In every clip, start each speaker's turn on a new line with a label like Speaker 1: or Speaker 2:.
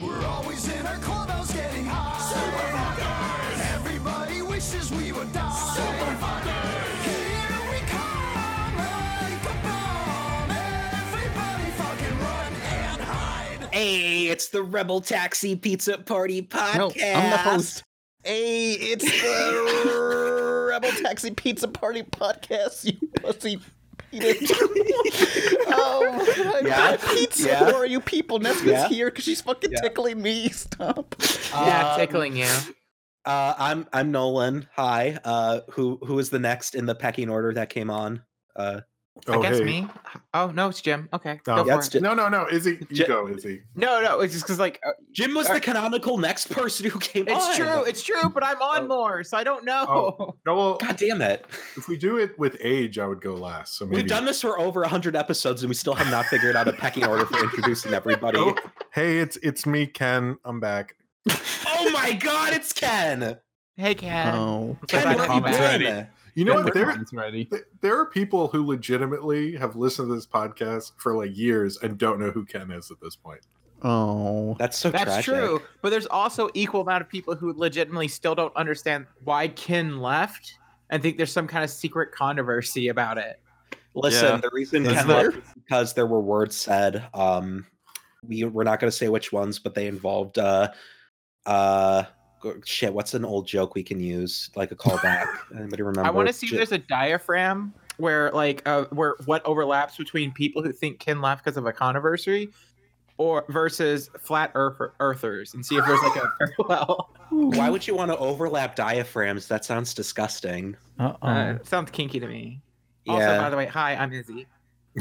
Speaker 1: boys in our clubhouse getting high. Super Everybody wishes we would die. Super Here we come like a bomb. Everybody fucking run and hide.
Speaker 2: Hey, it's the Rebel Taxi Pizza Party podcast.
Speaker 3: No, I'm the host.
Speaker 4: Hey, it's the Rebel Taxi Pizza Party podcast, you pussy penis. oh, my
Speaker 2: Yeah,
Speaker 4: God. pizza
Speaker 2: yeah.
Speaker 4: for you people. Nesbitt's
Speaker 2: Yeah.
Speaker 4: here because she's fucking
Speaker 2: Yeah.
Speaker 4: tickling me. Stop.
Speaker 3: yeah,
Speaker 2: Um,
Speaker 3: tickling you.
Speaker 2: Uh, I'm I'm Nolan. Hi. Uh, who who is the next in the pecking order that came on? Uh,
Speaker 3: I
Speaker 5: Oh,
Speaker 3: guess
Speaker 5: hey.
Speaker 3: me. Oh no, it's Jim. Okay,
Speaker 5: Oh.
Speaker 3: go for
Speaker 2: Yeah,
Speaker 3: it.
Speaker 2: it's Jim.
Speaker 5: No, no, no. Izzy, you
Speaker 2: Ju-
Speaker 5: go, Izzy.
Speaker 3: No, no, it's just because like uh,
Speaker 2: Jim was
Speaker 3: Uh,
Speaker 2: the canonical next person who came on.
Speaker 3: it's true, it's true, but I'm
Speaker 2: Oh.
Speaker 3: on more, so I don't know.
Speaker 5: No, well,
Speaker 2: God damn it.
Speaker 5: if we do it with age, I would go last. So maybe.
Speaker 2: We've done this for over 100 episodes and we still have not figured out a pecking order for introducing everybody.
Speaker 5: Oh, hey, it's it's me, Ken. I'm back.
Speaker 2: oh my god, it's Ken.
Speaker 3: Hey, Ken.
Speaker 4: Oh.
Speaker 3: Go back
Speaker 2: Ken, what
Speaker 3: to
Speaker 2: have
Speaker 3: combat.
Speaker 2: you
Speaker 5: already.
Speaker 2: doing?
Speaker 5: You know what?
Speaker 2: Remember
Speaker 5: There, th- there are people who legitimately have listened to this podcast for like years and don't know who Ken is at this point.
Speaker 4: Oh.
Speaker 2: That's so
Speaker 3: That's
Speaker 2: tragic.
Speaker 3: true, but there's also equal amount of people who legitimately still don't understand why Ken left and think there's some kind of secret controversy about it.
Speaker 2: Listen,
Speaker 6: Yeah.
Speaker 2: the reason
Speaker 4: Is
Speaker 2: Ken
Speaker 4: there?
Speaker 2: left is because there were words said. Um, we we're not going to say which ones, but they involved uh, uh, g- shit. What's an old joke we can use like a callback? Anybody remember?
Speaker 3: I want to see if
Speaker 2: Ju-
Speaker 3: there's a diaphragm where like uh, where what overlaps between people who think Ken left because of a controversy, or versus flat earth- earthers, and see if there's like a parallel.
Speaker 2: Why would you want to overlap diaphragms? That sounds disgusting.
Speaker 4: Uh-oh.
Speaker 3: Uh, sounds kinky to me. Also, by
Speaker 2: Oh, yeah.
Speaker 3: the way, hi, I'm Izzy.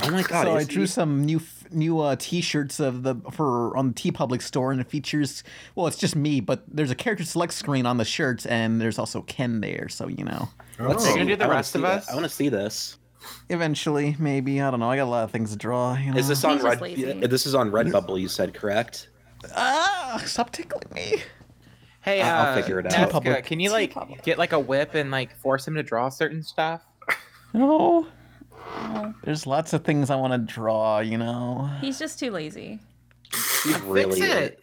Speaker 2: oh my god.
Speaker 4: so I
Speaker 2: is he-
Speaker 4: drew some new f- new uh, T-shirts of the for on the T Public store, and it features well, it's just me, but there's a character select screen on the shirts, and there's also Ken there, so you know,
Speaker 2: Let's
Speaker 5: Oh.
Speaker 2: see.
Speaker 3: gonna do the
Speaker 2: I wanna
Speaker 3: rest
Speaker 2: see
Speaker 3: of
Speaker 2: that.
Speaker 3: us?
Speaker 2: I want to see this.
Speaker 4: eventually, maybe I don't know. I got a lot of things to draw. You know?
Speaker 2: Is this on
Speaker 7: He's
Speaker 2: Red?
Speaker 7: just lazy.
Speaker 2: This is on Redbubble. You said correct.
Speaker 4: Ah, stop tickling me.
Speaker 3: Hey,
Speaker 2: I- I'll
Speaker 3: uh,
Speaker 2: figure it out.
Speaker 3: Nazca,
Speaker 4: Public.
Speaker 3: Can you like
Speaker 7: Public.
Speaker 3: get like a whip and like force him to draw certain stuff?
Speaker 4: No,
Speaker 7: Oh,
Speaker 4: there's lots of things I want to draw. You know.
Speaker 7: he's just too lazy.
Speaker 2: You really.
Speaker 3: Fix it.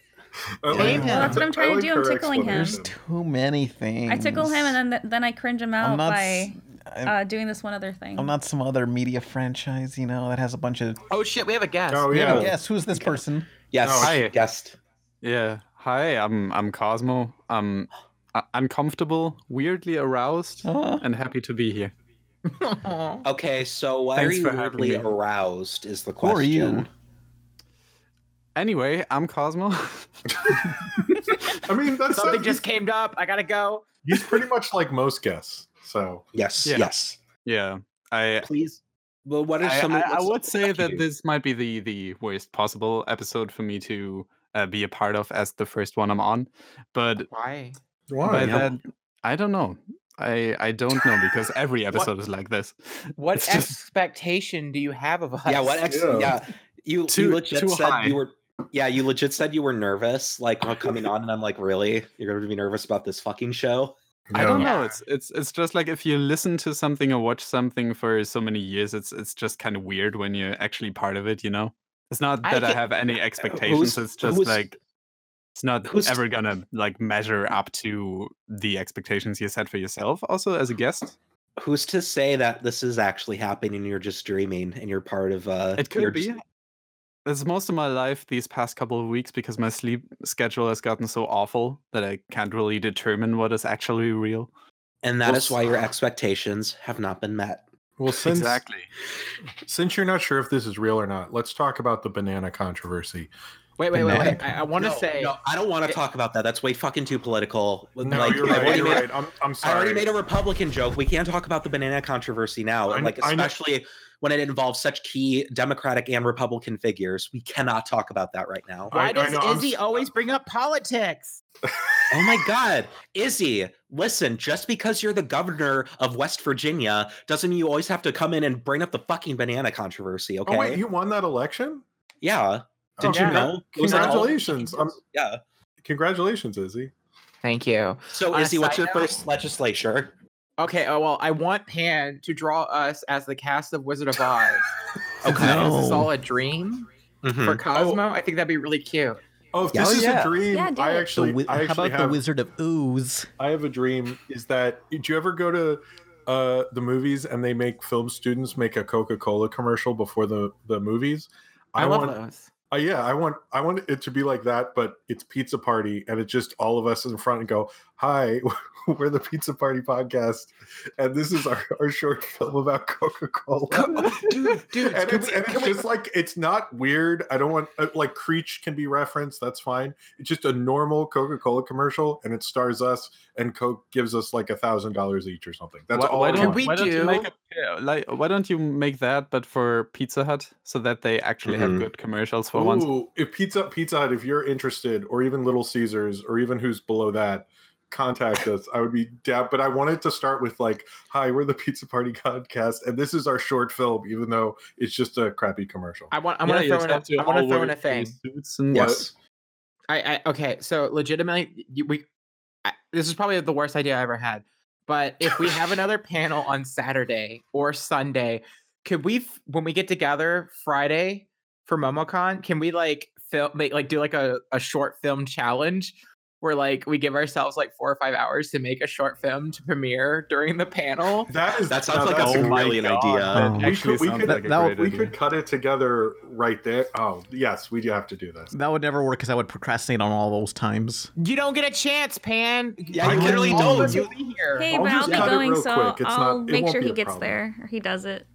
Speaker 5: I like-
Speaker 4: Well,
Speaker 7: that's what I'm
Speaker 5: Oh, I
Speaker 7: trying to do, I'm
Speaker 5: her
Speaker 7: tickling him.
Speaker 4: There's
Speaker 2: Um,
Speaker 5: explanation.
Speaker 4: too many things.
Speaker 7: I tickle him and then then I cringe him out
Speaker 4: I'm not. s-
Speaker 7: by
Speaker 4: I'm,
Speaker 7: uh, doing this one other thing.
Speaker 4: I'm not some other media franchise, you know, that has a bunch of.
Speaker 3: Oh shit, we have a guest.
Speaker 5: Oh,
Speaker 4: We have
Speaker 5: yeah.
Speaker 4: a guest. Who's this person?
Speaker 2: Yes.
Speaker 5: Oh,
Speaker 6: hi.
Speaker 2: Guessed.
Speaker 6: Yeah. Hi, I'm I'm Cosmo. I'm uh, uncomfortable, weirdly aroused,
Speaker 4: Uh,
Speaker 6: and happy to be here.
Speaker 3: Aw.
Speaker 2: Okay, so why
Speaker 6: Thanks
Speaker 2: are you
Speaker 6: for having
Speaker 2: weirdly
Speaker 6: me.
Speaker 2: aroused? Is the
Speaker 4: Who
Speaker 2: question.
Speaker 4: are you?
Speaker 6: Anyway, I'm Cosmo.
Speaker 5: I mean, that's
Speaker 3: Something
Speaker 5: something
Speaker 3: just came up. I gotta go.
Speaker 5: he's pretty much like most guests. So
Speaker 2: Yes,
Speaker 6: Yeah.
Speaker 2: yes.
Speaker 6: yeah. I
Speaker 2: Please. Well, what
Speaker 6: I,
Speaker 2: is some?
Speaker 6: I, I
Speaker 2: what's-
Speaker 6: would say
Speaker 2: got
Speaker 6: that
Speaker 2: you?
Speaker 6: this might be the the worst possible episode for me to uh, be a part of as the first one I'm on, but
Speaker 3: Why?
Speaker 6: by
Speaker 5: why?
Speaker 2: yeah.
Speaker 6: that I don't know. I I don't know because every episode is like this.
Speaker 3: What
Speaker 6: It's just-
Speaker 3: expectation do you have of us?
Speaker 2: Yeah. What? Ex- yeah.
Speaker 5: Yeah.
Speaker 2: You,
Speaker 6: Too-
Speaker 2: you legit
Speaker 6: too
Speaker 2: said
Speaker 6: high.
Speaker 2: you were. Yeah, you legit said you were nervous, like while coming on, and I'm like, really? You're going to be nervous about this fucking show?
Speaker 6: I don't
Speaker 5: Yeah.
Speaker 6: know. It's it's it's just like if you listen to something or watch something for so many years, it's it's just kind of weird when you're actually part of it. You know, it's not
Speaker 3: I
Speaker 6: that I,
Speaker 3: get-
Speaker 6: have any expectations. It's just
Speaker 2: uh, who's-
Speaker 6: like it's not
Speaker 2: who's-
Speaker 6: ever gonna like measure up to the expectations you set for yourself. Also, as a guest,
Speaker 2: Who's to say that this is actually happening? and You're just dreaming, and you're part of. uh
Speaker 6: it
Speaker 2: you're
Speaker 6: could
Speaker 2: just-
Speaker 6: be. That's most of my life these past couple of weeks because my sleep schedule has gotten so awful that I can't really determine what is actually real.
Speaker 2: and that
Speaker 6: Well,
Speaker 2: is why your expectations have not been met.
Speaker 5: Well, since since you're not sure if this is real or not, let's talk about the banana controversy.
Speaker 3: Wait, wait, wait, wait.
Speaker 4: Fanatic.
Speaker 3: I, I want to say.
Speaker 2: no, I don't want to
Speaker 3: it-
Speaker 2: talk about that. That's way fucking too political.
Speaker 5: No,
Speaker 2: Like,
Speaker 5: you're
Speaker 2: I've
Speaker 5: right.
Speaker 2: already
Speaker 5: You're
Speaker 2: made-
Speaker 5: right. I'm, I'm sorry.
Speaker 2: I already made a Republican joke. We can't talk about the banana controversy now,
Speaker 5: I
Speaker 2: and
Speaker 5: kn-
Speaker 2: like
Speaker 5: I kn-
Speaker 2: especially when it involves such key Democratic and Republican figures. We cannot talk about that right now.
Speaker 3: Why
Speaker 5: I- I
Speaker 3: does
Speaker 5: know, I'm
Speaker 3: Izzy
Speaker 5: s-
Speaker 3: always bring up politics?
Speaker 2: Oh my God, Izzy, listen. Just because you're the governor of West Virginia doesn't mean you always have to come in and bring up the fucking banana controversy. Okay?
Speaker 5: Oh wait, you won that election?
Speaker 2: yeah.
Speaker 5: Oh,
Speaker 2: Did you
Speaker 5: congra-
Speaker 2: know? It was like all-
Speaker 5: Congratulations! Um,
Speaker 2: yeah.
Speaker 5: congratulations, Izzy.
Speaker 3: Thank you.
Speaker 2: So
Speaker 3: On a
Speaker 2: Izzy, what's
Speaker 3: side
Speaker 2: your
Speaker 3: note-
Speaker 2: first legislature?
Speaker 3: Okay. Oh well, I want Pan to draw us as the cast of Wizard of Oz.
Speaker 2: Okay.
Speaker 3: Is this
Speaker 4: No.
Speaker 3: all a dream
Speaker 2: Mhm.
Speaker 3: for Cosmo? I think that'd be really cute.
Speaker 5: Oh, if
Speaker 2: Yeah.
Speaker 5: this
Speaker 2: Oh,
Speaker 5: is
Speaker 6: yeah.
Speaker 5: a dream,
Speaker 7: Yeah, do
Speaker 5: I
Speaker 7: it.
Speaker 4: The
Speaker 5: actually,
Speaker 4: wi-
Speaker 5: I
Speaker 4: how
Speaker 5: actually
Speaker 4: about the
Speaker 5: have,
Speaker 4: Wizard of Ooze?
Speaker 5: I have a dream. Is that do you ever go to uh, the movies and they make film students make a Coca Cola commercial before the the movies?
Speaker 6: I, love
Speaker 5: want,
Speaker 6: those.
Speaker 5: Uh, yeah, I want I want it to be like that, but it's pizza party, and it's just all of us in front and go, "Hi, we're the Pizza Party podcast, and this is our, our short film about Coca Cola."
Speaker 3: dude, dude,
Speaker 5: and
Speaker 3: can
Speaker 5: it's,
Speaker 3: we-
Speaker 5: and it's
Speaker 3: can we-
Speaker 5: just like it's not weird. I don't want uh, like Creech can be referenced. That's fine. It's just a normal Coca Cola commercial, and it stars us, and Coke gives us like a thousand dollars each or something. That's
Speaker 6: why,
Speaker 5: all.
Speaker 6: why
Speaker 5: I
Speaker 6: don't,
Speaker 5: want.
Speaker 3: we
Speaker 6: why don't you
Speaker 3: do-
Speaker 6: make a, yeah, like why don't you make that but for Pizza Hut so that they actually
Speaker 2: Mhm.
Speaker 6: have good commercials for once?
Speaker 5: Ooh, if Pizza Pizza Hut, if you're interested, or even Little Caesars, or even who's below that, contact us. I would be down. But I wanted to start with like, "Hi, we're the Pizza Party Podcast, and this is our short film,ven though it's just a crappy commercial."
Speaker 3: I want. I
Speaker 6: Yeah,
Speaker 3: want
Speaker 6: you
Speaker 3: to
Speaker 6: just
Speaker 3: throw
Speaker 6: have
Speaker 3: in. A, I want
Speaker 6: all
Speaker 3: to throw
Speaker 6: wear
Speaker 3: in a thing.
Speaker 6: three Suits and
Speaker 5: Yeah.
Speaker 6: what-
Speaker 2: Yes.
Speaker 3: I, I okay. So legitimately, you- we. I, this is probably the worst idea I ever had. But if we have another panel on Saturday or Sunday, could we, f- when we get together Friday for MomoCon, can we like film, make, like do like a, a short film challenge where like we give ourselves like four or five hours to make a short film to premiere during the panel?
Speaker 5: that is
Speaker 2: That sounds
Speaker 5: no,
Speaker 2: like
Speaker 5: that's
Speaker 2: a
Speaker 5: great-
Speaker 2: really an idea.
Speaker 4: Oh.
Speaker 6: That
Speaker 5: We
Speaker 6: actually
Speaker 5: could- we
Speaker 6: sounds
Speaker 5: could-
Speaker 6: like a
Speaker 4: that would-
Speaker 6: great
Speaker 5: we
Speaker 6: idea.
Speaker 5: could cut it together right there. Oh yes, we do have to do this.
Speaker 4: That would never work because I would procrastinate on all those times.
Speaker 3: You don't get a chance, Pan.
Speaker 2: Yeah,
Speaker 5: you literally
Speaker 3: all of
Speaker 2: don't.
Speaker 3: us
Speaker 2: You-
Speaker 3: will be here.
Speaker 7: Hey,
Speaker 5: I'll
Speaker 7: but I'll
Speaker 5: just
Speaker 7: be
Speaker 5: cut it
Speaker 7: going,
Speaker 5: real
Speaker 7: so
Speaker 5: quick. It's
Speaker 7: I'll
Speaker 5: not- it
Speaker 7: make
Speaker 5: won't
Speaker 7: sure
Speaker 5: be
Speaker 7: he
Speaker 5: a
Speaker 7: gets
Speaker 5: problem.
Speaker 7: there or he does it.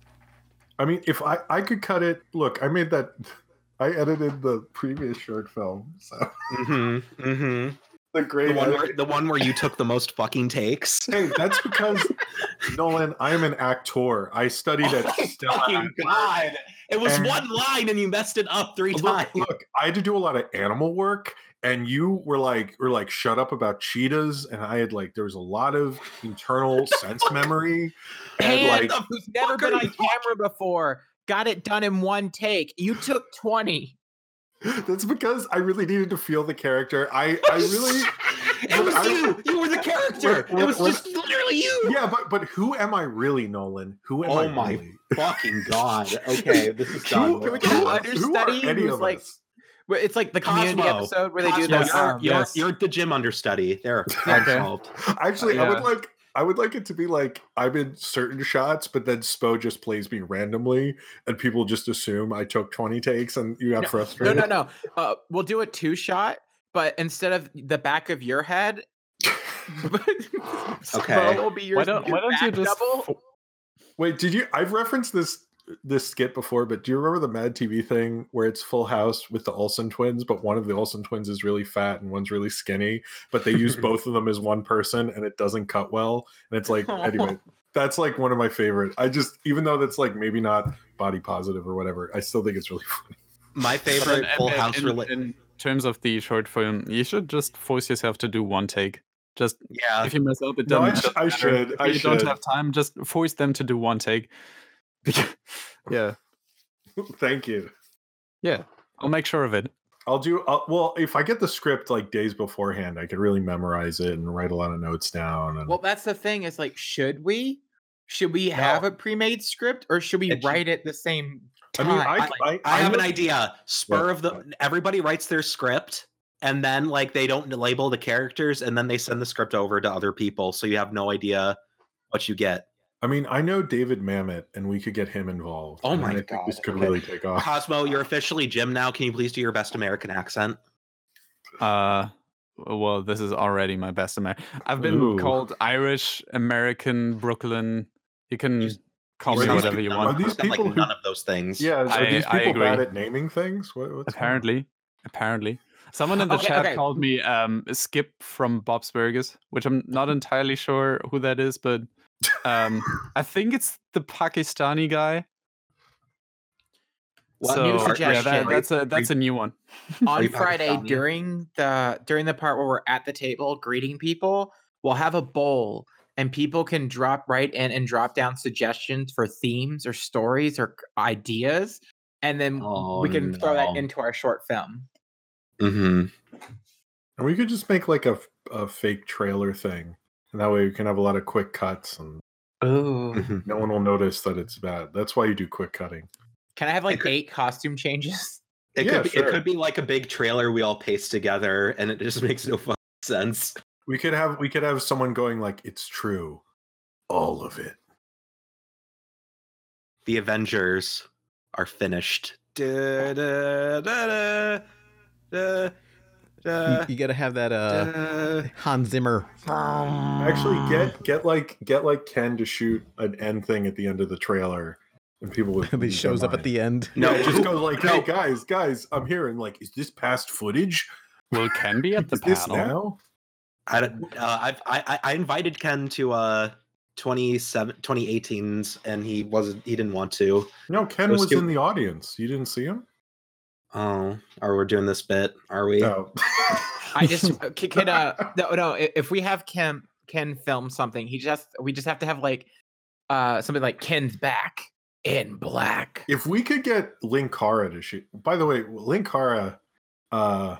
Speaker 5: I mean, if I I could cut it. Look, I made that. I edited the previous short film, so
Speaker 2: Mhm, mhm.
Speaker 5: the great
Speaker 2: The one
Speaker 5: edit-
Speaker 2: where the one where you took the most fucking takes.
Speaker 5: Hey, that's because Nolan, I'm an actor. I studied at Stella.
Speaker 2: Oh god! It
Speaker 5: was And-
Speaker 2: one line and you messed it up three
Speaker 5: Look, look, I had to do a lot of animal work, and you were like, were like, shut up about cheetahs, and I had like, there was a lot of internal sense memory, and
Speaker 3: Pan,
Speaker 5: like,
Speaker 3: who's never been on camera before, got it done in one take. You took 20.
Speaker 5: that's because I really needed to feel the character. I, I really.
Speaker 2: It was
Speaker 5: I-
Speaker 2: you. You were the character.
Speaker 5: When-
Speaker 2: it was
Speaker 5: when-
Speaker 2: just literally you.
Speaker 5: Yeah, but but who am I really, Nolan? Who am
Speaker 2: Oh
Speaker 5: I
Speaker 2: my
Speaker 5: really?
Speaker 2: fucking god. Okay, this is
Speaker 5: Who,
Speaker 2: done.
Speaker 5: who,
Speaker 3: get an
Speaker 5: are- who are
Speaker 3: understudy
Speaker 5: any
Speaker 3: who's
Speaker 5: of
Speaker 3: like-
Speaker 5: us?
Speaker 3: Well, It's like the community
Speaker 2: Cosmo.
Speaker 3: episode where they do
Speaker 2: Cosmo,
Speaker 3: that.
Speaker 2: you're,
Speaker 3: um,
Speaker 2: you're,
Speaker 6: yes.
Speaker 2: you're the gym understudy. There,
Speaker 3: Okay.
Speaker 2: solved.
Speaker 5: Actually, I
Speaker 6: Yeah.
Speaker 5: would like I would like it to be like I'm in certain shots, but then Spo just plays me randomly, and people just assume I took 20 takes, and you got
Speaker 3: No,
Speaker 5: frustrated.
Speaker 3: no, no. Uh, we'll do a two shot, but instead of the back of your head,
Speaker 2: Okay.
Speaker 3: will be yours.
Speaker 6: Why don't
Speaker 3: your
Speaker 6: Why don't you
Speaker 3: back
Speaker 6: just
Speaker 3: double.
Speaker 6: fo-
Speaker 5: Wait, did you? I've referenced this this skit before, but do you remember the Mad TV thing where it's Full House with the Olsen twins, but one of the Olsen twins is really fat and one's really skinny, but they use both of them as one person, and it doesn't cut well, and it's like anyway. That's like one of my favorite. I just, even though that's like maybe not body positive or whatever, I still think it's really funny.
Speaker 2: My favorite
Speaker 6: But in-
Speaker 2: Full
Speaker 6: in-
Speaker 2: House
Speaker 6: in,
Speaker 2: rela-
Speaker 6: in terms of the short film, you should just force yourself to do one take. Just
Speaker 2: Yeah,
Speaker 6: if you mess up, it
Speaker 5: No,
Speaker 6: doesn't.
Speaker 5: I, sh-
Speaker 6: doesn't
Speaker 5: I
Speaker 6: matter.
Speaker 5: should.
Speaker 6: If
Speaker 5: I
Speaker 6: you
Speaker 5: should.
Speaker 6: don't have time, just force them to do one take. Because- yeah,
Speaker 5: Thank you.
Speaker 6: yeah. I'll make sure of it.
Speaker 5: I'll do. I'll, well, if I get the script like days beforehand, I could really memorize it and write a lot of notes down. And
Speaker 3: Well, that's the thing. Is like, should we? Should we have a pre-made script, or should we
Speaker 2: It should-
Speaker 3: write it the same
Speaker 5: I
Speaker 3: time?
Speaker 5: mean, I, I, I,
Speaker 2: I have an
Speaker 5: look-
Speaker 2: idea. Spur of the everybody writes their script, and then like they don't label the characters, and then they send the script over to other people, so you have no idea what you get.
Speaker 5: I mean, I know David Mamet, and we could get him involved.
Speaker 2: Oh
Speaker 5: and
Speaker 2: my
Speaker 5: I think this
Speaker 2: God,
Speaker 5: could
Speaker 2: okay.
Speaker 5: really take off.
Speaker 2: Cosmo, you're officially Jim now. Can you please do your best American accent?
Speaker 6: Uh, well, this is already my best American. I've been
Speaker 5: Ooh.
Speaker 6: called Irish, American, Brooklyn. You can
Speaker 2: Just-
Speaker 6: call
Speaker 5: you
Speaker 6: me
Speaker 5: say-
Speaker 6: whatever you
Speaker 5: Are
Speaker 6: want.
Speaker 5: these
Speaker 2: You sound like
Speaker 5: people who-
Speaker 2: none of those things.
Speaker 5: Yeah, are
Speaker 6: I-
Speaker 5: these
Speaker 6: I
Speaker 5: people bad
Speaker 6: agree.
Speaker 5: at naming things? What, what's going on?
Speaker 6: Apparently, apparently, someone in the
Speaker 3: Okay,
Speaker 6: chat
Speaker 3: okay.
Speaker 6: called me um, Skip from Bob's Burgers, which I'm not entirely sure who that is, but um, I think it's the Pakistani guy.
Speaker 2: What
Speaker 6: so,
Speaker 3: new
Speaker 6: Yeah, that-
Speaker 3: suggestion?
Speaker 6: that's a that's a new one.
Speaker 2: Are
Speaker 3: on
Speaker 2: you
Speaker 3: Friday
Speaker 2: Pakistani?
Speaker 3: during the during the part where we're at the table greeting people, we'll have a bowl and people can drop right in and drop down suggestions for themes or stories or c- ideas, and then
Speaker 2: Oh,
Speaker 3: we can throw that
Speaker 2: no.
Speaker 3: into our short film.
Speaker 2: Mm-hmm.
Speaker 5: And we could just make like a, f- a fake trailer thing, and that way we can have a lot of quick cuts, and
Speaker 3: Ooh,
Speaker 5: no one will notice that it's bad. That's why you do quick cutting.
Speaker 3: can I have like
Speaker 2: could-
Speaker 3: eight costume changes?
Speaker 2: It
Speaker 5: Yeah,
Speaker 2: could be,
Speaker 5: sure.
Speaker 2: it could be like a big trailer we all paste together, and it just makes no fucking sense.
Speaker 5: We could have we could have someone going like, "It's true, all of it."
Speaker 2: The Avengers are finished. Da, da, da, da, da, da,
Speaker 5: Mm.
Speaker 4: you gotta have that uh
Speaker 2: da.
Speaker 4: Hans Zimmer.
Speaker 5: Actually,
Speaker 4: Ah.
Speaker 5: get get like get like Ken to shoot an end thing at the end of the trailer, and people would.
Speaker 4: He
Speaker 5: lose their
Speaker 4: shows up at
Speaker 5: mind.
Speaker 4: the end.
Speaker 5: No,
Speaker 2: No,
Speaker 5: just go like,
Speaker 2: no.
Speaker 5: "Hey guys, guys, I'm here," and like, "Is this past footage?
Speaker 6: Will Ken be at the
Speaker 5: Is this
Speaker 6: panel?
Speaker 5: now?"
Speaker 2: I, don't- uh, I've, I I- I invited Ken to uh 27 2018s and he wasn't he didn't want to.
Speaker 5: No, Ken
Speaker 2: Let's
Speaker 5: was
Speaker 2: do-
Speaker 5: in the audience. You didn't see him.
Speaker 2: Oh, are we doing this bit? Are we?
Speaker 5: No.
Speaker 3: I just uh, c- can uh no no i- if we have Ken Ken film something, he just we just have to have like uh something like Ken's back in black.
Speaker 5: if we could get Linkara to shoot. By the way, Linkara, uh,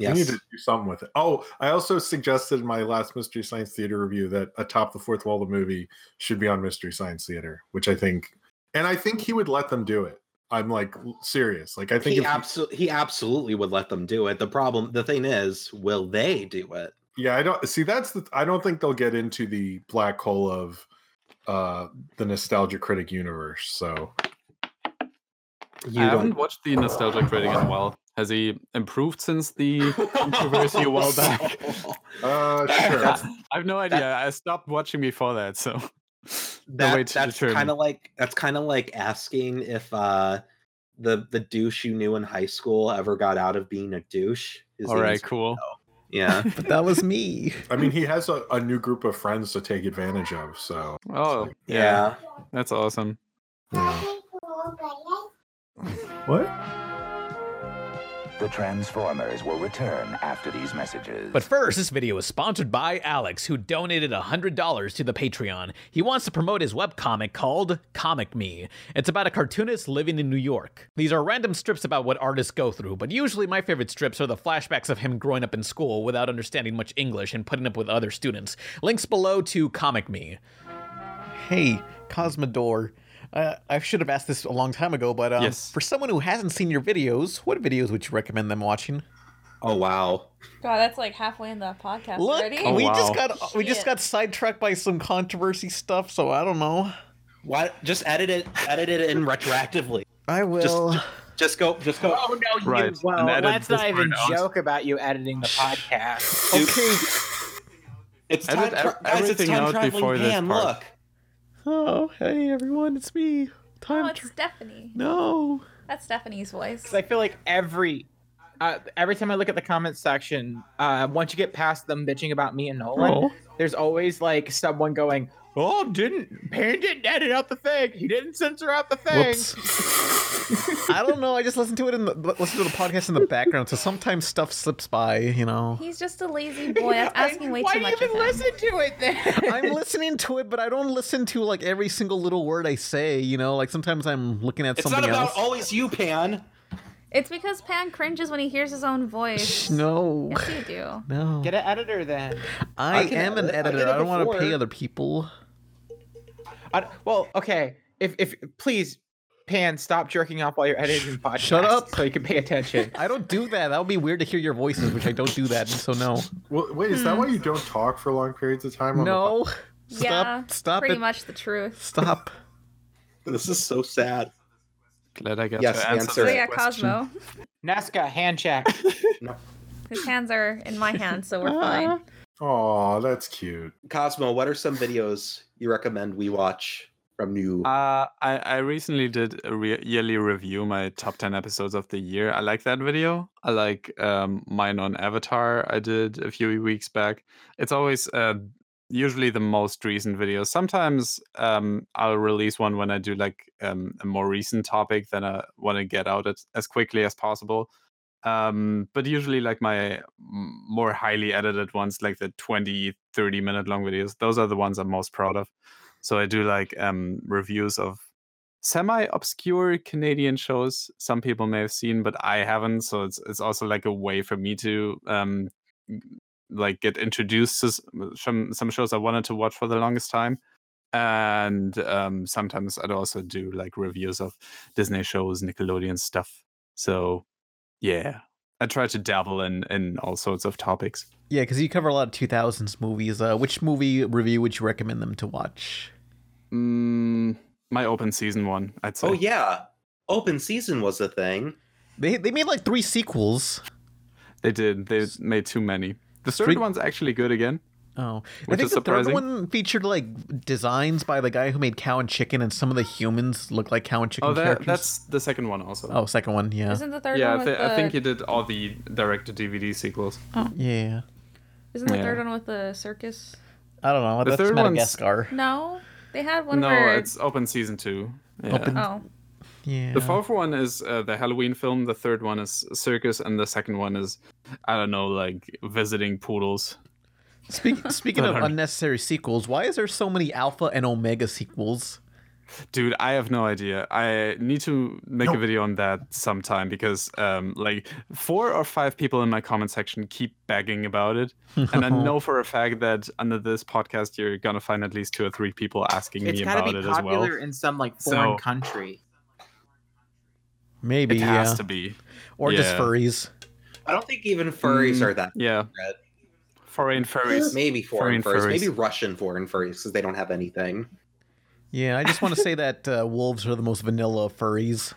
Speaker 2: Yes.
Speaker 5: we need to do something with it. Oh, I also suggested in my last Mystery Science Theater review that Atop the Fourth Wall, the movie should be on Mystery Science Theater, which I think, and I think he would let them do it. I'm like serious. Like I think
Speaker 2: he
Speaker 5: if he-
Speaker 2: absolutely he absolutely would let them do it. The problem the thing is, will they do it?
Speaker 5: Yeah, I don't see that's the I don't think they'll get into the black hole of uh the nostalgia critic universe. So
Speaker 2: You
Speaker 6: I
Speaker 2: don't
Speaker 6: haven't watched the nostalgic rating in a while. Has he improved since the controversy a while back?
Speaker 5: uh sure.
Speaker 2: That's,
Speaker 6: I have no idea. I stopped watching before that, so no way
Speaker 2: that-
Speaker 6: to
Speaker 2: that's
Speaker 6: determine.
Speaker 2: kind of like that's kind of like asking if uh the the douche you knew in high school ever got out of being a douche. His
Speaker 6: All
Speaker 2: name
Speaker 6: right,
Speaker 2: is-
Speaker 6: cool.
Speaker 2: Yeah.
Speaker 4: But that was me.
Speaker 5: I mean he has a, a new group of friends to take advantage of. So
Speaker 6: Oh, yeah,
Speaker 2: yeah.
Speaker 6: that's awesome.
Speaker 5: what?
Speaker 1: The Transformers will return after these messages.
Speaker 8: But first, this video is sponsored by Alex, who donated $100 to the Patreon. He wants to promote his webcomic called Comic Me. It's about a cartoonist living in New York. These are random strips about what artists go through, but usually my favorite strips are the flashbacks of him growing up in school without understanding much English and putting up with other students. Links below to Comic Me.
Speaker 4: Hey, Cosmodor. Uh, I should have asked this a long time ago, but um,
Speaker 6: Yes.
Speaker 4: for someone who hasn't seen your videos, what videos would you recommend them watching?
Speaker 2: Oh wow.
Speaker 7: God, that's like halfway in the podcast
Speaker 4: Look,
Speaker 7: already.
Speaker 6: Oh,
Speaker 4: we
Speaker 6: wow.
Speaker 4: just got we just
Speaker 7: Shit.
Speaker 4: got sidetracked by some controversy stuff, so I don't know.
Speaker 2: Why just edit it edit it in retroactively.
Speaker 4: I will.
Speaker 2: Just go just go
Speaker 3: Oh no, you
Speaker 6: Right,
Speaker 3: well,
Speaker 6: and edit
Speaker 3: let's
Speaker 6: this
Speaker 3: not even
Speaker 6: part out.
Speaker 3: joke about you editing the podcast.
Speaker 2: okay. It's time
Speaker 6: Edit
Speaker 2: tra- guys,
Speaker 6: ev-
Speaker 2: it's
Speaker 6: everything
Speaker 2: time
Speaker 6: out
Speaker 2: traveling
Speaker 6: before this
Speaker 2: pan,
Speaker 6: part.
Speaker 2: look.
Speaker 4: Oh, hey everyone, it's me.
Speaker 7: Oh,
Speaker 4: Time.
Speaker 7: it's
Speaker 4: tr-
Speaker 7: Stephanie.
Speaker 4: no.
Speaker 7: That's Stephanie's voice.
Speaker 3: 'Cause I feel like every uh, every time I look at the comments section, uh, once you get past them bitching about me and Nolan,
Speaker 4: Oh.
Speaker 3: there's always like someone going, "Oh, didn't Pan didn't edit out the thing. He didn't censor out the thing."
Speaker 4: Whoops. I don't know. I just listened to it in the listen to the podcast in the background, so sometimes stuff slips by. You know.
Speaker 7: He's just a lazy boy. That's asking way
Speaker 3: Why
Speaker 7: too
Speaker 3: do you
Speaker 7: much.
Speaker 3: even
Speaker 7: of him.
Speaker 3: listen to it then?
Speaker 4: I'm listening to it, but I don't listen to like every single little word I say. You know, like sometimes I'm looking at
Speaker 2: It's
Speaker 4: something
Speaker 2: not about
Speaker 4: else.
Speaker 2: always you, Pan.
Speaker 7: It's because Pan cringes when he hears his own voice.
Speaker 4: Shh, no,
Speaker 7: Yes, you do.
Speaker 4: no.
Speaker 3: Get an editor then.
Speaker 4: I,
Speaker 2: I can
Speaker 4: am an
Speaker 2: edit- I
Speaker 4: editor.
Speaker 2: did it
Speaker 4: I, don't want to pay
Speaker 2: before.
Speaker 4: other people.
Speaker 3: I, well, okay. If if please, Pan, stop jerking off while you're editing podcasts.
Speaker 4: Shut up.
Speaker 3: so you can pay attention.
Speaker 4: I don't do that. That would be weird to hear your voices, which I don't do that. So no,
Speaker 5: Well, wait, is that why
Speaker 2: Hmm.
Speaker 5: you don't talk for long periods of time? On the
Speaker 4: no. Stop.
Speaker 7: yeah,
Speaker 4: stop
Speaker 7: pretty
Speaker 4: it.
Speaker 7: much the truth.
Speaker 4: Stop.
Speaker 2: This is so sad.
Speaker 6: Glad I got
Speaker 2: Yes,
Speaker 6: to answer.
Speaker 2: answer
Speaker 7: So
Speaker 2: Great
Speaker 7: yeah, Cosmo,
Speaker 3: Nesca, hand check.
Speaker 7: his hands are in my hand, so we're fine.
Speaker 5: Oh, that's cute.
Speaker 2: Cosmo, what are some videos you recommend we watch from you?
Speaker 6: Uh, I, I recently did a re- yearly review, my top 10 episodes of the year. I like that video. I like um, mine on Avatar, I did a few weeks back. It's always uh, usually the most recent video. Sometimes um, I'll release one when I do like um, a more recent topic than I want to get out as, as quickly as possible. Um, but usually, like my m- more highly edited ones, like the 20, 30 minute long videos, those are the ones I'm most proud of. So I do like um, reviews of semi obscure Canadian shows. Some people may have seen, but I haven't. So it's it's also like a way for me to um, m- like get introduced to s- uh, some some shows I wanted to watch for the longest time. And um, sometimes I'd also do like reviews of Disney shows, Nickelodeon stuff. So yeah, I try to dabble in in all sorts of topics.
Speaker 4: Yeah, because you cover a lot of 2000s movies. Uh, which movie review would you recommend them to watch?
Speaker 6: Mm, my open season one, I'd say.
Speaker 2: Oh yeah, open season was a thing.
Speaker 4: They, they made like three sequels.
Speaker 6: they did. They made too many. The third
Speaker 4: Street-
Speaker 6: one's actually good again.
Speaker 4: Oh, I
Speaker 6: Which
Speaker 4: think
Speaker 6: is
Speaker 4: the
Speaker 6: surprising.
Speaker 4: third one featured like designs by the guy who made Cow and Chicken, and some of the humans look like Cow and Chicken
Speaker 6: Oh, that,
Speaker 4: characters.
Speaker 6: that's the second one also.
Speaker 4: oh, second one, yeah,
Speaker 7: Isn't the third
Speaker 6: yeah,
Speaker 7: one
Speaker 6: I,
Speaker 7: with
Speaker 6: thi-
Speaker 7: the
Speaker 6: I think he did all the direct to DVD sequels.
Speaker 4: yeah.
Speaker 7: Isn't the
Speaker 6: Yeah.
Speaker 7: third one with the circus?
Speaker 4: I don't know.
Speaker 6: The
Speaker 4: that's
Speaker 6: third one's-
Speaker 4: Madagascar.
Speaker 7: No, they had one
Speaker 6: no,
Speaker 7: where
Speaker 6: it's open season two. Yeah.
Speaker 7: oh,
Speaker 4: Yeah.
Speaker 6: The fourth one is uh, the Halloween film. The third one is circus, and the second one is, I don't know, like visiting poodles.
Speaker 4: Speak, speaking of
Speaker 6: Not hard.
Speaker 4: unnecessary sequels, why is there so many Alpha and Omega sequels?
Speaker 6: Dude, I have no idea. I need to make a video on that sometime because, um, like, four or five people in my comment section keep begging about it, and
Speaker 5: Uh-huh.
Speaker 6: I know for a fact that under this podcast you're gonna find at least two or three people asking
Speaker 3: It's
Speaker 6: me
Speaker 3: gotta
Speaker 6: about
Speaker 3: be
Speaker 6: it as well.
Speaker 3: popular in some like foreign
Speaker 6: So-
Speaker 3: country.
Speaker 4: Maybe,
Speaker 6: It
Speaker 4: yeah.
Speaker 6: has to be.
Speaker 4: or just
Speaker 6: yeah.
Speaker 4: furries.
Speaker 2: I don't think even furries
Speaker 6: Mm,
Speaker 2: are that.
Speaker 6: Yeah,
Speaker 2: Red.
Speaker 6: foreign furries.
Speaker 2: Maybe foreign,
Speaker 6: Foreign
Speaker 2: furries,
Speaker 6: furries.
Speaker 2: maybe Russian foreign furries because they don't have anything.
Speaker 4: Yeah, I just want to say that uh, wolves are the most vanilla of furries.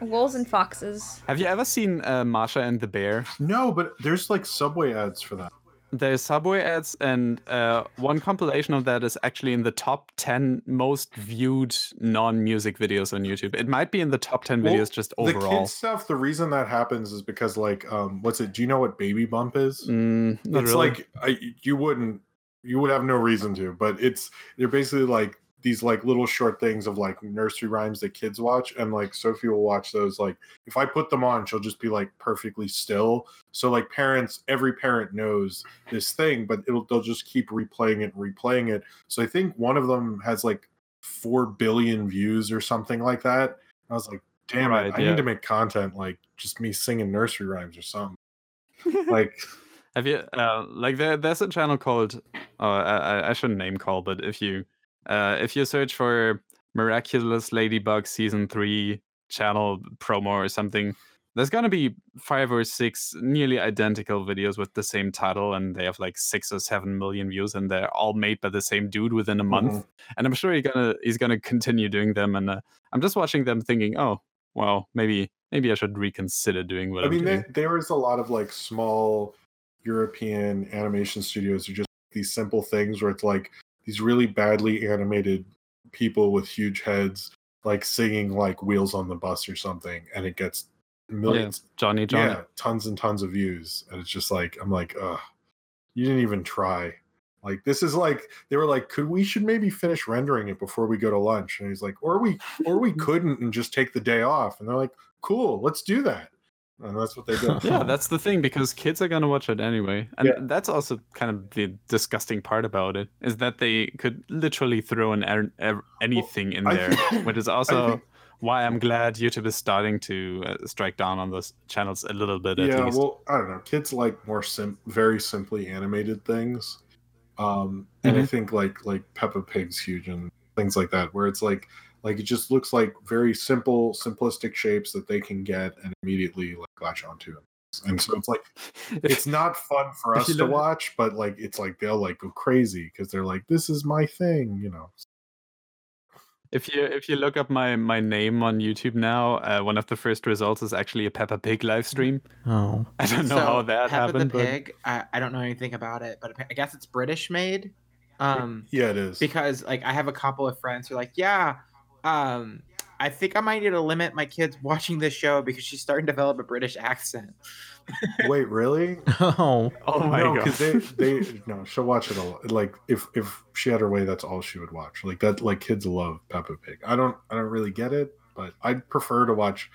Speaker 7: wolves and foxes.
Speaker 6: Have you ever seen uh, Masha and the Bear?
Speaker 5: No, but there's like subway ads for that.
Speaker 6: There's Subway ads, and uh, one compilation of that is actually in the top 10 most viewed non music videos on YouTube. It might be in the top 10 videos
Speaker 5: Well,
Speaker 6: just
Speaker 5: The
Speaker 6: overall.
Speaker 5: kid stuff. The reason that happens is because like, um, what's it? Do you know what baby bump is?
Speaker 6: Mm, not
Speaker 5: it's
Speaker 6: really.
Speaker 5: like I, you wouldn't you would have no reason to but it's they're basically like these like little short things of like nursery rhymes that kids watch and like sophie will watch those like if i put them on she'll just be like perfectly still so like parents every parent knows this thing but it'll they'll just keep replaying it and replaying it so i think one of them has like 4 billion views or something like that i was like damn
Speaker 6: Right,
Speaker 5: it i
Speaker 6: yeah.
Speaker 5: need to make content like just me singing nursery rhymes or something like
Speaker 6: Have you uh, like there? There's a channel called. Uh, I, I- I shouldn't name call, but if you uh, if you search for "Miraculous Ladybug" season three channel promo or something, there's gonna be five or six nearly identical videos with the same title, and they have like six or seven million views, and they're all made by the same dude within a month.
Speaker 5: Mm-hmm.
Speaker 6: And I'm sure he's gonna he's gonna continue doing them, and uh, I'm just watching them, thinking, oh, well, maybe maybe I should reconsider doing what
Speaker 5: I
Speaker 6: I'm
Speaker 5: mean,
Speaker 6: doing.
Speaker 5: there, there is a lot of like small European animation studios are just these simple things where it's like these really badly animated people with huge heads like singing like Wheels on the Bus or something, and it gets millions,
Speaker 6: Johnny
Speaker 5: yeah,
Speaker 6: Johnny.
Speaker 5: tons and tons of views, and it's just like I'm like, ugh, you didn't even try. Like this is like they were like, could we should maybe finish rendering it before we go to lunch? And he's like, or we or we couldn't and just take the day off. And they're like, cool, let's do that. And that's what they did.
Speaker 6: yeah that's the thing because kids are going to watch it anyway and
Speaker 5: Yeah.
Speaker 6: that's also kind of the disgusting part about it is that they could literally throw an er- er- anything in
Speaker 5: I
Speaker 6: there
Speaker 5: think-
Speaker 6: which is also
Speaker 5: think-
Speaker 6: why i'm glad youtube is starting to uh, strike down on those channels a little bit at
Speaker 5: yeah
Speaker 6: least
Speaker 5: well i don't know kids like more sim very simply animated things um and
Speaker 6: Mm-hmm.
Speaker 5: i think like like peppa pig's huge and things like that where it's like like it just looks like very simple simplistic shapes that they can get and immediately like latch onto it and so it's like it's not fun for
Speaker 6: If
Speaker 5: us
Speaker 6: you
Speaker 5: to
Speaker 6: look-
Speaker 5: watch but like it's like they'll like go crazy because they're like this is my thing you know
Speaker 6: if you if you look up my my name on youtube now uh, one of the first results is actually a peppa pig live stream
Speaker 4: Oh,
Speaker 6: i don't know
Speaker 3: So,
Speaker 6: how that
Speaker 3: Peppa
Speaker 6: happened
Speaker 3: the
Speaker 6: but
Speaker 3: Pig. I, I don't know anything about it, but appa- I guess it's British made. Um,
Speaker 5: yeah it is
Speaker 3: because like I have a couple of friends who are like, yeah, um, I think I might need to limit my kids watching this show because she's starting to develop a British accent.
Speaker 5: wait really
Speaker 4: oh,
Speaker 6: oh my
Speaker 5: no,
Speaker 6: god
Speaker 5: because they they no, she'll watch it a lot. Like if if she had her way, that's all she would watch. Like that, like kids love Peppa Pig. I don't I don't really get it, but I'd prefer to watch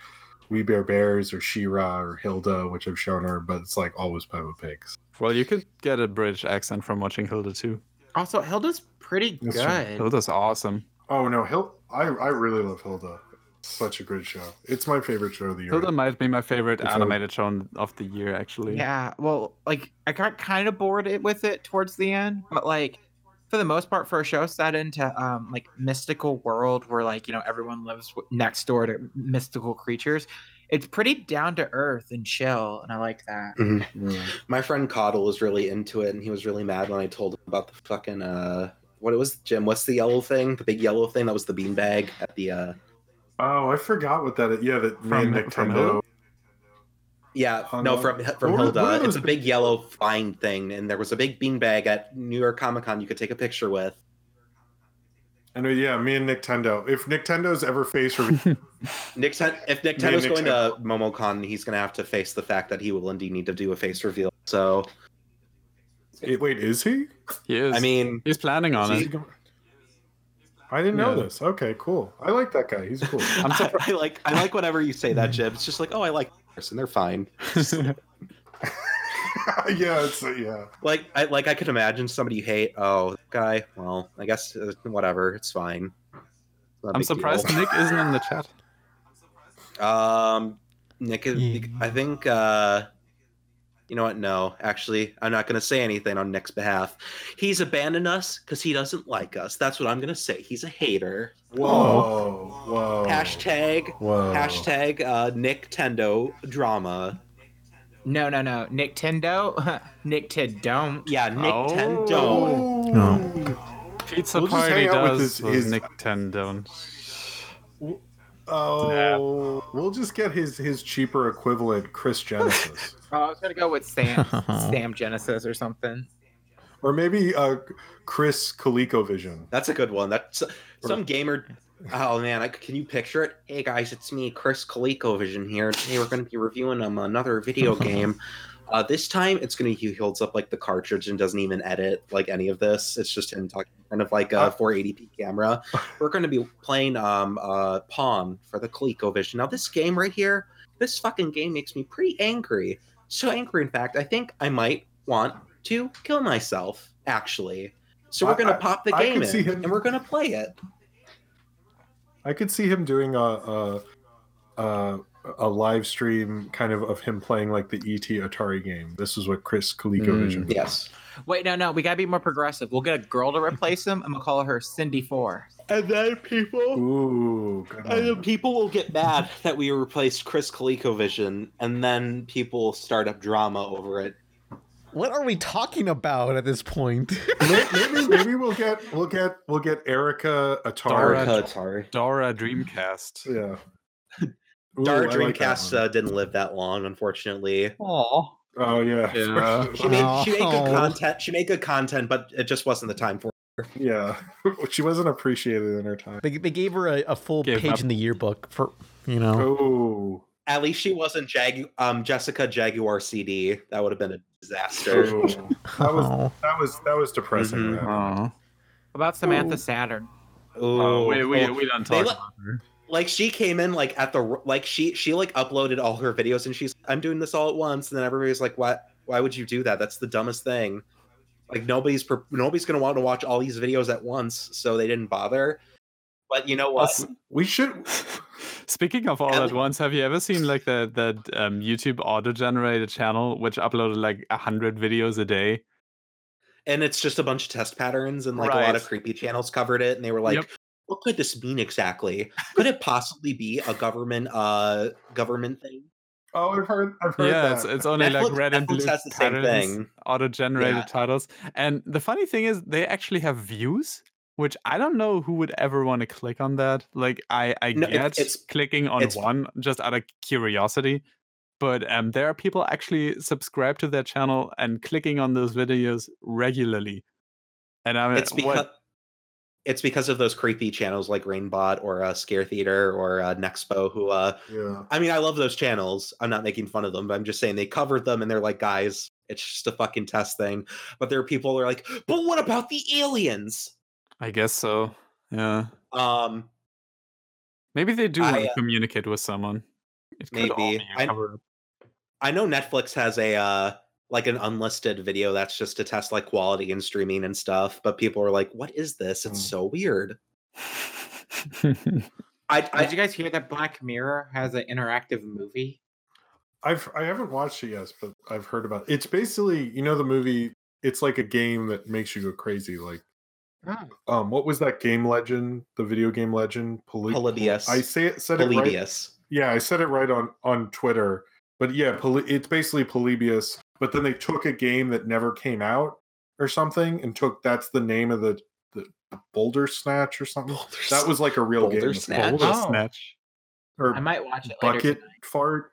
Speaker 5: We Bear Bears or She-Ra or Hilda, which I've shown her. But it's like always Peppa Pigs.
Speaker 6: well you could get a british accent from watching hilda too
Speaker 3: Also, Hilda's pretty
Speaker 5: That's
Speaker 3: good.
Speaker 6: hilda's awesome
Speaker 5: Oh no, Hil I I really love Hilda. Such a good show. It's my favorite show of the year.
Speaker 6: Hilda might be my favorite
Speaker 5: It's a-
Speaker 6: animated show on- of the year, actually.
Speaker 3: Yeah, well, like I got kind of bored it- with it towards the end, but like for the most part, for a show set into um like mystical world where like you know everyone lives w- next door to mystical creatures, it's pretty down to earth and chill, and I like that.
Speaker 2: My friend Coddle was really into it, and he was really mad when I told him about the fucking uh, what it was, Jim. What's the yellow thing? The big yellow thing that was the beanbag at the uh,
Speaker 5: Oh, I forgot what that. Yeah, that
Speaker 6: From-
Speaker 5: from,
Speaker 6: from
Speaker 5: Nintendo.
Speaker 6: who?
Speaker 2: yeah,
Speaker 5: Hung
Speaker 2: no,
Speaker 5: up.
Speaker 2: from from
Speaker 5: What were- what
Speaker 2: Hilda.
Speaker 5: were
Speaker 2: It's a
Speaker 5: those-
Speaker 2: big yellow flying thing, and there was a big beanbag at New York Comic Con. You could take a picture with.
Speaker 5: I know. Yeah, me and Nintendo. If Nintendo's ever face reveal,
Speaker 2: Nick, Ten- if Nick
Speaker 5: Me
Speaker 2: Tenno's
Speaker 5: and Nick
Speaker 2: going to MomoCon, he's going to have to face the fact that he will indeed need to do a face reveal. So,
Speaker 5: wait, is he?
Speaker 6: He is.
Speaker 2: I mean,
Speaker 6: he's planning on
Speaker 2: See?
Speaker 6: it.
Speaker 5: I didn't know
Speaker 6: Yeah.
Speaker 5: this. Okay, cool. I like that guy. He's cool.
Speaker 2: I'm I like I like whenever you say that, Jim. It's just like, oh, I like this person. They're fine.
Speaker 5: yeah, it's yeah.
Speaker 2: Like I like I could imagine somebody you hate. Oh, that guy. Well, I guess uh, whatever. It's fine. It's not a
Speaker 6: I'm
Speaker 2: big deal.
Speaker 6: surprised Nick isn't in the chat.
Speaker 2: Um, Nick, is,
Speaker 4: Yeah.
Speaker 2: I think. uh You know what? No, actually, I'm not going to say anything on Nick's behalf. He's abandoned us because he doesn't like us. That's what I'm going to say. He's a hater.
Speaker 5: Whoa, whoa.
Speaker 2: Hashtag.
Speaker 5: Whoa.
Speaker 2: Hashtag uh, Nick Tendo drama.
Speaker 3: No, no, no. Nintendo, Nintendo don't.
Speaker 2: Yeah, Nick
Speaker 6: Oh.
Speaker 2: Tendo.
Speaker 6: Pizza
Speaker 5: We'll just
Speaker 6: party
Speaker 5: hang out with
Speaker 6: does
Speaker 5: his-
Speaker 6: was
Speaker 5: his-
Speaker 6: Nick Tendon.
Speaker 5: Oh, we'll just get his his cheaper equivalent, Chris Genesis,
Speaker 3: Oh, I was gonna go with Sam, Sam Genesis or something.
Speaker 5: or maybe uh, Chris ColecoVision.
Speaker 2: That's a good one. That's some gamer. Oh man, I, can you picture it? Hey guys, it's me, Chris ColecoVision here. Today we're going to be reviewing um, another video game. Uh, this time it's going to he holds up like the cartridge and doesn't even edit like any of this. It's just him talking kind of like a 480p camera. We're going to be playing um uh Pong for the ColecoVision. Now this game right here, this fucking game makes me pretty angry. So angry, in fact, I think I might want to kill myself. Actually. So we're
Speaker 5: I-
Speaker 2: gonna
Speaker 5: I-
Speaker 2: pop the
Speaker 5: I
Speaker 2: game
Speaker 5: can
Speaker 2: in,
Speaker 5: see him-
Speaker 2: and we're gonna play it.
Speaker 5: I could see him doing a a, a a live stream kind of of him playing like the ET Atari game. This is what Chris
Speaker 2: Hmm.
Speaker 5: ColecoVision. did.
Speaker 2: Yes.
Speaker 3: Wait, no, no. We gotta be more progressive. We'll get a girl to replace him, and we'll call her Cindy Four.
Speaker 2: And then people,
Speaker 5: Ooh, good
Speaker 2: and then
Speaker 5: one.
Speaker 2: people will get mad that we replaced Chris ColecoVision, and then people will start up drama over it.
Speaker 4: What are we talking about at this point?
Speaker 5: May- maybe maybe we'll get we'll get we'll get Erica Atari.
Speaker 6: Dara.
Speaker 2: Dara Atari.
Speaker 6: Dora Dreamcast.
Speaker 5: Yeah. Ooh,
Speaker 2: Dara
Speaker 5: I like that
Speaker 2: Dreamcast
Speaker 5: one.
Speaker 2: uh, didn't live that long, unfortunately.
Speaker 4: Aw.
Speaker 5: oh yeah.
Speaker 6: Yeah.
Speaker 2: She made, she made good
Speaker 4: Oh.
Speaker 2: content. She made good content, but it just wasn't the time for.
Speaker 5: Yeah, she wasn't appreciated in her time.
Speaker 4: They, they gave her a, a full
Speaker 6: Gave
Speaker 4: page
Speaker 6: up.
Speaker 4: in the yearbook for, you know.
Speaker 5: Oh,
Speaker 2: It. At least she wasn't Jag- um, Jessica Jaguar CD. That would have been a disaster.
Speaker 5: oh. that was that was that was depressing.
Speaker 2: Mhm.
Speaker 5: man.
Speaker 6: Oh.
Speaker 3: About Samantha Saturn.
Speaker 2: Ooh.
Speaker 6: we, we, we don't
Speaker 2: They
Speaker 6: talk
Speaker 2: let-
Speaker 6: about her.
Speaker 2: like she came in like at the like she she like uploaded all her videos and she's i'm doing this all at once and then everybody's like what why would you do that that's the dumbest thing like nobody's per- nobody's gonna want to watch all these videos at once so they didn't bother but you know what
Speaker 6: Us-
Speaker 5: We should.
Speaker 6: Speaking of all
Speaker 2: At
Speaker 6: at
Speaker 2: le-
Speaker 6: once, have you ever seen like the that um, YouTube auto-generated channel which uploaded like hundred videos a day?
Speaker 2: and it's just a bunch of test patterns and like a
Speaker 6: Right.
Speaker 2: lot of creepy channels covered it and they were like
Speaker 6: Yep.
Speaker 2: what could this mean exactly could it possibly be a government uh government thing
Speaker 5: Oh, I've heard. I've heard
Speaker 6: yeah,
Speaker 5: that.
Speaker 6: it's, it's only like red and blue
Speaker 2: Netflix has the same
Speaker 6: patterns,
Speaker 2: thing.
Speaker 6: auto-generated
Speaker 2: Yeah.
Speaker 6: titles. And the funny thing is, they actually have views, which I don't know who would ever want to click on that. Like, I I
Speaker 2: No, it-
Speaker 6: get
Speaker 2: it's-
Speaker 6: clicking on
Speaker 2: it's-
Speaker 6: one just out of curiosity, but um, there are people actually subscribe to their channel and clicking on those videos regularly. And I'm
Speaker 2: it's because
Speaker 6: what?
Speaker 2: it's because of those creepy channels like Rainbot or uh, Scare Theater or uh, Nexpo. Who, uh,
Speaker 5: Yeah.
Speaker 2: I mean, I love those channels. I'm not making fun of them, but I'm just saying they covered them, and they're like, guys, it's just a fucking test thing. But there are people who are like, but what about the aliens?
Speaker 6: I guess so. Yeah.
Speaker 2: Um,
Speaker 6: Maybe they do
Speaker 2: I,
Speaker 6: want to
Speaker 2: uh,
Speaker 6: communicate with someone. It could all
Speaker 2: maybe.
Speaker 6: be a
Speaker 2: I-
Speaker 6: cover-up.
Speaker 2: I know Netflix has a uh, like an unlisted video that's just to test like quality and streaming and stuff. But people are like, what is this? It's
Speaker 5: Mm.
Speaker 2: so weird. I, I
Speaker 3: Did you guys hear that Black Mirror has an interactive movie?
Speaker 5: I've I haven't watched it yet, but I've heard about. It. It's basically you know the movie. It's like a game that makes you go crazy. Like,
Speaker 3: Oh.
Speaker 5: um, what was that game legend? The video game legend, Poly-
Speaker 2: Polybius.
Speaker 5: I say it said it right.
Speaker 2: Polybius.
Speaker 5: yeah, I said it right on on Twitter. But yeah, Pele- it's basically Polybius. But then they took a game that never came out or something, and took that's the name of the the Boulder Snatch or something.
Speaker 2: Oh,
Speaker 5: that was like a real
Speaker 2: Boulder
Speaker 5: game.
Speaker 2: Snatch?
Speaker 5: Boulder
Speaker 3: Oh.
Speaker 6: Snatch.
Speaker 5: or
Speaker 3: I might watch it later.
Speaker 5: bucket
Speaker 3: tonight.
Speaker 5: fart.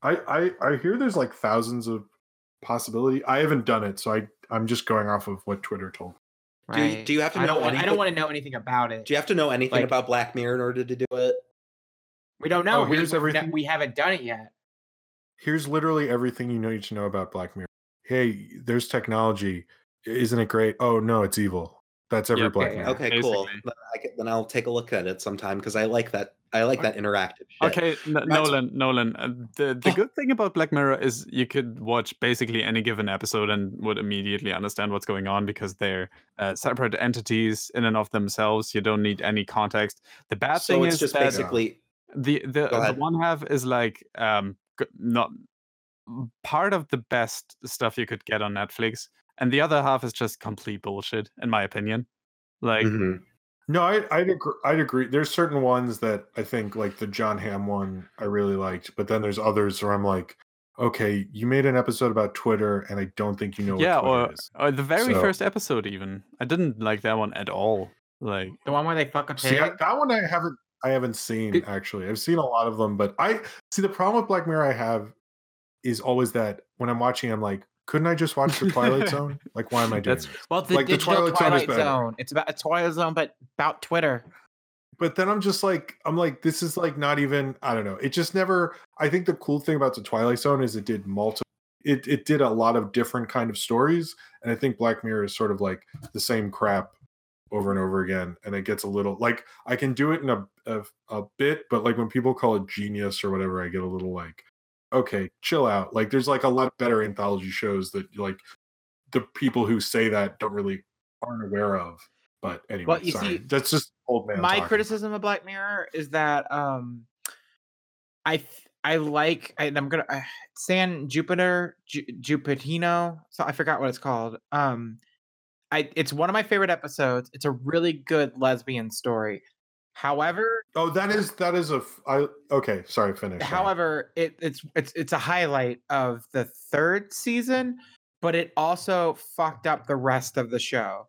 Speaker 5: I, I I hear there's like thousands of possibility. I haven't done it, so I I'm just going off of what Twitter told. me.
Speaker 2: Do you- do you have to
Speaker 3: I don't
Speaker 2: know
Speaker 3: want, I
Speaker 2: anything-
Speaker 3: don't want to know anything about it.
Speaker 2: Do you have to know anything
Speaker 3: Like-
Speaker 2: about Black Mirror in order to do it?
Speaker 3: we don't know.
Speaker 5: Oh,
Speaker 3: we,
Speaker 5: here's
Speaker 3: we-
Speaker 5: everything?
Speaker 3: we haven't done it yet.
Speaker 5: Here's literally everything you need to know about Black Mirror. Hey, there's technology. Isn't it great? Oh no, it's evil. That's every
Speaker 6: Yep.
Speaker 5: Black
Speaker 3: Yeah,
Speaker 5: Mirror.
Speaker 3: yeah.
Speaker 2: Okay, cool.
Speaker 6: Basically.
Speaker 2: Then, I can, then I'll take a look at it sometime because I like that. I like that interactive. Shit.
Speaker 6: Okay, N-
Speaker 2: That's-
Speaker 6: Nolan, Nolan. Uh, the the good thing about Black Mirror is you could watch basically any given episode and would immediately understand what's going on because they're uh, separate entities in and of themselves. You don't need any context. The bad
Speaker 2: so
Speaker 6: thing
Speaker 2: it's
Speaker 6: is
Speaker 2: just
Speaker 6: that
Speaker 2: basically
Speaker 6: the
Speaker 2: Go
Speaker 6: the, the
Speaker 2: ahead.
Speaker 6: one half is like um g- not m- part of the best stuff you could get on Netflix, and the other half is just complete bullshit, in my opinion. Like
Speaker 2: Mhm.
Speaker 5: No, I, I'd agree. I'd agree. There's certain ones that I think, like the John Hamm one, I really liked, but then there's others where I'm like, okay, you made an episode about Twitter, and I don't think you know.
Speaker 6: yeah,
Speaker 5: what Twitter
Speaker 6: or,
Speaker 5: is.
Speaker 6: or uh, the very
Speaker 5: So-
Speaker 6: first episode even. I didn't like that one at all. Like
Speaker 3: The one where they fuck a pig.
Speaker 5: see I, that one I haven't. I haven't seen
Speaker 3: Did-
Speaker 5: actually. I've seen a lot of them, but I see the problem with Black Mirror I have is always that when I'm watching, I'm like, couldn't I just watch the Twilight Zone? Like, why am I doing?
Speaker 6: That's-
Speaker 5: this?
Speaker 3: well, the
Speaker 5: like the
Speaker 3: digital
Speaker 5: Twilight
Speaker 3: Twilight,
Speaker 5: Zone is
Speaker 3: Zone.
Speaker 5: better.
Speaker 3: It's about a Twilight Zone, but about Twitter.
Speaker 5: but then I'm just like, I'm like, this is like not even, I don't know. It just never, I think the cool thing about the Twilight Zone is it did multiple, it, it did a lot of different kind of stories. And I think Black Mirror is sort of like the same crap over and over again. And it gets a little, like, I can do it in a, a, a bit, but like when people call it genius or whatever, I get a little like, okay, chill out. Like there's like a lot better anthology shows that like the people who say that don't really aren't aware of. But anyway,
Speaker 3: you
Speaker 5: sorry.
Speaker 3: see,
Speaker 5: That's just old man.
Speaker 3: my
Speaker 5: talking.
Speaker 3: criticism of Black Mirror is that um, I th- I like I, I'm gonna uh, San Jupiter Ju- Jupitino. So I forgot what it's called. Um, I it's one of my favorite episodes. It's a really good lesbian story. However,
Speaker 5: Oh, that is that is a f- I okay. Sorry, finish. sorry.
Speaker 3: However, it, it's it's it's a highlight of the third season, but it also fucked up the rest of the show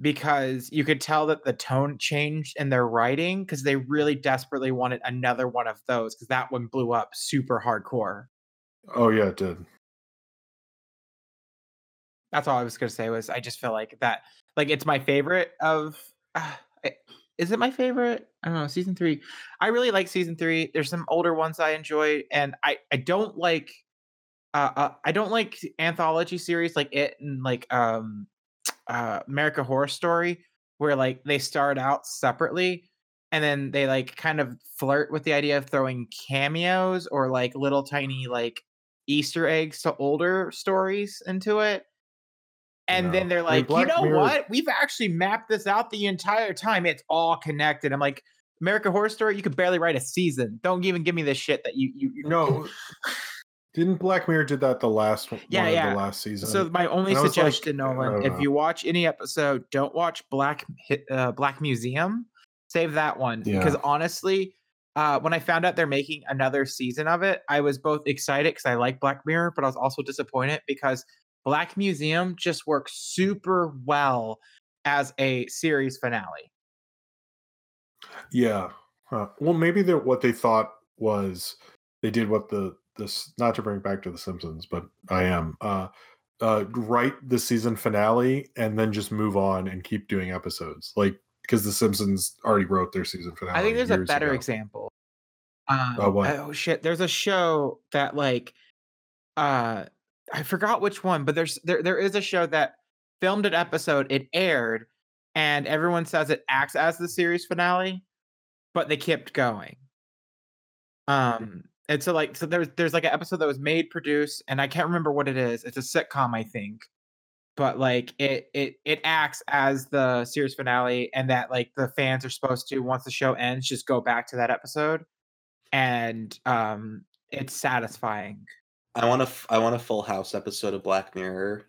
Speaker 3: because you could tell that the tone changed in their writing because they really desperately wanted another one of those because that one blew up super hardcore.
Speaker 5: oh yeah, it did.
Speaker 3: That's all I was gonna say was I just feel like that like it's my favorite of uh, is it my favorite? I don't know, season three. I really like season three. There's some older ones I enjoy, and I I don't like uh, uh I don't like anthology series like it and like um uh America Horror Story where like they start out separately and then they like kind of flirt with the idea of throwing cameos or like little tiny like Easter eggs to older stories into it. And
Speaker 5: No.
Speaker 3: then they're like,
Speaker 5: I mean,
Speaker 3: you
Speaker 5: Black
Speaker 3: know
Speaker 5: Mirror-
Speaker 3: what? We've actually mapped this out the entire time. It's all connected. I'm like, American Horror Story, you could barely write a season. Don't even give me this shit that you you you-
Speaker 5: No, didn't Black Mirror did that the last one?
Speaker 3: Yeah,
Speaker 5: one of
Speaker 3: yeah.
Speaker 5: the last season.
Speaker 3: So my only
Speaker 5: and I was like, uh,
Speaker 3: suggestion,
Speaker 5: I
Speaker 3: Nolan,
Speaker 5: don't
Speaker 3: if
Speaker 5: know.
Speaker 3: you watch any episode, don't watch Black Hi- uh, Black Museum. Save that one because
Speaker 5: Yeah.
Speaker 3: honestly, uh, when I found out they're making another season of it, I was both excited because I like Black Mirror, but I was also disappointed because Black Museum just works super well as a series finale.
Speaker 5: yeah. Huh. Well, maybe that what they thought was they did what the this not to bring it back to the Simpsons, but I am uh uh write the season finale and then just move on and keep doing episodes like because the Simpsons already wrote their season finale.
Speaker 3: I think there's a
Speaker 5: Oh, years
Speaker 3: better
Speaker 5: ago.
Speaker 3: example. Um,
Speaker 5: Oh, what?
Speaker 3: Oh shit! There's a show that like, uh, I forgot which one, but there's there there is a show that filmed an episode, it aired, and everyone says it acts as the series finale, but they kept going. Um, and so like so there's there's like an episode that was made, produced, and I can't remember what it is. It's a sitcom, I think but like it it it acts as the series finale and that like the fans are supposed to once the show ends just go back to that episode and um it's satisfying
Speaker 2: I want a f- I want a Full House episode of Black Mirror.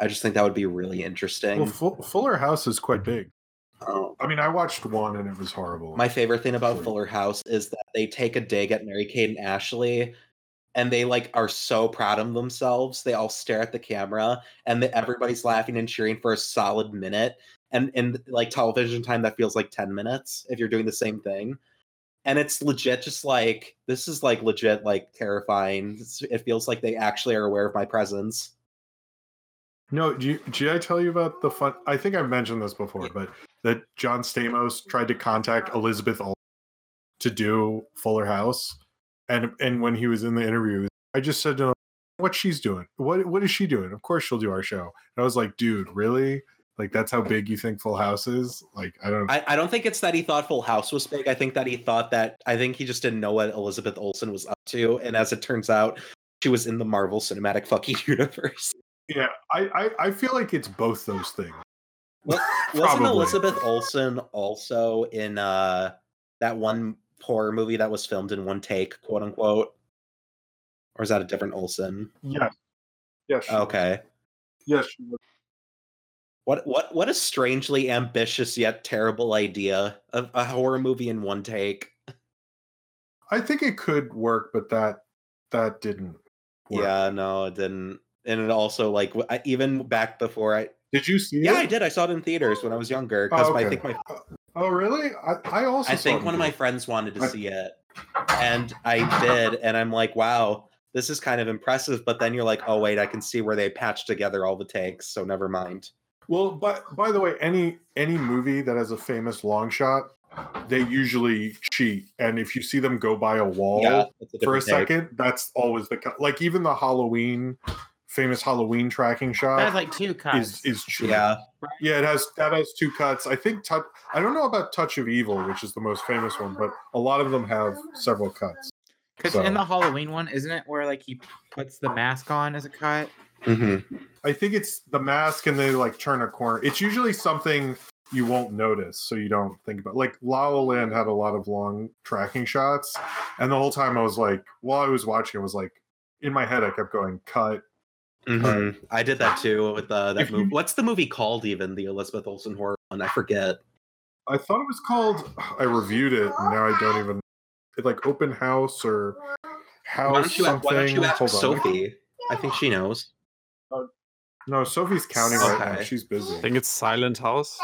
Speaker 2: I just think that would be really interesting.
Speaker 5: Well, Full, Fuller House is quite big.
Speaker 2: Oh.
Speaker 5: I mean, I watched one and it was horrible.
Speaker 2: My favorite thing about
Speaker 5: Sure.
Speaker 2: Fuller House is that they take a dig at Mary Kate and Ashley, and they like are so proud of themselves. They all stare at the camera, and the, everybody's laughing and cheering for a solid minute. And in like television time, that feels like ten minutes if you're doing the same thing. And it's legit, just like this is like legit, like terrifying. It's- it feels like they actually are aware of my presence.
Speaker 5: No, do you, did I tell you about the fun? I think I've mentioned this before, but that John Stamos tried to contact Elizabeth Olsen to do Fuller House, and and when he was in the interview, I just said to him, "What she's doing? What what is she doing? Of course she'll do our show." And I was like, "Dude, really? Like that's how big you think Full House is? Like I don't."
Speaker 2: I, I don't think it's that he thought Full House was big. I think that he thought that I think he just didn't know what Elizabeth Olsen was up to. And as it turns out, she was in the Marvel Cinematic fucking universe.
Speaker 5: yeah, I, I I feel like it's both those things.
Speaker 2: Wa- Wasn't
Speaker 5: Probably.
Speaker 2: Elizabeth Olsen also in uh that one horror movie that was filmed in one take, quote unquote? Or is that a different Olsen?
Speaker 5: Yeah. Yes.
Speaker 2: Okay.
Speaker 5: Yes.
Speaker 2: What what what a strangely ambitious yet terrible idea of a horror movie in one take.
Speaker 5: I think it could work, but that that didn't. Work.
Speaker 2: Yeah, no, it didn't. And it also like w- I- even back before I
Speaker 5: Did you see?
Speaker 2: Yeah,
Speaker 5: it?
Speaker 2: I did. I saw it in theaters when I was younger because
Speaker 5: Oh,
Speaker 2: I
Speaker 5: okay.
Speaker 2: think my
Speaker 5: Oh, really? I, I also.
Speaker 2: I
Speaker 5: saw
Speaker 2: think
Speaker 5: it
Speaker 2: one of
Speaker 5: in
Speaker 2: my
Speaker 5: theaters.
Speaker 2: friends wanted to
Speaker 5: I-
Speaker 2: see it, and I did, and I'm like, wow, this is kind of impressive. But then you're like, oh wait, I can see where they patched together all the takes, so never mind.
Speaker 5: Well, but by the way, any any movie that has a famous long shot, they usually cheat, and if you see them go by a wall
Speaker 2: yeah, it's
Speaker 5: for a
Speaker 2: different take.
Speaker 5: second, that's always the cut. Like even the Halloween, famous Halloween tracking
Speaker 3: That
Speaker 5: shot
Speaker 3: was like two
Speaker 5: Uh, is
Speaker 3: cuts.
Speaker 5: is cheating.
Speaker 2: Yeah,
Speaker 5: Yeah, it has that has two cuts. I think touch. I don't know about Touch of Evil, which is the most famous one, but a lot of them have several cuts.
Speaker 3: Because
Speaker 5: so-
Speaker 3: in the Halloween one, isn't it where like he puts the mask on as a cut?
Speaker 2: Mhm.
Speaker 5: I think it's the mask and they like turn a corner. It's usually something you won't notice, so you don't think about. Like La La Land had a lot of long tracking shots, and the whole time I was like, while I was watching, I was like, in my head, I kept going cut.
Speaker 2: Mhm. I did that too with uh, that
Speaker 5: If you-
Speaker 2: movie. What's the movie called? Even the Elizabeth Olsen horror one? I forget.
Speaker 5: I thought it was called. I reviewed it, and now I don't even. It like open house or
Speaker 2: why
Speaker 5: house
Speaker 2: don't you, ask-
Speaker 5: Oh, something.
Speaker 2: why don't you ask
Speaker 5: Hold on.
Speaker 2: Sophie? I think she knows.
Speaker 5: No, Sophie's counting right now.
Speaker 2: Okay.
Speaker 5: She's
Speaker 6: I
Speaker 5: busy.
Speaker 6: think it's Silent House.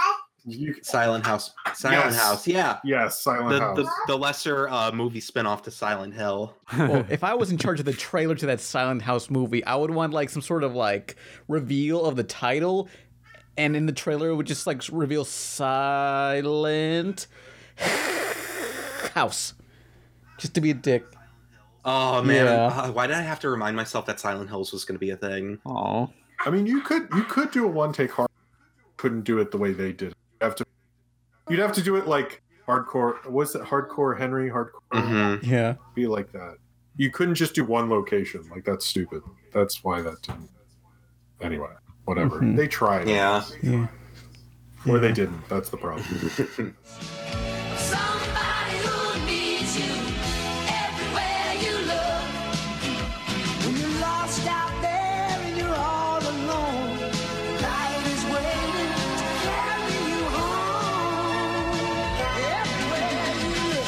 Speaker 5: You,
Speaker 2: Silent House. Silent
Speaker 5: Yes.
Speaker 2: House. Yeah.
Speaker 5: yes, Silent
Speaker 2: The,
Speaker 5: House.
Speaker 2: the the lesser uh, movie spinoff to Silent Hill.
Speaker 6: Well,
Speaker 4: Oh. Well, if I was in charge of the trailer to that Silent House movie, I would want like some sort of like reveal of the title, and in the trailer it would just like reveal Silent House, just to be a dick.
Speaker 2: Oh man,
Speaker 4: Yeah.
Speaker 2: uh, why did I have to remind myself that Silent Hills was going to be a thing?
Speaker 6: oh,
Speaker 5: I mean, you could you could do a one take hard. Couldn't do it the way they did. it. You have to. You'd have to do it like hardcore. Was it hardcore Henry? Hardcore
Speaker 2: Mhm.
Speaker 4: Yeah,
Speaker 5: be like that. You couldn't just do one location. Like that's stupid. That's why that didn't. Anyway, whatever.
Speaker 4: Mhm.
Speaker 5: They tried. it,
Speaker 2: Yeah.
Speaker 4: yeah.
Speaker 5: Or they didn't. That's the problem.
Speaker 1: Somebody who needs you everywhere you look. When you're lost out there and you're all alone, life is waiting to carry you home. Everywhere you look.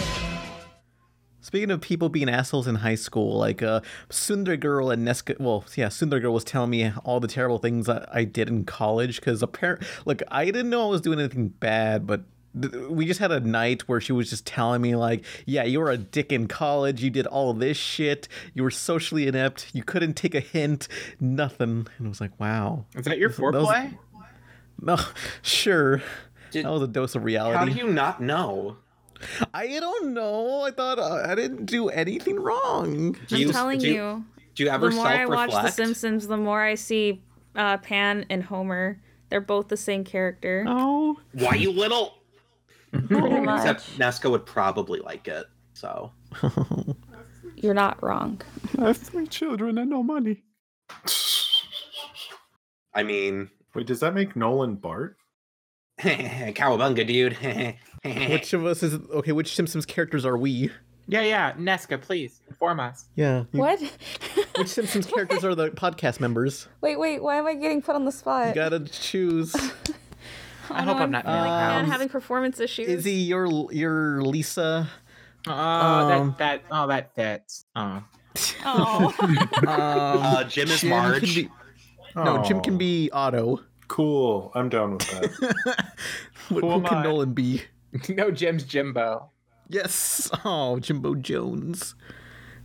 Speaker 4: Speaking of people being assholes in high school, like uh, Sundar Girl and Nesca. Well, yeah, Sundar Girl was telling me all the terrible things I, I did in college because apparently, look, I didn't know I was doing anything bad, but th- we just had a night where she was just telling me like, yeah, you were a dick in college, you did all this shit, you were socially inept, you couldn't take a hint, nothing, and I was like, wow,
Speaker 3: Is that your
Speaker 4: was-
Speaker 3: foreplay?
Speaker 4: no, sure.
Speaker 2: Did-
Speaker 4: that was a dose of
Speaker 2: How
Speaker 4: reality.
Speaker 2: do you not know?
Speaker 4: I don't know. I thought uh, I didn't do anything wrong.
Speaker 2: Do
Speaker 7: I'm telling
Speaker 2: do
Speaker 7: you,
Speaker 2: Do you
Speaker 7: the
Speaker 2: ever
Speaker 7: more I watch The
Speaker 2: self-reflect?
Speaker 7: Simpsons, the more I see uh, Pan and Homer. They're both the same character.
Speaker 6: oh,
Speaker 2: Why you little?
Speaker 7: Pretty much.
Speaker 2: Except Nesca would probably like it. So
Speaker 7: You're not wrong.
Speaker 6: I have three children and no money.
Speaker 2: I mean,
Speaker 5: Wait, does that make Nolan Bart?
Speaker 2: cowabunga, dude.
Speaker 4: Which of us is okay? Which Simpsons characters are we?
Speaker 3: Yeah, yeah. Nesca, please inform us.
Speaker 4: Yeah.
Speaker 7: What?
Speaker 4: Hmm. Which Simpsons characters are the podcast members?
Speaker 7: wait, wait. Why am I getting put on the
Speaker 4: You
Speaker 7: spot?
Speaker 4: gotta choose.
Speaker 7: Oh,
Speaker 3: I hope I'm not
Speaker 7: feeling
Speaker 3: mailing
Speaker 7: bad
Speaker 4: Um,
Speaker 7: having performance issues.
Speaker 4: Izzy, you're you're Lisa.
Speaker 3: Oh,
Speaker 4: Um,
Speaker 3: that that oh that fits. Oh.
Speaker 7: Oh,
Speaker 4: Um,
Speaker 2: Uh, Jim is Marge.
Speaker 4: can be- no, Jim can
Speaker 5: Oh,
Speaker 4: be Otto.
Speaker 5: cool. I'm down with that.
Speaker 4: What,
Speaker 6: Who
Speaker 4: who
Speaker 6: am
Speaker 4: can
Speaker 6: I?
Speaker 4: Nolan be?
Speaker 3: no, Jim's Jimbo.
Speaker 4: Yes. Oh, Jimbo Jones.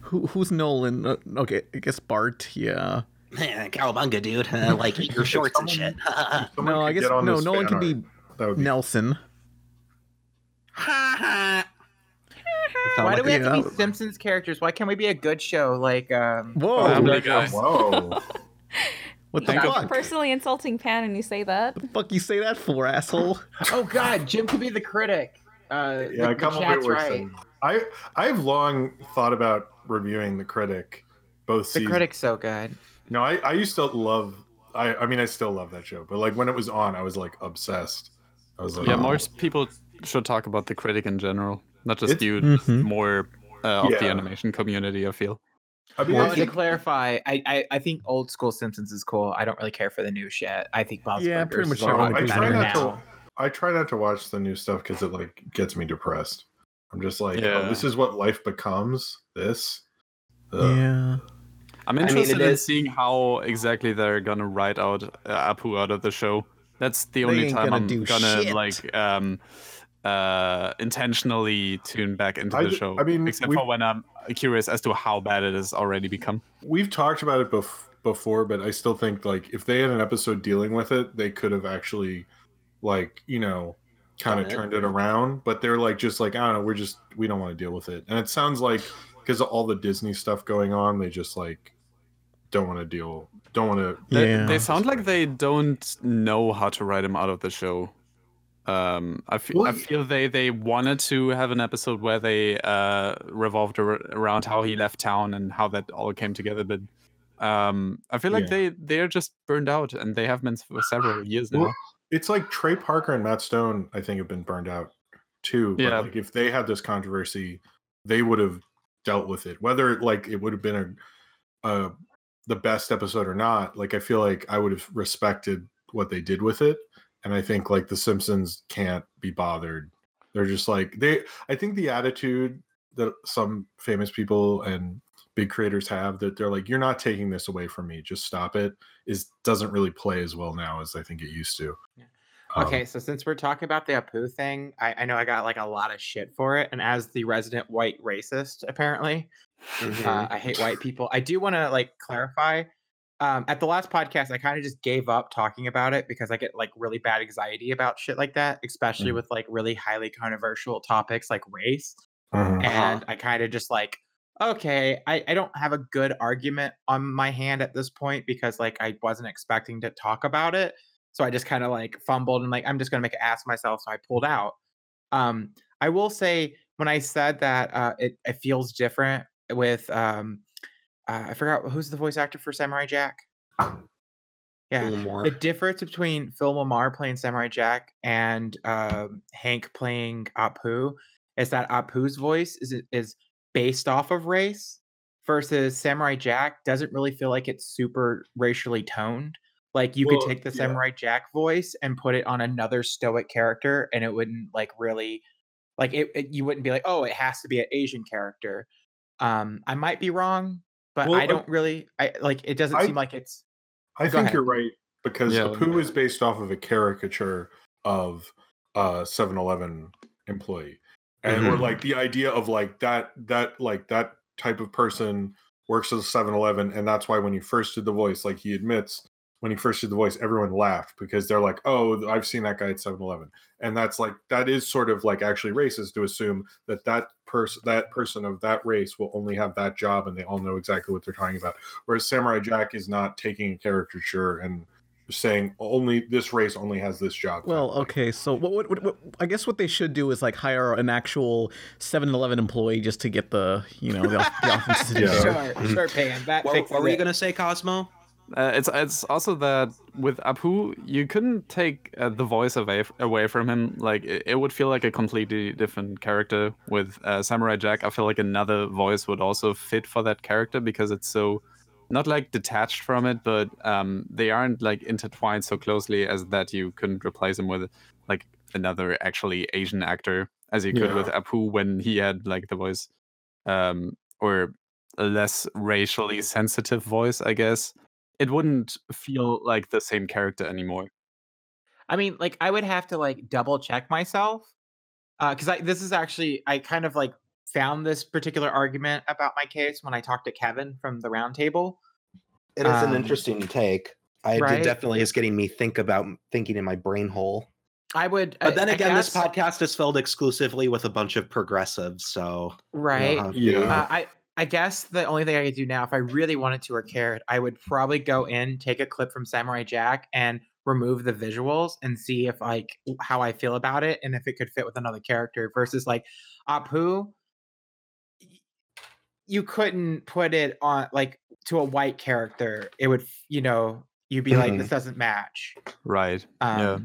Speaker 4: Who who's Nolan? Uh, okay, I guess Bart. Yeah.
Speaker 2: Man, cowabunga, dude. Uh, like, eat your shorts and shit. ha
Speaker 5: Someone
Speaker 4: no, I
Speaker 5: could
Speaker 4: guess
Speaker 5: get on
Speaker 4: no.
Speaker 5: this
Speaker 4: Nolan
Speaker 5: fan
Speaker 4: can be
Speaker 5: art. That would be
Speaker 4: Nelson.
Speaker 2: ha.
Speaker 3: Why do we have to
Speaker 4: yeah.
Speaker 3: be Simpsons characters? Why can't we be a good show like um
Speaker 4: Whoa!
Speaker 6: How many guys?
Speaker 5: Whoa.
Speaker 4: what the
Speaker 6: Think of-
Speaker 4: fuck?
Speaker 7: personally insulting Pan, and you say that.
Speaker 4: Fuck you say that for asshole?
Speaker 3: Oh god, Jim could be the critic. Uh the-
Speaker 5: Yeah,
Speaker 3: the
Speaker 5: come up
Speaker 3: chat's
Speaker 5: with worse
Speaker 3: right.
Speaker 5: than- I I've long thought about reviewing the critic, both
Speaker 3: The
Speaker 5: seasons.
Speaker 3: critic's so good.
Speaker 5: No, I, I used to love. I I mean, I still love that show, but like when it was on, I was like obsessed. I was like, "Oh."
Speaker 6: Yeah, more s- people should talk about the critic in general, not just
Speaker 5: It's-
Speaker 6: you.
Speaker 4: Mhm.
Speaker 6: More uh, of the
Speaker 5: Yeah.
Speaker 6: animation community, I feel.
Speaker 5: I mean,
Speaker 3: Well,
Speaker 5: I
Speaker 3: to
Speaker 5: think-
Speaker 3: clarify, I, I I think old school Simpsons is cool. I don't really care for the new shit. I think Bob's
Speaker 4: Yeah,
Speaker 3: Burgers
Speaker 4: pretty much
Speaker 3: is a lot
Speaker 5: everyone
Speaker 3: better
Speaker 5: agrees. I try not to-
Speaker 3: now.
Speaker 5: I try not to watch the new stuff because it like gets me depressed. I'm just like,
Speaker 6: Yeah.
Speaker 5: oh, this is what life becomes. This. Ugh.
Speaker 4: Yeah.
Speaker 6: I'm
Speaker 2: mean,
Speaker 6: interested
Speaker 2: it
Speaker 6: in
Speaker 2: is-
Speaker 6: seeing how exactly they're gonna write out uh, Apu out of the show. That's the only
Speaker 4: ain't
Speaker 6: time
Speaker 4: gonna
Speaker 6: I'm
Speaker 4: do
Speaker 6: gonna
Speaker 4: shit.
Speaker 6: like um, uh, intentionally tune back into
Speaker 5: I
Speaker 6: the
Speaker 5: d-
Speaker 6: show.
Speaker 5: I mean,
Speaker 6: except
Speaker 5: we-
Speaker 6: for when I'm curious as to how bad it has already become.
Speaker 5: We've talked about it bef- before, but I still think like if they had an episode dealing with it, they could have actually, like you know, kind of
Speaker 2: Done it.
Speaker 5: turned it around. But they're like just like I don't know, we're just we don't want to deal with it. And it sounds like because of all the Disney stuff going on, they just like don't want to deal, don't want to.
Speaker 6: They,
Speaker 4: yeah.
Speaker 6: they sound like they don't know how to write him out of the show. Um, I feel I
Speaker 5: Well,
Speaker 6: feel they they wanted to have an episode where they uh revolved ar- around how he left town and how that all came together, but um, I feel like
Speaker 5: Yeah.
Speaker 6: they they are just burned out and they have been for several years now.
Speaker 5: Well, it's like Trey Parker and Matt Stone, I think, have been burned out too. But
Speaker 6: Yeah.
Speaker 5: like if they had this controversy, they would have dealt with it. Whether like it would have been a, a the best episode or not, like I feel like I would have respected what they did with it. And I think like the Simpsons can't be bothered. They're just like they I think the attitude that some famous people and big creators have that they're like, you're not taking this away from me. Just stop it is doesn't really play as well now as I think it used to.
Speaker 3: Yeah.
Speaker 5: Um,
Speaker 3: Okay, so since we're talking about the Apu thing, I, I know I got like a lot of shit for it, and as the resident white racist, apparently,
Speaker 4: Mm-hmm.
Speaker 3: uh, I hate white people. I do want to like clarify. Um, at the last podcast, I kind of just gave up talking about it because I get like really bad anxiety about shit like that, especially
Speaker 4: Mm-hmm.
Speaker 5: Mhm.
Speaker 3: with like really highly controversial topics like race.
Speaker 5: mhm.
Speaker 3: And I kind of just like, okay, I, I don't have a good argument on my hand at this point because like I wasn't expecting to talk about it. So I just kind of like fumbled and like, I'm just going to make an ass of myself. So I pulled out. Um, I will say when I said that uh, it, it feels different with, um, uh, I forgot who's the voice actor for Samurai Jack. Yeah. The difference between Phil Lamar playing Samurai Jack and um, Hank playing Apu is that Apu's voice is is based off of race versus Samurai Jack doesn't really feel like it's super racially toned. Like you
Speaker 5: Well,
Speaker 3: could take the
Speaker 5: yeah.
Speaker 3: Samurai Jack voice and put it on another stoic character and it wouldn't like really like it, it- you wouldn't be like, "Oh, it has to be an Asian character." Um I might be wrong, but
Speaker 5: Well,
Speaker 3: I
Speaker 5: uh,
Speaker 3: don't really I like it doesn't
Speaker 5: I-
Speaker 3: seem like it's
Speaker 5: I
Speaker 3: Go
Speaker 5: think
Speaker 3: ahead.
Speaker 5: you're right because
Speaker 6: Yeah.
Speaker 5: Apu is based off of a caricature of a 7-Eleven employee, and we're
Speaker 3: Mm-hmm.
Speaker 2: Mhm.
Speaker 5: like the idea of like that that like that type of person works at a 7-Eleven, and that's why when he first did the voice, like he admits when he first did the voice, everyone laughed because they're like, "Oh, I've seen that guy at 7-Eleven. and that's like that is sort of like actually racist to assume that that person that person of that race will only have that job, and they all know exactly what they're talking about. Whereas Samurai Jack is not taking a caricature and saying only this race only has this job.
Speaker 4: Well, okay. So what, what, what, what- I guess what they should do is like hire an actual 7-Eleven employee just to get the you know the, the authenticity. Mm-hmm.
Speaker 5: Yeah.
Speaker 4: there.
Speaker 3: Sure, sure, Pam. That
Speaker 2: What,
Speaker 3: fixes
Speaker 2: what were you
Speaker 3: it.
Speaker 2: going to say, Cosmo?
Speaker 6: Uh, it's it's also that with Apu, you couldn't take uh, the voice away f- away from him. Like it, it would feel like a completely different character. With uh, Samurai Jack, I feel like another voice would also fit for that character because it's so not like detached from it, but um, they aren't like intertwined so closely as that you couldn't replace him with like another actually Asian actor as you could
Speaker 5: Yeah.
Speaker 6: with Apu when he had like the voice um, or a less racially sensitive voice, I guess. It wouldn't feel like the same character anymore.
Speaker 3: I mean, like I would have to like double check myself because I this is actually I kind of like found this particular argument about my case when I talked to Kevin from the roundtable.
Speaker 2: It is
Speaker 3: Um,
Speaker 2: an interesting take. I
Speaker 3: right?
Speaker 2: it definitely is getting me think about thinking in my brain hole.
Speaker 3: I would,
Speaker 2: But then
Speaker 3: I- I
Speaker 2: again, this
Speaker 3: guess-
Speaker 2: podcast is filled exclusively with a bunch of progressives, so you know
Speaker 3: right?
Speaker 2: how it
Speaker 5: Yeah.
Speaker 2: feels.
Speaker 3: Uh, I I guess the only thing I could do now, if I really wanted to or cared, I would probably go in, take a clip from Samurai Jack, and remove the visuals and see if like w- how I feel about it and if it could fit with another character. Versus like Apu, y- you couldn't put it on like to a white character. It would f- you know you'd be like
Speaker 2: Mhm.
Speaker 3: this doesn't match.
Speaker 6: Right.
Speaker 3: Um,
Speaker 6: Yeah.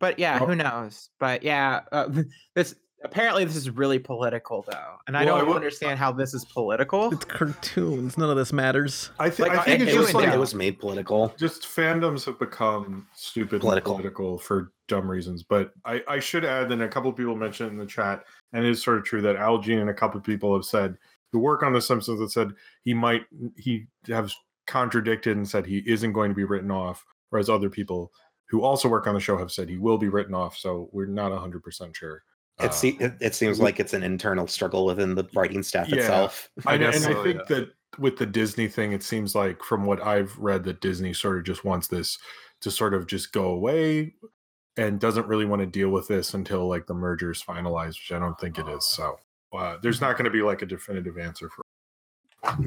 Speaker 3: But yeah,
Speaker 5: Well-
Speaker 3: who knows? But yeah, uh, this apparently this is really political though, and I uh
Speaker 5: Well, I
Speaker 3: don't
Speaker 5: will-
Speaker 3: understand how this is political.
Speaker 4: It's cartoons. None of this matters.
Speaker 5: I, thi-
Speaker 3: Like,
Speaker 5: I think
Speaker 3: I-
Speaker 5: it's
Speaker 2: it,
Speaker 5: just
Speaker 2: was,
Speaker 3: doing
Speaker 5: like
Speaker 2: it was made political.
Speaker 5: just fandoms have become stupid
Speaker 2: Political.
Speaker 5: political, political for dumb reasons. But I, I should add that a couple of people mentioned in the chat, and it is sort of true that Al Jean and a couple of people have said the work on The Simpsons that said he might he has contradicted and said he isn't going to be written off, whereas other people who also work on the show have said he will be written off. So we're not hundred percent sure. Uh,
Speaker 2: It, se- it, it seems like it's an internal struggle within the writing staff
Speaker 5: Yeah.
Speaker 2: itself.
Speaker 6: I
Speaker 5: I and,
Speaker 6: guess
Speaker 5: and
Speaker 6: so,
Speaker 5: I think
Speaker 6: yeah.
Speaker 5: that with the Disney thing, it seems like from what I've read that Disney sort of just wants this to sort of just go away and doesn't really want to deal with this until like the merger is finalized, which I don't think it is. So uh, there's not going to be like a definitive answer for.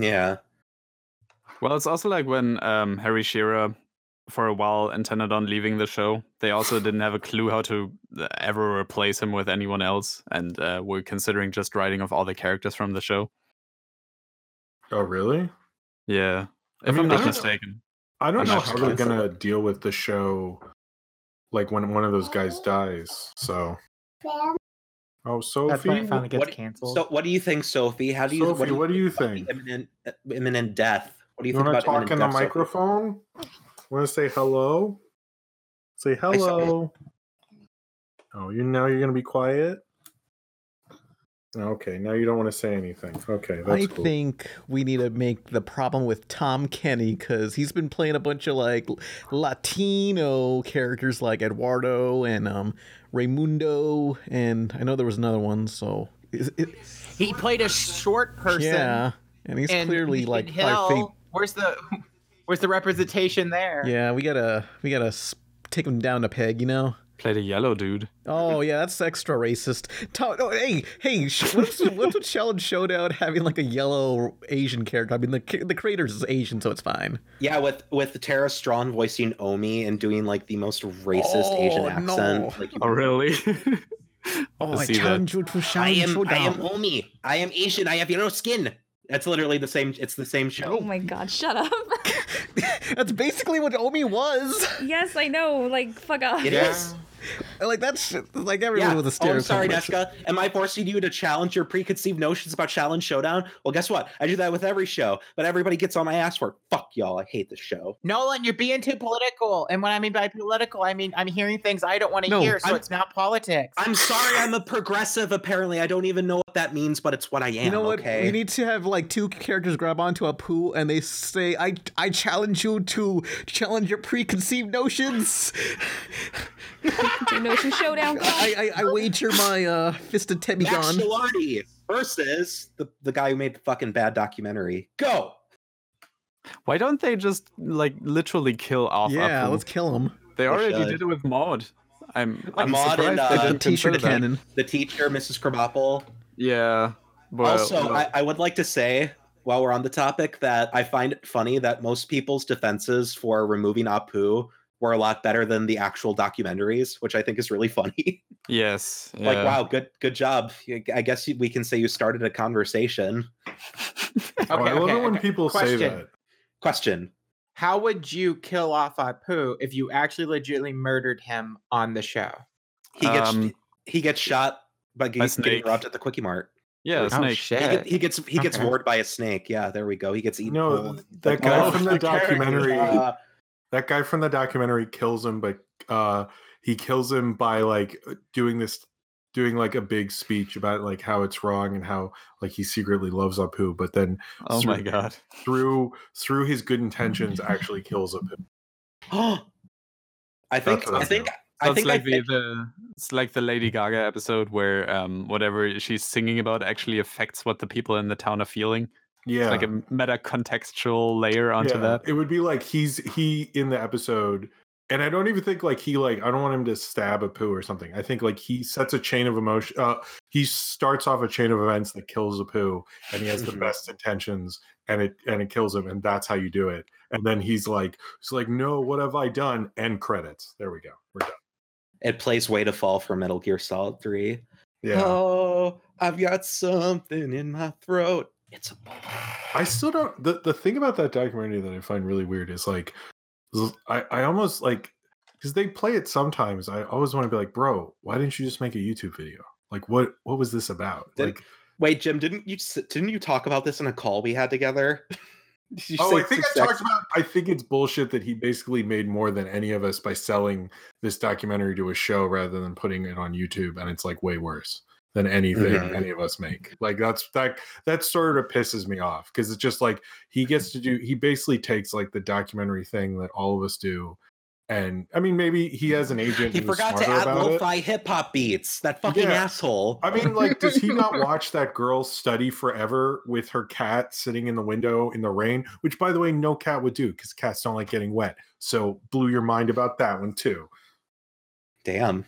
Speaker 2: Yeah.
Speaker 6: Well, it's also like when um, Harry Shearer, for a while, intended on leaving the show. They also didn't have a clue how to uh, ever replace him with anyone else, and uh, were considering just writing off all the characters from the show.
Speaker 5: Oh, really?
Speaker 6: Yeah,
Speaker 5: I
Speaker 6: if
Speaker 5: mean,
Speaker 6: I'm
Speaker 5: I
Speaker 6: not
Speaker 5: don't-
Speaker 6: mistaken.
Speaker 5: I don't
Speaker 2: I'm
Speaker 5: know
Speaker 2: not
Speaker 5: how they're
Speaker 2: surprised.
Speaker 5: going to deal with the show, like when one of those guys dies. So. Oh,
Speaker 3: That's when
Speaker 5: Sophie.
Speaker 3: it finally gets
Speaker 2: What-
Speaker 3: canceled.
Speaker 2: So, what do you think, Sophie? How do you?
Speaker 5: Sophie, what do you think?
Speaker 2: about the Imminent, uh, imminent death. What do you,
Speaker 5: You
Speaker 2: think
Speaker 5: want to
Speaker 2: about imminent
Speaker 5: talk in the
Speaker 2: death, Sophie?
Speaker 5: microphone? Want to say hello? Say
Speaker 2: I saw-
Speaker 5: hello. Oh, you now you're gonna be quiet. Okay, now you don't want to say anything. Okay, that's
Speaker 4: I
Speaker 5: cool.
Speaker 4: think we need to make the problem with Tom Kenny because he's been playing a bunch of like Latino characters like Eduardo and um, Raimundo, and I know there was another one. So is it,
Speaker 3: he played a short person.
Speaker 4: yeah, and he's
Speaker 3: and
Speaker 4: clearly
Speaker 3: Nathan
Speaker 4: like
Speaker 3: Hill,
Speaker 4: five feet.
Speaker 3: Where's the where's the representation there?
Speaker 4: Yeah, we gotta we gotta s- take him down a peg, you know.
Speaker 6: Played a yellow dude.
Speaker 4: Oh yeah, that's extra racist. To- oh, hey, hey, sh- what's, what's with Challenge Showdown having like a yellow Asian character? I mean, the ca- the creator's is Asian, so it's fine.
Speaker 2: Yeah, with with Tara Strong voicing Omi and doing like the most racist Asian
Speaker 4: Oh,
Speaker 2: accent.
Speaker 4: no.
Speaker 2: Like,
Speaker 6: Oh, really?
Speaker 4: Oh, I
Speaker 6: see that.
Speaker 4: challenge you to
Speaker 2: I
Speaker 4: Challenge
Speaker 2: am I am
Speaker 4: Showdown.
Speaker 2: Omi. I am Asian. I have yellow skin. That's literally the same. It's the same show.
Speaker 7: Oh my god, shut up.
Speaker 4: that's basically what Omi was.
Speaker 7: yes, I know. Like, fuck off.
Speaker 2: It is.
Speaker 4: Like that's like everyone
Speaker 2: Yeah.
Speaker 4: with a
Speaker 2: oh,
Speaker 4: stereotype.
Speaker 2: I'm sorry,
Speaker 4: was-
Speaker 2: Deska. Am I forcing you to challenge your preconceived notions about Challenge Showdown? Well, guess what? I do that with every show, but everybody gets on my ass for it. Fuck y'all. I hate this show.
Speaker 3: Nolan, you're being too political. And what I mean by political, I mean I'm hearing things I don't want to
Speaker 4: No,
Speaker 3: hear, so
Speaker 2: I'm-
Speaker 3: it's not politics.
Speaker 2: I'm sorry. I'm a progressive. Apparently, I don't even know what that means, but it's what I am.
Speaker 4: You know what?
Speaker 2: Okay.
Speaker 4: We need to have like two characters grab onto a poo and they say, "I I challenge you to challenge your preconceived notions."
Speaker 7: Do notion showdown. Come on.
Speaker 4: I I, I wager my uh, fist of Tebigon.
Speaker 2: Maxilardi versus the, the guy who made the fucking bad documentary. Go.
Speaker 6: Why don't they just like literally kill off?
Speaker 4: Yeah,
Speaker 6: Apu?
Speaker 4: let's kill him.
Speaker 6: they already
Speaker 2: should.
Speaker 6: did it with Maud. I'm, I'm
Speaker 2: Maud and,
Speaker 6: surprised they
Speaker 2: uh,
Speaker 6: didn't
Speaker 4: the t-shirt
Speaker 6: consider that.
Speaker 4: cannon.
Speaker 2: The teacher, Mrs. Krabappel.
Speaker 6: Yeah. Well,
Speaker 2: also,
Speaker 6: well,
Speaker 2: I, I would like to say, while we're on the topic, that I find it funny that most people's defenses for removing Apu were a lot better than the actual documentaries, which I think is really funny.
Speaker 6: yes.
Speaker 2: like,
Speaker 6: yeah.
Speaker 2: wow, good good job. You- I guess you- we can say you started a conversation.
Speaker 5: Oh, I love it when people
Speaker 3: Question.
Speaker 5: say that.
Speaker 2: Question.
Speaker 3: How would you kill off Apu if you actually legitimately murdered him on the show?
Speaker 2: He gets
Speaker 6: Um,
Speaker 2: he gets shot by getting
Speaker 6: snake.
Speaker 2: robbed at the quickie mart.
Speaker 6: Yeah, a
Speaker 3: Oh,
Speaker 6: snake.
Speaker 2: He,
Speaker 3: shit.
Speaker 2: get- he gets he gets
Speaker 3: Okay.
Speaker 2: warred by a snake. Yeah, there we go. He gets eaten.
Speaker 5: No,
Speaker 2: whole.
Speaker 5: th- that guy
Speaker 2: Oh,
Speaker 5: from
Speaker 2: the
Speaker 5: the
Speaker 2: character,
Speaker 5: documentary,
Speaker 2: uh,
Speaker 5: that guy from the documentary kills him, but uh, he kills him by like doing this, doing like a big speech about like how it's wrong and how like he secretly loves Apu, but then
Speaker 6: Oh my
Speaker 5: Sweet.
Speaker 6: god.
Speaker 5: through through his good intentions actually kills Apu.
Speaker 2: I think
Speaker 5: That's
Speaker 2: I think I
Speaker 6: That's
Speaker 2: think
Speaker 6: like
Speaker 2: I
Speaker 6: the, the it's like the Lady Gaga episode where um whatever she's singing about actually affects what the people in the town are feeling.
Speaker 5: Yeah,
Speaker 6: It's like a meta contextual layer onto
Speaker 5: Yeah,
Speaker 6: that.
Speaker 5: It would be like he's he in the episode, and I don't even think like he like I don't want him to stab a poo or something. I think like he sets a chain of emotion. Uh, he starts off a chain of events that kills a poo, and he has the
Speaker 2: Mhm.
Speaker 5: best intentions, and it and it kills him, and that's how you do it. And then he's like, he's like, no, what have I done? End credits. There we go. We're done.
Speaker 2: it plays Way to Fall for Metal Gear Solid Three.
Speaker 5: Yeah,
Speaker 2: Oh, I've got something in my throat. It's a bug.
Speaker 5: I still don't. The the thing about that documentary that I find really weird is like, z- I I almost like because they play it sometimes. I always want to be like, bro, why didn't you just make a YouTube video? Like, what what was this about?
Speaker 2: Did-
Speaker 5: like,
Speaker 2: Wait, Jim, didn't you s- didn't you talk about this in a call we had together? Did you
Speaker 5: oh,
Speaker 2: say
Speaker 5: I think I
Speaker 2: it's
Speaker 5: talked
Speaker 2: sexy?
Speaker 5: about. I think it's bullshit that he basically made more than any of us by selling this documentary to a show rather than putting it on YouTube, and it's like way worse than anything
Speaker 2: Mhm.
Speaker 5: any of us make. Like that's that that sort of pisses me off because it's just like he gets to do. He basically takes like the documentary thing that all of us do, and I mean maybe he has an agent.
Speaker 2: He
Speaker 5: who's
Speaker 2: forgot to
Speaker 5: smarter
Speaker 2: add
Speaker 5: about it.
Speaker 2: lo-fi hip hop beats. That fucking
Speaker 5: Yeah.
Speaker 2: asshole.
Speaker 5: I mean, like, does he not watch that girl study forever with her cat sitting in the window in the rain? Which, by the way, no cat would do because cats don't like getting wet. So, blew your mind about that one too.
Speaker 2: Damn.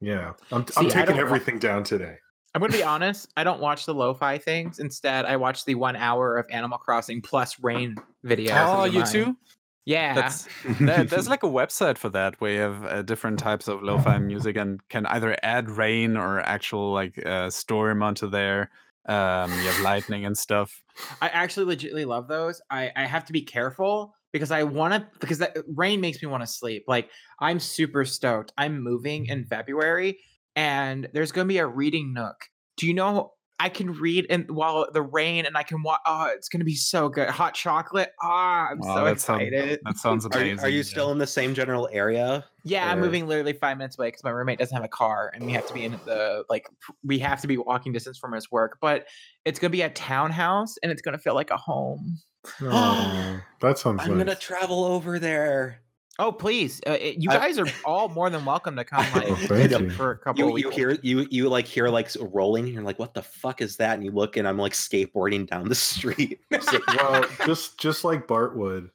Speaker 5: Yeah, I'm,
Speaker 3: See,
Speaker 5: I'm
Speaker 3: I
Speaker 5: taking
Speaker 3: don't-
Speaker 5: everything down today.
Speaker 3: I'm gonna be honest. I don't watch the lo-fi things. Instead, I watch the one hour of Animal Crossing plus rain videos.
Speaker 6: oh,
Speaker 3: of
Speaker 6: you
Speaker 3: mine.
Speaker 6: too?
Speaker 3: Yeah.
Speaker 6: That's there, there's like a website for that where you have uh, different types of lo-fi music and can either add rain or actual like uh, storm onto there. Um, you have lightning and stuff.
Speaker 3: I actually legitly love those. I, I have to be careful because I want to because that rain makes me want to sleep. Like I'm super stoked. I'm moving in February and there's going to be a reading nook. Do you know I can read and while the rain and I can watch oh it's going to be so good. Hot chocolate. Ah, I'm
Speaker 6: Wow,
Speaker 3: so
Speaker 6: that sound-
Speaker 3: excited.
Speaker 6: That sounds
Speaker 2: Are
Speaker 6: amazing.
Speaker 2: you, are you still in the same general area?
Speaker 3: yeah, I'm
Speaker 2: fair.
Speaker 3: moving literally 5 minutes away cuz my roommate doesn't have a car and we have to be in the like p- we have to be walking distance from his work, but it's going to be a townhouse and it's going to feel like a home.
Speaker 5: Oh, that sounds.
Speaker 2: I'm gonna
Speaker 5: nice.
Speaker 2: travel over there.
Speaker 3: Oh please, uh, it- you
Speaker 2: I-
Speaker 3: guys are all more than welcome to come like
Speaker 5: Oh,
Speaker 3: hit
Speaker 5: thank
Speaker 3: up
Speaker 5: you.
Speaker 3: for a couple
Speaker 2: You
Speaker 3: of
Speaker 2: you
Speaker 3: weeks.
Speaker 2: hear you you like hear like s- rolling. And you're like, what the fuck is that? And you look, and I'm like skateboarding down the street. It's like,
Speaker 5: well, just just like Bart would.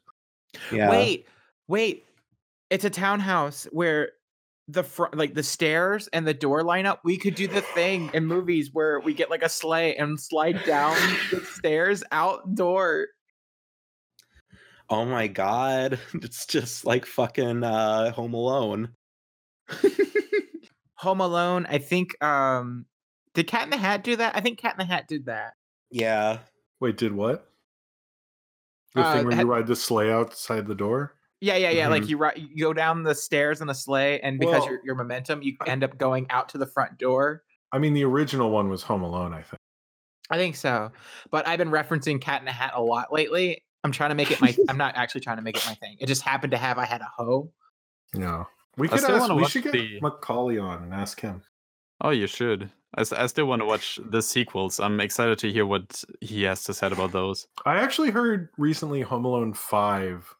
Speaker 2: yeah.
Speaker 3: Wait, wait, it's a townhouse where the front, like the stairs and the door line up. We could do the thing in movies where we get like a sleigh and slide down the stairs outdoor.
Speaker 2: Oh my god, it's just like fucking uh, Home Alone.
Speaker 3: Home Alone, I think. um Did Cat in the Hat do that? I think Cat in the Hat did that.
Speaker 2: Yeah.
Speaker 5: Wait, did what? The
Speaker 3: Uh,
Speaker 5: thing where
Speaker 3: ha-
Speaker 5: you ride the sleigh outside the door.
Speaker 3: Yeah, yeah, yeah. Like
Speaker 6: Mhm.
Speaker 3: you, ri- you go down the stairs in a sleigh, and because
Speaker 5: Well,
Speaker 3: your your momentum, you end up going out to the front door.
Speaker 5: I mean, the original one was Home Alone, I think.
Speaker 3: I think so. But I've been referencing Cat in a Hat a lot lately. I'm trying to make it my I'm not actually trying to make it my thing. It just happened to have I had a hoe.
Speaker 5: No, we
Speaker 6: I
Speaker 5: could
Speaker 6: still
Speaker 5: ask.
Speaker 6: wanna
Speaker 5: We
Speaker 6: watch
Speaker 5: should get
Speaker 6: the-
Speaker 5: Macaulay on and ask him.
Speaker 6: Oh, you should. I, s- I still want to watch the sequels. I'm excited to hear what he has to say about those.
Speaker 5: I actually heard recently Home Alone 5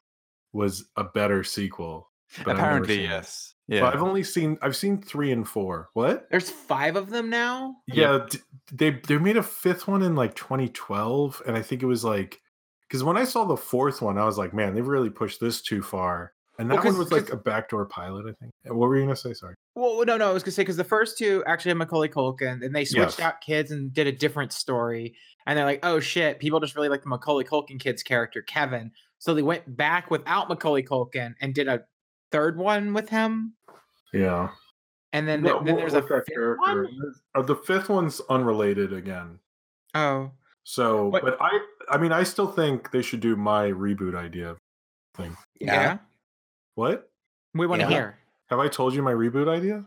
Speaker 5: was a better sequel. but I've never
Speaker 6: Apparently,
Speaker 5: seen it.
Speaker 6: yes.
Speaker 5: But I've
Speaker 6: Yeah.
Speaker 5: only seen I've seen 3 and 4. What?
Speaker 3: There's five of them now.
Speaker 5: Yeah, d- they they made a fifth one in like 2012 and I think it was like cuz when I saw the fourth one I was like, man, they've really pushed this too far. And
Speaker 3: Well,
Speaker 5: that one
Speaker 3: 'cause-
Speaker 5: was like a backdoor pilot, I think. Uh, What were you going to say, sorry?
Speaker 3: Well, no, no, I was gonna say because the first two actually had Macaulay Culkin, and they switched
Speaker 5: Yes.
Speaker 3: out kids and did a different story. And they're like, oh shit, people just really like the Macaulay Culkin kid's character Kevin, so they went back without Macaulay Culkin and did a third one with him.
Speaker 5: Yeah.
Speaker 3: And then, there- then there's a fifth one.
Speaker 5: Uh, the fifth one's unrelated again.
Speaker 3: Oh,
Speaker 5: So,
Speaker 3: But-
Speaker 5: but I I mean, I still think they should do my reboot idea thing.
Speaker 3: yeah.
Speaker 2: Yeah.
Speaker 5: What?
Speaker 3: We want to
Speaker 2: Yeah.
Speaker 3: hear.
Speaker 5: Have I told you my reboot idea?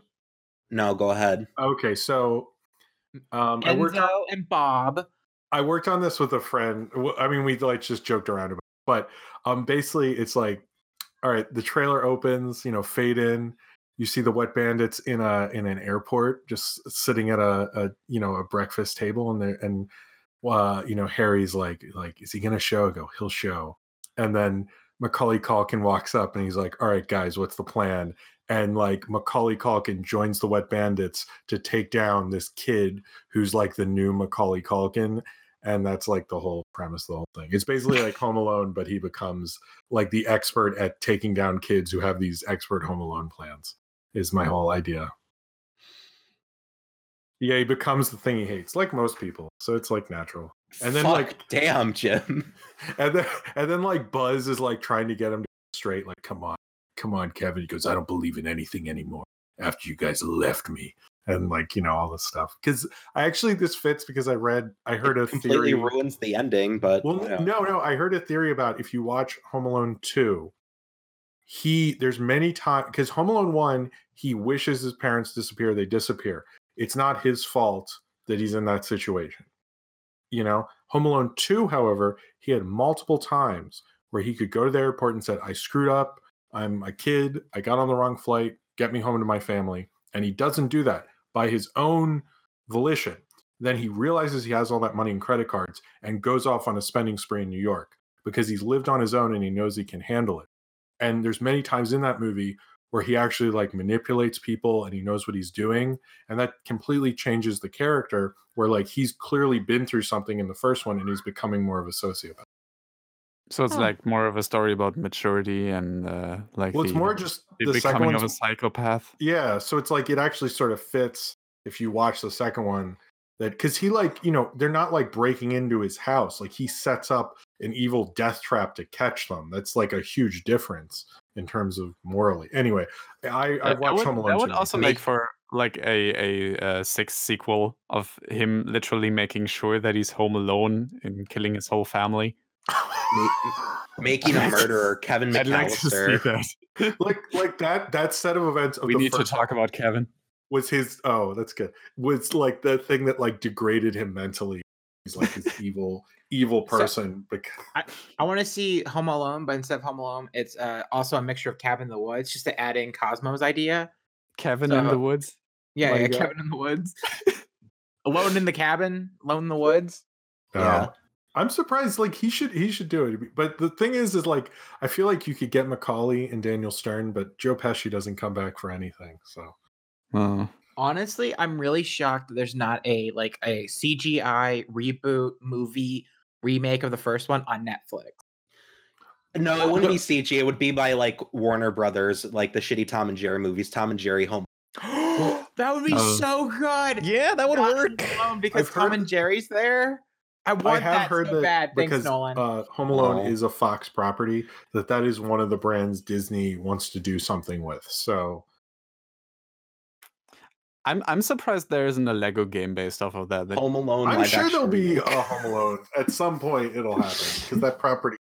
Speaker 2: No, go ahead.
Speaker 5: Okay, so Um, I worked
Speaker 3: Enzo and Bob.
Speaker 5: I worked on this with a friend. W- I mean, we like just joked around about, it. but um, basically, it's like, all right, the trailer opens, you know, fade in. You see the Wet Bandits in a in an airport, just sitting at a, a you know a breakfast table, and they and uh, you know Harry's like like, is he gonna show? I go, he'll show. And then Macaulay Calkin walks up, and he's like, all right, guys, what's the plan? And like Macaulay Calkin joins the Wet Bandits to take down this kid who's like the new Macaulay Calkin, and that's like the whole premise of the whole thing it's basically like home alone but he becomes like the expert at taking down kids who have these expert home alone plans is my whole idea yeah he becomes the thing he hates like most people so it's like natural and then
Speaker 2: Fuck,
Speaker 5: like
Speaker 2: damn, Jim.
Speaker 5: and then and then like buzz is like trying to get him to straight like come on come on kevin he goes i don't believe in anything anymore after you guys left me and like you know all this stuff because i actually this fits because i read i heard a
Speaker 2: Completely
Speaker 5: theory
Speaker 2: ruins the ending, but
Speaker 5: well,
Speaker 2: you know.
Speaker 5: no, no. I heard a theory about if you watch Home Alone two, he there's many times because Home Alone one, he wishes his parents disappear, they disappear. It's not his fault that he's in that situation. You know, Home Alone two, however, he had multiple times where he could go to the airport and said, "I screwed up. I'm a kid. I got on the wrong flight. Get me home to my family." And he doesn't do that by his own volition then he realizes he has all that money in credit cards and goes off on a spending spree in New York because he's lived on his own and he knows he can handle it. And there's many times in that movie where he actually like manipulates people and he knows what he's doing and that completely changes the character where like he's clearly been through something in the first one and he's becoming more of a sociopath.
Speaker 6: So it's
Speaker 7: Huh.
Speaker 6: like more of a story about maturity and uh, like
Speaker 5: Well, it's
Speaker 6: the-
Speaker 5: more just
Speaker 6: the
Speaker 5: the second
Speaker 6: becoming of a
Speaker 5: one's
Speaker 6: psychopath.
Speaker 5: Yeah, so it's like it actually sort of fits if you watch the second one that because he like you know they're not like breaking into his house like he sets up an evil death trap to catch them. That's like a huge difference in terms of morally. Anyway, I I
Speaker 6: Uh, that
Speaker 5: watched
Speaker 6: would,
Speaker 5: Home Alone.
Speaker 6: that would
Speaker 5: too.
Speaker 6: also make for like a a uh, sixth sequel of him literally making sure that he's home alone and killing his whole family.
Speaker 2: Ma- making a murderer, Kevin
Speaker 6: I'd like to see
Speaker 2: McAllister.
Speaker 6: that.
Speaker 5: like like that that set of events. Of
Speaker 6: we
Speaker 5: the
Speaker 6: need to
Speaker 5: first
Speaker 6: talk
Speaker 5: one
Speaker 6: about Kevin.
Speaker 5: was his oh that's good was like the thing that like degraded him mentally. He's like this evil evil person because
Speaker 3: I want to see Home Alone, but instead of Home Alone, it's uh, also a mixture of Cabin in the Woods, just to add in Cosmo's idea.
Speaker 6: Kevin
Speaker 5: Uh,
Speaker 6: in
Speaker 3: So-
Speaker 6: the woods.
Speaker 3: Yeah,
Speaker 5: Like,
Speaker 3: yeah,
Speaker 5: uh,
Speaker 3: Cabin in the Woods. Alone in the cabin, alone in the woods.
Speaker 2: Yeah.
Speaker 5: Yeah. Um, I'm surprised. Like he should he should do it. But the thing is, is like I feel like you could get Macaulay and Daniel Stern, but Joe Pesci doesn't come back for anything. So
Speaker 6: Oh.
Speaker 3: Honestly, I'm really shocked that there's not a like a CGI reboot movie remake of the first one on Netflix.
Speaker 2: No, it wouldn't be CG. It would be by like Warner Brothers, like the shitty Tom and Jerry movies, Tom and Jerry Home.
Speaker 3: that would be
Speaker 6: Oh.
Speaker 3: so good.
Speaker 4: Yeah, that would
Speaker 3: Not
Speaker 4: work.
Speaker 3: Alone because
Speaker 5: I've
Speaker 3: Tom
Speaker 5: heard-
Speaker 3: and Jerry's there. I want
Speaker 5: I have
Speaker 3: that
Speaker 5: heard
Speaker 3: so
Speaker 5: that
Speaker 3: bad. Thanks,
Speaker 5: because
Speaker 3: Nolan.
Speaker 5: uh, Home Alone
Speaker 2: Oh.
Speaker 5: is a Fox property. That that is one of the brands Disney wants to do something with. So
Speaker 6: I'm I'm surprised there isn't a Lego game based off of that. that
Speaker 2: Home Alone.
Speaker 5: I'm
Speaker 2: live
Speaker 5: sure there'll
Speaker 2: action
Speaker 5: be
Speaker 2: remake.
Speaker 5: a Home Alone at some point. It'll happen because that property,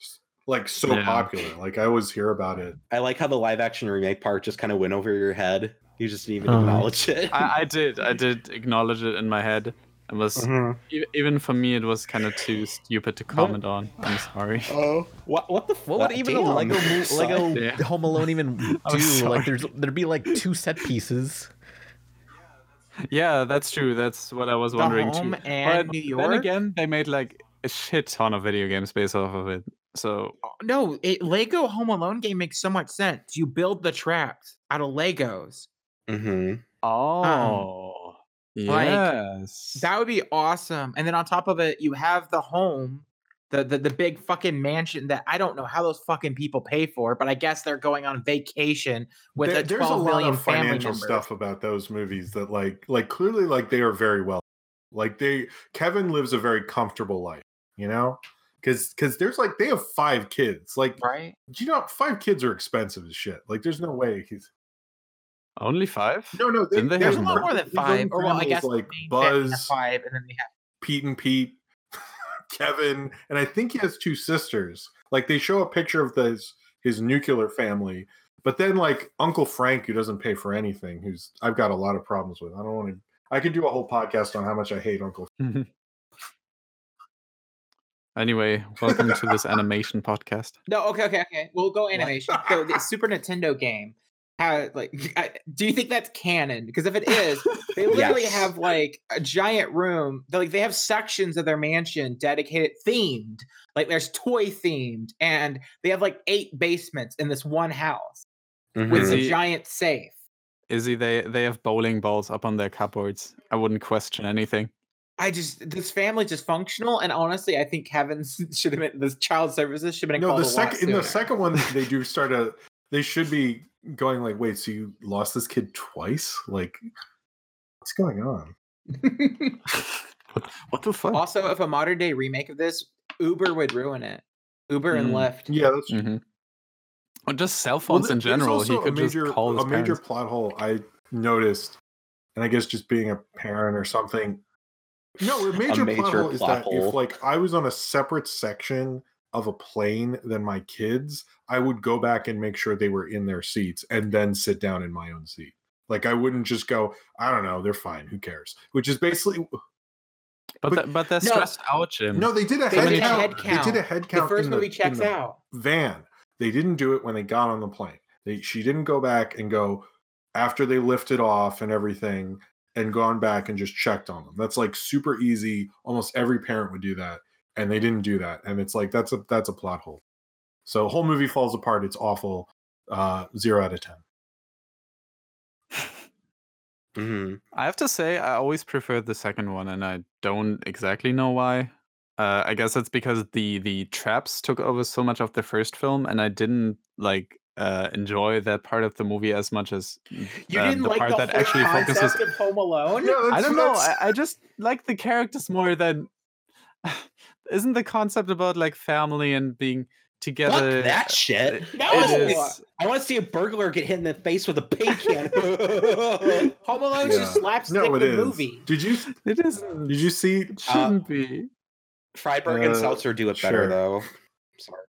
Speaker 5: is, like so
Speaker 6: Yeah.
Speaker 5: popular. Like I always hear about it.
Speaker 2: I like how the live action remake part just kind of went over your head. You just didn't even
Speaker 4: Uh-huh.
Speaker 2: acknowledge it.
Speaker 6: I, I did I did acknowledge it in my head. It was
Speaker 2: Mhm.
Speaker 6: e- even for me it was kind of too stupid to comment on. I'm sorry.
Speaker 2: Oh, what? What the? f-
Speaker 4: What would even a
Speaker 2: damn.
Speaker 4: Lego mo- Lego
Speaker 6: Yeah.
Speaker 4: Home Alone even
Speaker 6: I'm
Speaker 4: do?
Speaker 6: sorry.
Speaker 4: Like there's there'd be like two set pieces.
Speaker 6: Yeah, that's true. That's what I was wondering
Speaker 3: Home
Speaker 6: too.
Speaker 3: and New
Speaker 6: then
Speaker 3: York?
Speaker 6: again, they made like a shit ton of video games based off of it. So
Speaker 3: Oh, no, it, Lego Home Alone game makes so much sense. You build the traps out of Legos.
Speaker 2: hmm
Speaker 6: oh
Speaker 3: like,
Speaker 6: yes,
Speaker 3: That would be awesome. And then on top of it, you have the home, the, the the big fucking mansion that I don't know how those fucking people pay for, but I guess they're going on vacation with
Speaker 5: There-
Speaker 3: a twelve million family
Speaker 5: financial
Speaker 3: member.
Speaker 5: stuff about those movies that like like clearly like they are very well like they kevin lives a very comfortable life you know because because there's like they have five kids like
Speaker 3: Right?
Speaker 5: you know five kids are expensive as shit like there's no way he's
Speaker 6: only five.
Speaker 5: no no
Speaker 6: Didn't they
Speaker 5: there's
Speaker 3: There's a
Speaker 6: have
Speaker 3: lot
Speaker 6: more?
Speaker 3: more than
Speaker 5: there's
Speaker 3: five.
Speaker 5: only
Speaker 3: Or well, I
Speaker 5: families
Speaker 3: guess the
Speaker 5: like
Speaker 3: main family has
Speaker 5: buzz
Speaker 3: five, and then they have
Speaker 5: pete and pete kevin and i think he has two sisters like they show a picture of this his nuclear family but then like uncle frank who doesn't pay for anything who's i've got a lot of problems with i don't want to I could do a whole podcast on how much I hate Uncle.
Speaker 6: Anyway, welcome to this animation podcast.
Speaker 3: No, okay, okay, okay. We'll go animation. so the Super Nintendo game. How like I, do you think that's canon? Because if it is, they literally
Speaker 2: Yes.
Speaker 3: have like a giant room. They like they have sections of their mansion dedicated themed. Like there's toy themed, and they have like eight basements in this one house
Speaker 2: mm-hmm,
Speaker 3: with
Speaker 5: Mm-hmm.
Speaker 6: Mhm.
Speaker 3: a giant safe.
Speaker 6: Izzy, they they have bowling balls up on their cupboards. I wouldn't question anything.
Speaker 3: I just this family's dysfunctional, and honestly, I think Kevin should have been. The child services should have been
Speaker 5: No,
Speaker 3: called
Speaker 5: the
Speaker 3: a lot
Speaker 5: second in the
Speaker 3: sooner.
Speaker 5: second one they do start a. They should be going like, wait, so you lost this kid twice? Like, what's going on?
Speaker 6: What the
Speaker 5: Oh.
Speaker 6: fuck?
Speaker 3: also, if a modern day remake of this, Uber would ruin it. Uber and
Speaker 6: Mm.
Speaker 3: Lyft.
Speaker 5: Yeah, that's
Speaker 6: Mhm. Or just cell
Speaker 5: Mm-hmm. Well,
Speaker 6: phones
Speaker 5: th-
Speaker 6: in
Speaker 5: there's
Speaker 6: general. He
Speaker 5: also
Speaker 6: could just call his
Speaker 5: a major
Speaker 6: parents.
Speaker 5: plot hole I noticed, and I guess just being a parent or something. No, a major, plot
Speaker 2: major
Speaker 5: hole is
Speaker 2: plot
Speaker 5: that
Speaker 2: hole.
Speaker 5: if like I was on a separate section of a plane than my kids, I would go back and make sure they were in their seats and then sit down in my own seat. Like I wouldn't just go, I don't know, they're fine, who cares? Which is basically
Speaker 6: But
Speaker 5: but-
Speaker 6: th- but they're
Speaker 3: No.
Speaker 6: stressed out, Jim.
Speaker 5: no, they did a
Speaker 3: They
Speaker 5: head
Speaker 3: did a
Speaker 5: count.
Speaker 3: head
Speaker 5: They did a
Speaker 3: count.
Speaker 5: head count.
Speaker 3: The first
Speaker 5: in the-
Speaker 3: movie
Speaker 5: in
Speaker 3: checks
Speaker 5: the-
Speaker 3: out.
Speaker 5: van. They didn't do it when they got on the plane. They she didn't go back and go after they lifted off and everything and gone back and just checked on them. That's like super easy. Almost every parent would do that. And they didn't do that. And it's like that's a that's a plot hole. So the whole movie falls apart. It's awful. Uh zero out of ten.
Speaker 2: Mhm.
Speaker 6: I have to say, I always preferred the second one, and I don't exactly know why. Uh, I guess it's because the the traps took over so much of the first film, and I didn't like uh, enjoy that part of the movie as much as
Speaker 3: You
Speaker 6: um,
Speaker 3: didn't like
Speaker 6: part
Speaker 3: the
Speaker 6: that
Speaker 3: whole
Speaker 6: actually
Speaker 3: concept
Speaker 6: focuses.
Speaker 3: of Home Alone.
Speaker 6: I don't know. I, I just like the characters more than. Isn't the concept about like family and being
Speaker 2: Fuck
Speaker 6: together?
Speaker 2: that shit.
Speaker 3: No!
Speaker 6: It is-
Speaker 2: I want to see a burglar get hit in the face with a paint can.
Speaker 3: Home Alone
Speaker 5: Yeah.
Speaker 3: just slapstick
Speaker 5: No, it
Speaker 3: the
Speaker 5: is.
Speaker 3: movie.
Speaker 5: Did you
Speaker 6: It isn't.
Speaker 5: did you see
Speaker 6: It shouldn't be.
Speaker 2: Freiberg and
Speaker 5: Uh,
Speaker 2: Seltzer do it
Speaker 5: sure.
Speaker 2: better though. Sorry.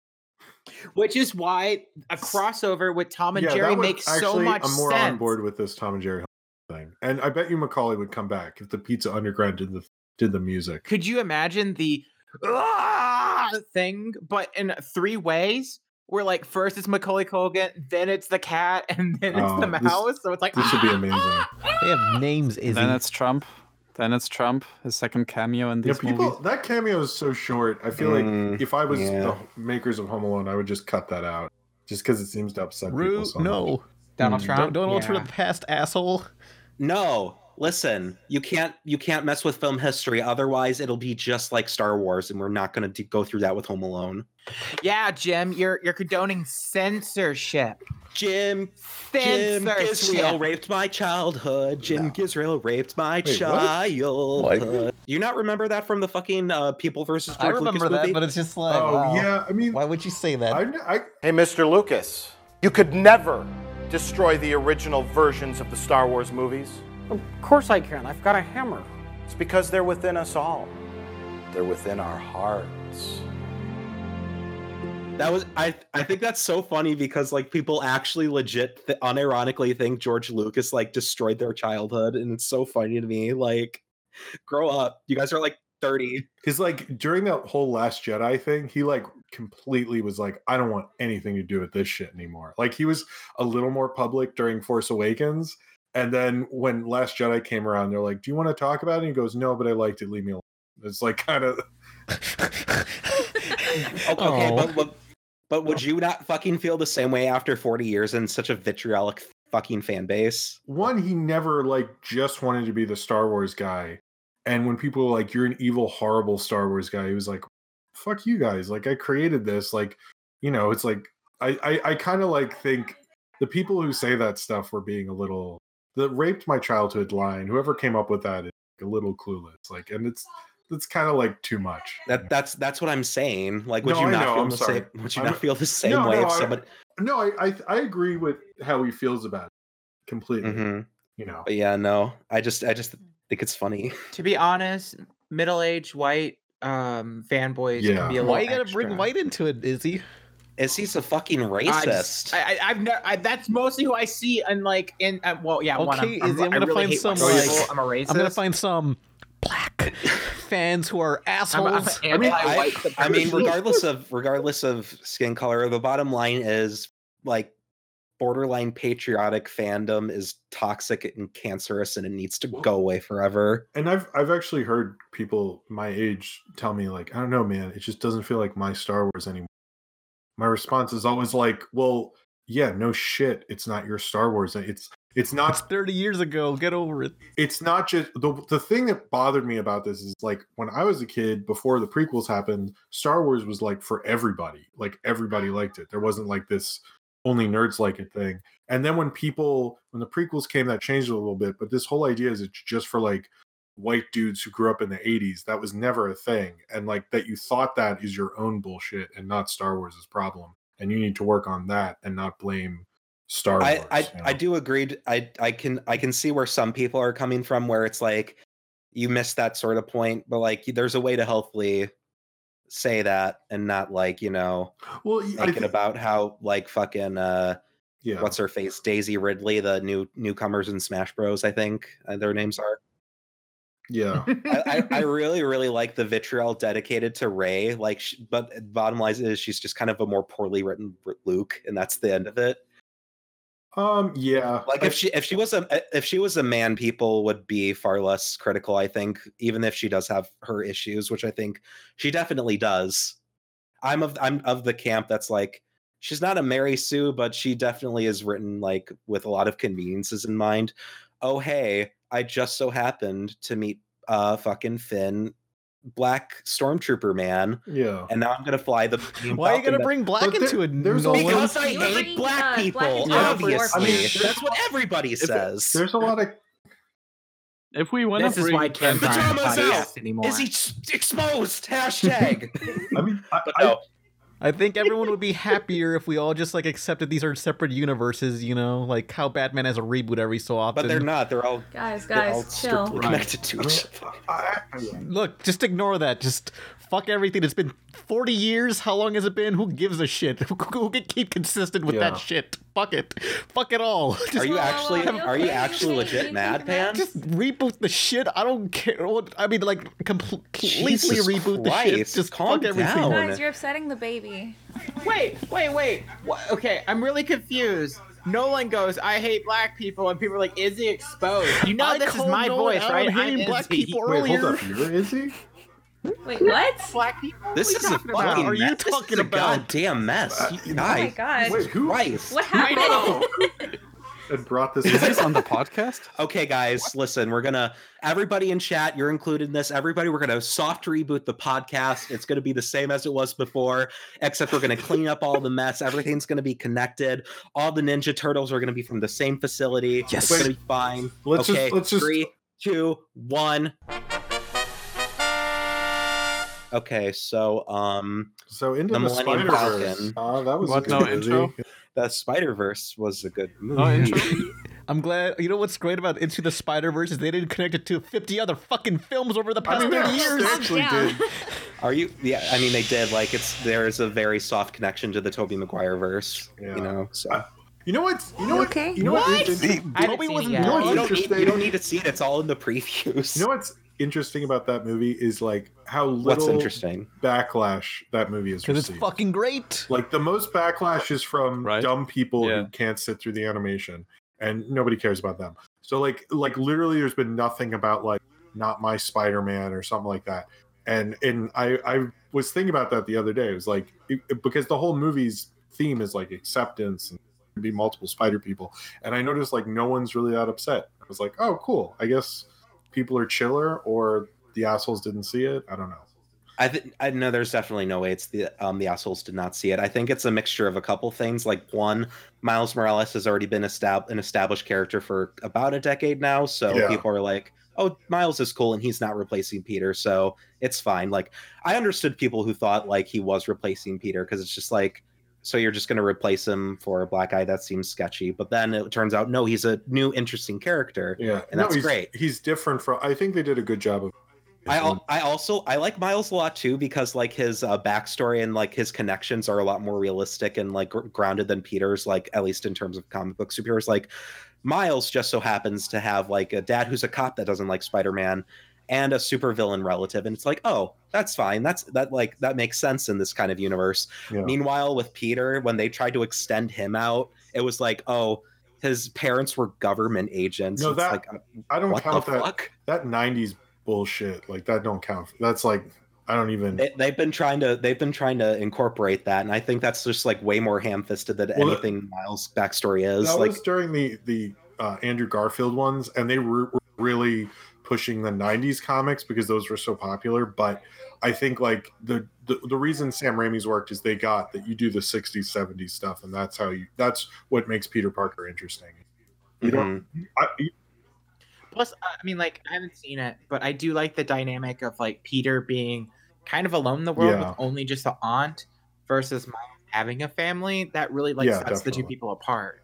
Speaker 3: Which is why a crossover with Tom and
Speaker 5: Yeah, that
Speaker 3: Jerry
Speaker 5: would-
Speaker 3: makes so
Speaker 5: actually,
Speaker 3: much
Speaker 5: I'm more
Speaker 3: sense.
Speaker 5: on board with this Tom and Jerry thing, and I bet you Macaulay would come back if the Pizza Underground did the did the music.
Speaker 3: Could you imagine the "Ah!" thing, but in three ways? Where like first it's Macaulay Colgan, then it's the cat, and then it's the
Speaker 5: Oh, this-
Speaker 3: mouse. so it's like
Speaker 5: This would be
Speaker 3: "Ah,
Speaker 5: amazing.
Speaker 3: ah, ah."
Speaker 4: They have names, Izzy.
Speaker 6: Then it's Trump. Then it's Trump. His second cameo in
Speaker 5: Yeah,
Speaker 6: these
Speaker 5: people.
Speaker 6: movies.
Speaker 5: That cameo is so short. I feel
Speaker 2: Mm,
Speaker 5: like if I was
Speaker 2: yeah.
Speaker 5: the makers of Home Alone, I would just cut that out, just because it seems to upset people.
Speaker 4: Ru-
Speaker 5: So much.
Speaker 4: no,
Speaker 3: Donald
Speaker 5: Hmm.
Speaker 6: Mm,
Speaker 3: Trump.
Speaker 4: don't, don't alter
Speaker 3: Yeah.
Speaker 4: the past, asshole.
Speaker 2: No, listen, you can't you can't mess with film history. Otherwise, it'll be just like Star Wars, and we're not going to go through that with Home Alone.
Speaker 3: Yeah, Jim, you're you're condoning censorship.
Speaker 2: Jim Jim Gisrael
Speaker 3: Censorship.
Speaker 2: raped my childhood. Jim Gisrael raped my
Speaker 5: Wait, what?
Speaker 2: childhood. Do you not remember that from the fucking uh, People versus
Speaker 4: I
Speaker 2: George Lucas
Speaker 4: remember that,
Speaker 2: movie?
Speaker 4: but it's just like,
Speaker 5: Oh
Speaker 4: wow.
Speaker 5: yeah, I mean,
Speaker 4: Why would you say that?
Speaker 5: I, I
Speaker 9: Hey, Mr. Lucas, you could never destroy the original versions of the Star Wars movies.
Speaker 10: Of course I can. I've got a hammer.
Speaker 9: It's because they're within us all, they're within our hearts.
Speaker 2: That was I. I think that's so funny because like people actually legit, th- unironically think George Lucas like destroyed their childhood, and it's so funny to me. Like, grow up. You guys are like thirty.
Speaker 5: Because like during that whole Last Jedi thing, he like completely was like, I don't want anything to do with this shit anymore. Like he was a little more public during Force Awakens. And then when Last Jedi came around, they're like, Do you want to talk about it? And he goes, No, but I liked it. Leave me alone. It's like kind of
Speaker 2: Okay, okay,
Speaker 4: Oh.
Speaker 2: but, but but would you not fucking feel the same way after forty years and such a vitriolic fucking fan base?
Speaker 5: one, he never like just wanted to be the Star Wars guy. And when people were like, You're an evil, horrible Star Wars guy, he was like, Fuck you guys. Like I created this. Like, you know, it's like I I, I kind of like think the people who say that stuff were being a little the raped my childhood line, whoever came up with that is a little clueless. Like and it's it's kind of like too much.
Speaker 2: That that's that's what I'm saying. Like, would
Speaker 5: No,
Speaker 2: you
Speaker 5: I
Speaker 2: not
Speaker 5: know,
Speaker 2: feel
Speaker 5: I'm
Speaker 2: the
Speaker 5: sorry.
Speaker 2: same? Would you
Speaker 5: I'm-
Speaker 2: not feel the same
Speaker 5: No,
Speaker 2: way
Speaker 5: no,
Speaker 2: if
Speaker 5: I-
Speaker 2: somebody?
Speaker 5: No, I, I I agree with how he feels about it completely.
Speaker 2: Mhm.
Speaker 5: You know.
Speaker 2: But yeah, no. I just I just think it's funny.
Speaker 3: To be honest, middle-aged white um fanboys
Speaker 5: Yeah.
Speaker 3: can be a little
Speaker 4: Why you gotta
Speaker 3: extra.
Speaker 4: bring white into it, Izzy?
Speaker 2: Is he's a fucking
Speaker 3: I
Speaker 2: racist?
Speaker 3: just- I, I, have no, I, that's mostly who I see, and like in uh, well, yeah. one,
Speaker 4: Okay,
Speaker 3: I'm, I'm,
Speaker 4: is- I'm
Speaker 3: I
Speaker 4: gonna
Speaker 3: really hate white
Speaker 4: find some,
Speaker 3: people,
Speaker 4: like-
Speaker 3: I'm a racist.
Speaker 4: I'm gonna find some black fans who are
Speaker 3: I'm, I'm
Speaker 4: assholes.
Speaker 3: an anti-white.
Speaker 2: I, I mean, regardless of regardless of skin color, the bottom line is like borderline patriotic fandom is toxic and cancerous, and it needs to go away forever.
Speaker 5: And I've I've actually heard people my age tell me like, I don't know, man, it just doesn't feel like my Star Wars anymore. My response is always like, well, yeah, no shit, it's not your Star Wars. It's it's
Speaker 4: That's
Speaker 5: not
Speaker 4: 30 years ago. Get over it.
Speaker 5: it's not just the the thing that bothered me about this is like when I was a kid before the prequels happened, Star Wars was like for everybody. Like everybody
Speaker 2: Mm-hmm.
Speaker 5: liked it. There wasn't like this only nerds like it thing. And then when people when the prequels came, that changed a little bit. But this whole idea is it's just for like white dudes who grew up in the 80s. That was never a thing. And like that you thought that is your own bullshit and not Star Wars' problem. And you need to work on that and not blame Star Wars.
Speaker 2: I I,
Speaker 5: you know?
Speaker 2: I do agree. t- I I can I can see where some people are coming from, where it's like you miss that sort of point, but like there's a way to healthily say that and not like you know
Speaker 5: well, I
Speaker 2: thinking
Speaker 5: think-
Speaker 2: about how like fucking uh
Speaker 5: yeah.
Speaker 2: what's her face Daisy Ridley, the new newcomers in Smash Bros. I think uh, their names are.
Speaker 5: yeah.
Speaker 2: I, I, I really really like the vitriol dedicated to Ray. Like, sh but bottom line is she's just kind of a more poorly written R- Luke, and that's the end of it.
Speaker 5: Um yeah.
Speaker 2: Like
Speaker 5: I-
Speaker 2: if she if she was a eh, if she was a man, people would be far less critical. I think, even if she does have her issues, which I think she definitely does. I'm of I'm of the camp that's like she's not a Mary Sue, but she definitely is written like with a lot of conveniences in mind. Oh hey, I just so happened to meet uh fucking Finn, black stormtrooper man,
Speaker 5: Yeah.
Speaker 2: and now I'm gonna fly the. Millennium
Speaker 4: Why are you
Speaker 2: Falcon
Speaker 4: gonna
Speaker 2: to-
Speaker 4: bring black
Speaker 5: But there-
Speaker 4: into it?
Speaker 5: there's a
Speaker 4: Nolan?
Speaker 5: lot-
Speaker 2: Because I
Speaker 7: You
Speaker 2: hate
Speaker 7: bring,
Speaker 2: black
Speaker 7: uh, black
Speaker 2: people.
Speaker 7: people
Speaker 2: obviously,
Speaker 7: before
Speaker 5: people.
Speaker 2: that's what everybody says.
Speaker 5: There's a lot of
Speaker 6: If we want
Speaker 3: This
Speaker 6: to
Speaker 3: is
Speaker 6: bring
Speaker 3: why I can't
Speaker 2: The
Speaker 3: find a
Speaker 2: drama's out.
Speaker 3: podcast anymore.
Speaker 2: Is he t- exposed? Hashtag.
Speaker 5: I mean, I,
Speaker 2: but
Speaker 5: I-
Speaker 2: no,
Speaker 4: I think everyone would be happier if we all just like accepted these are separate universes, you know, like how Batman has a reboot every so often.
Speaker 2: but they're not. They're all
Speaker 7: Guys,
Speaker 2: they're all
Speaker 7: guys, chill.
Speaker 2: strictly connected to each other.
Speaker 5: I- I-
Speaker 4: Look, just ignore that. Just fuck everything. It's been 40 years. How long has it been? Who gives a shit? Who, who can keep consistent with
Speaker 5: Yeah.
Speaker 4: that shit? Fuck it. Fuck it all. Just,
Speaker 2: Are you
Speaker 7: Whoa, whoa,
Speaker 2: actually
Speaker 7: whoa,
Speaker 2: are you
Speaker 7: okay,
Speaker 2: actually
Speaker 7: okay,
Speaker 2: legit
Speaker 7: you
Speaker 2: mad,
Speaker 7: think
Speaker 2: Pan?
Speaker 7: about it.
Speaker 4: just reboot the shit. I don't care. What, I mean, like, compl- completely
Speaker 2: Jesus
Speaker 4: reboot the shit.
Speaker 2: Christ,
Speaker 4: Just
Speaker 2: calm
Speaker 4: fuck everything.
Speaker 2: down.
Speaker 7: Guys, you're upsetting the baby.
Speaker 3: Wait, wait, wait. Wha okay, I'm really confused. Nolan goes, I hate black people, and people are like, is he exposed? You know
Speaker 4: I
Speaker 3: this is
Speaker 4: called
Speaker 3: my
Speaker 4: Nolan
Speaker 3: voice,
Speaker 4: out on
Speaker 3: right?
Speaker 4: hating
Speaker 3: I'm
Speaker 4: black
Speaker 3: Izzy.
Speaker 4: people
Speaker 5: Wait, hold
Speaker 4: earlier.
Speaker 5: up. You're Izzy?
Speaker 7: Wait, what?
Speaker 3: Black people?
Speaker 2: This
Speaker 3: what
Speaker 2: is a
Speaker 3: talking about?
Speaker 2: fucking
Speaker 4: What are you
Speaker 2: mess. This is
Speaker 4: talking
Speaker 2: a
Speaker 4: about? Uh,
Speaker 2: goddamn mess. You
Speaker 7: Oh my
Speaker 2: guys,
Speaker 7: god.
Speaker 5: Wait, who
Speaker 2: Christ.
Speaker 7: What
Speaker 3: I
Speaker 7: happened?
Speaker 5: had brought this?
Speaker 6: Is this on the podcast?
Speaker 2: Okay, guys, listen. We're gonna everybody in chat. You're included in this. Everybody, we're gonna soft reboot the podcast. It's gonna be the same as it was before, except we're gonna clean up all the mess. Everything's gonna be connected. All the Ninja Turtles are gonna be from the same facility.
Speaker 4: Yes.
Speaker 2: it's gonna be fine.
Speaker 5: Let's just-
Speaker 2: okay,
Speaker 5: let's just-
Speaker 2: three, two, one. Okay, so um,
Speaker 5: so into
Speaker 2: The
Speaker 5: the,
Speaker 2: Millennium
Speaker 5: Spider Verse.
Speaker 2: Falcon.
Speaker 5: Uh, that was a
Speaker 6: What,
Speaker 5: good
Speaker 6: no
Speaker 5: movie.
Speaker 6: intro?
Speaker 2: the Spider Verse was a
Speaker 5: Oh,
Speaker 2: good movie.
Speaker 6: No intro.
Speaker 4: I'm glad. You know what's great about Into the Spider Verse is they didn't connect it to 50 other fucking films over the
Speaker 5: I
Speaker 4: past
Speaker 5: mean, they
Speaker 4: 30 years.
Speaker 5: actually
Speaker 7: down.
Speaker 5: did.
Speaker 2: Are you? Yeah, I mean, they did. Like, it's there is a very soft connection to the Toby Maguire verse.
Speaker 5: Yeah.
Speaker 2: You know, so
Speaker 5: I- You know what? You know what?
Speaker 7: okay?
Speaker 5: You know what? is in-
Speaker 3: I haven't
Speaker 4: Toby
Speaker 3: seen it
Speaker 4: wasn't
Speaker 3: yet.
Speaker 5: No,
Speaker 2: you don't, need,
Speaker 5: interesting.
Speaker 2: you don't need to see it. It's all in the previews.
Speaker 5: You know what's interesting about that movie is like how
Speaker 2: What's
Speaker 5: little
Speaker 2: interesting?
Speaker 5: backlash that movie has
Speaker 4: Because it's
Speaker 5: received.
Speaker 4: fucking great.
Speaker 5: like the most backlash is from
Speaker 6: Right?
Speaker 5: dumb people
Speaker 6: Yeah.
Speaker 5: who can't sit through the animation and nobody cares about them so like like literally there's been nothing about like not my spider-man or something like that and and i i was thinking about that the other day it was like it- it- because the whole movie's theme is like acceptance and there'd be multiple spider people and i noticed like no one's really that upset i was like oh cool i guess people are chiller or the assholes didn't see it i don't know
Speaker 2: I think I know there's definitely no way it's the um the assholes did not see it. I think it's a mixture of a couple things. Like one, Miles Morales has already been estab- an established character for about a decade now, so
Speaker 5: Yeah.
Speaker 2: people are like, "Oh, Miles is cool, and he's not replacing Peter, so it's fine." Like I understood people who thought like he was replacing Peter because it's just like, so you're just going to replace him for a black eye? That seems sketchy. But then it turns out no, he's a new interesting character.
Speaker 5: Yeah,
Speaker 2: And that's
Speaker 5: he's,
Speaker 2: great.
Speaker 5: He's different from. I think they did a good job of
Speaker 2: I, al- I also I like Miles a lot too because like his uh, backstory and like his connections are a lot more realistic and like gr- grounded than Peter's like at least in terms of comic book superheroes like Miles just so happens to have like a dad who's a cop that doesn't like Spider-Man and a supervillain relative and it's like oh that's fine that's that like that makes sense in this kind of universe.
Speaker 5: Yeah.
Speaker 2: Meanwhile with Peter when they tried to extend him out it was like oh his parents were government agents.
Speaker 5: No,
Speaker 2: it's
Speaker 5: that-
Speaker 2: like uh,
Speaker 5: I don't
Speaker 2: what the
Speaker 5: count that.
Speaker 2: fuck?
Speaker 5: That '90s bullshit, like that, don't count. That's like I don't even.
Speaker 2: They, they've been trying to they've been trying to incorporate that, and I think that's just like way more ham-fisted than
Speaker 5: Well,
Speaker 2: anything Miles' backstory is.
Speaker 5: that
Speaker 2: Like,
Speaker 5: was during the the uh, Andrew Garfield ones, and they were, were really pushing the '90s comics because those were so popular. But I think like the, the the reason Sam Raimi's worked is they got that you do the '60s, '70s stuff, and that's how you. That's what makes Peter Parker interesting. You don't.
Speaker 2: Mm-hmm.
Speaker 5: I, you-
Speaker 3: Plus, uh, I I mean, like I haven't seen it, but I do like the dynamic of like Peter being kind of alone in the world
Speaker 5: Yeah.
Speaker 3: with only just an aunt versus Miles having a family. That really like
Speaker 5: Yeah,
Speaker 3: sets the two
Speaker 5: definitely.
Speaker 3: people apart.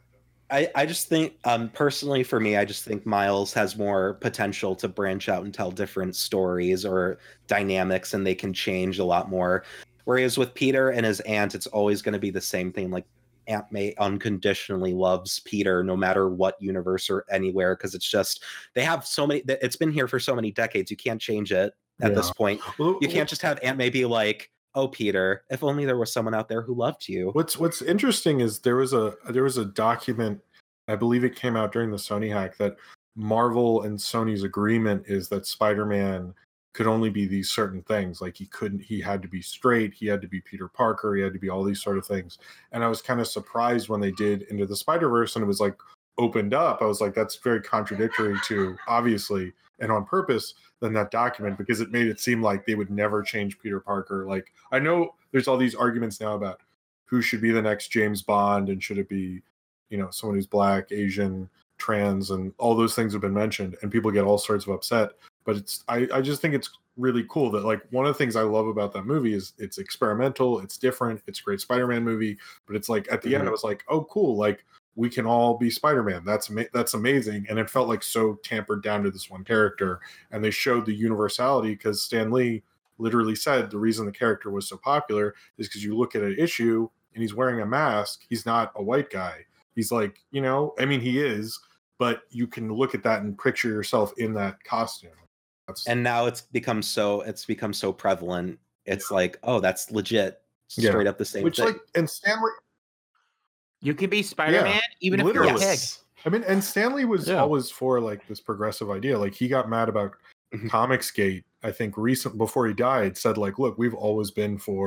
Speaker 2: I, I just think um personally for me, I just think Miles has more potential to branch out and tell different stories or dynamics, and they can change a lot more. Whereas with Peter and his aunt, it's always going to be the same thing. Like Aunt May unconditionally loves Peter, no matter what universe or anywhere, because it's just they have so many. It's been here for so many decades. You can't change it at
Speaker 5: Yeah.
Speaker 2: this point.
Speaker 5: well,
Speaker 2: You can't just have Aunt May be like, "Oh, Peter, if only there was someone out there who loved you."
Speaker 5: What's What's interesting is there was a there was a document, I believe it came out during the Sony hack that Marvel and Sony's agreement is that Spider-Man could only be these certain things. Like he couldn't, he had to be straight, he had to be Peter Parker, he had to be all these sort of things. And I was kind of surprised when they did Into the Spider Verse and it was like opened up. I was like, that's very contradictory to obviously and on purpose than that document because it made it seem like they would never change Peter Parker. Like I know there's all these arguments now about who should be the next James Bond and should it be, you know, someone who's black, Asian, trans, and all those things have been mentioned, and people get all sorts of upset. But it's I, I just think it's really cool that like one of the things I love about that movie is it's experimental, it's different, it's a great Spider-Man movie, but it's like at the end I was like, oh cool, like we can all be Spider-Man. That's ama- that's amazing, and it felt like so tampered down to this one character. And they showed the universality because Stan Lee literally said the reason the character was so popular is because you look at an issue and he's wearing a mask. He's not a white guy. He's like, you know, I mean, he is, but you can look at that and picture yourself in that costume. That's
Speaker 2: and now it's become so it's become so prevalent. It's like, oh, that's legit,
Speaker 5: Yeah.
Speaker 2: straight up the same
Speaker 5: which,
Speaker 2: thing.
Speaker 5: like, and Stanley,
Speaker 3: You can be Spider Man even if you're a
Speaker 5: literally.
Speaker 3: pig.
Speaker 5: I mean, and Stanley was
Speaker 6: Yeah.
Speaker 5: always for like this progressive idea. Like, he got mad about
Speaker 2: Mhm.
Speaker 5: Comics Gate, I think, recent before he died, said, like, look, we've always been for,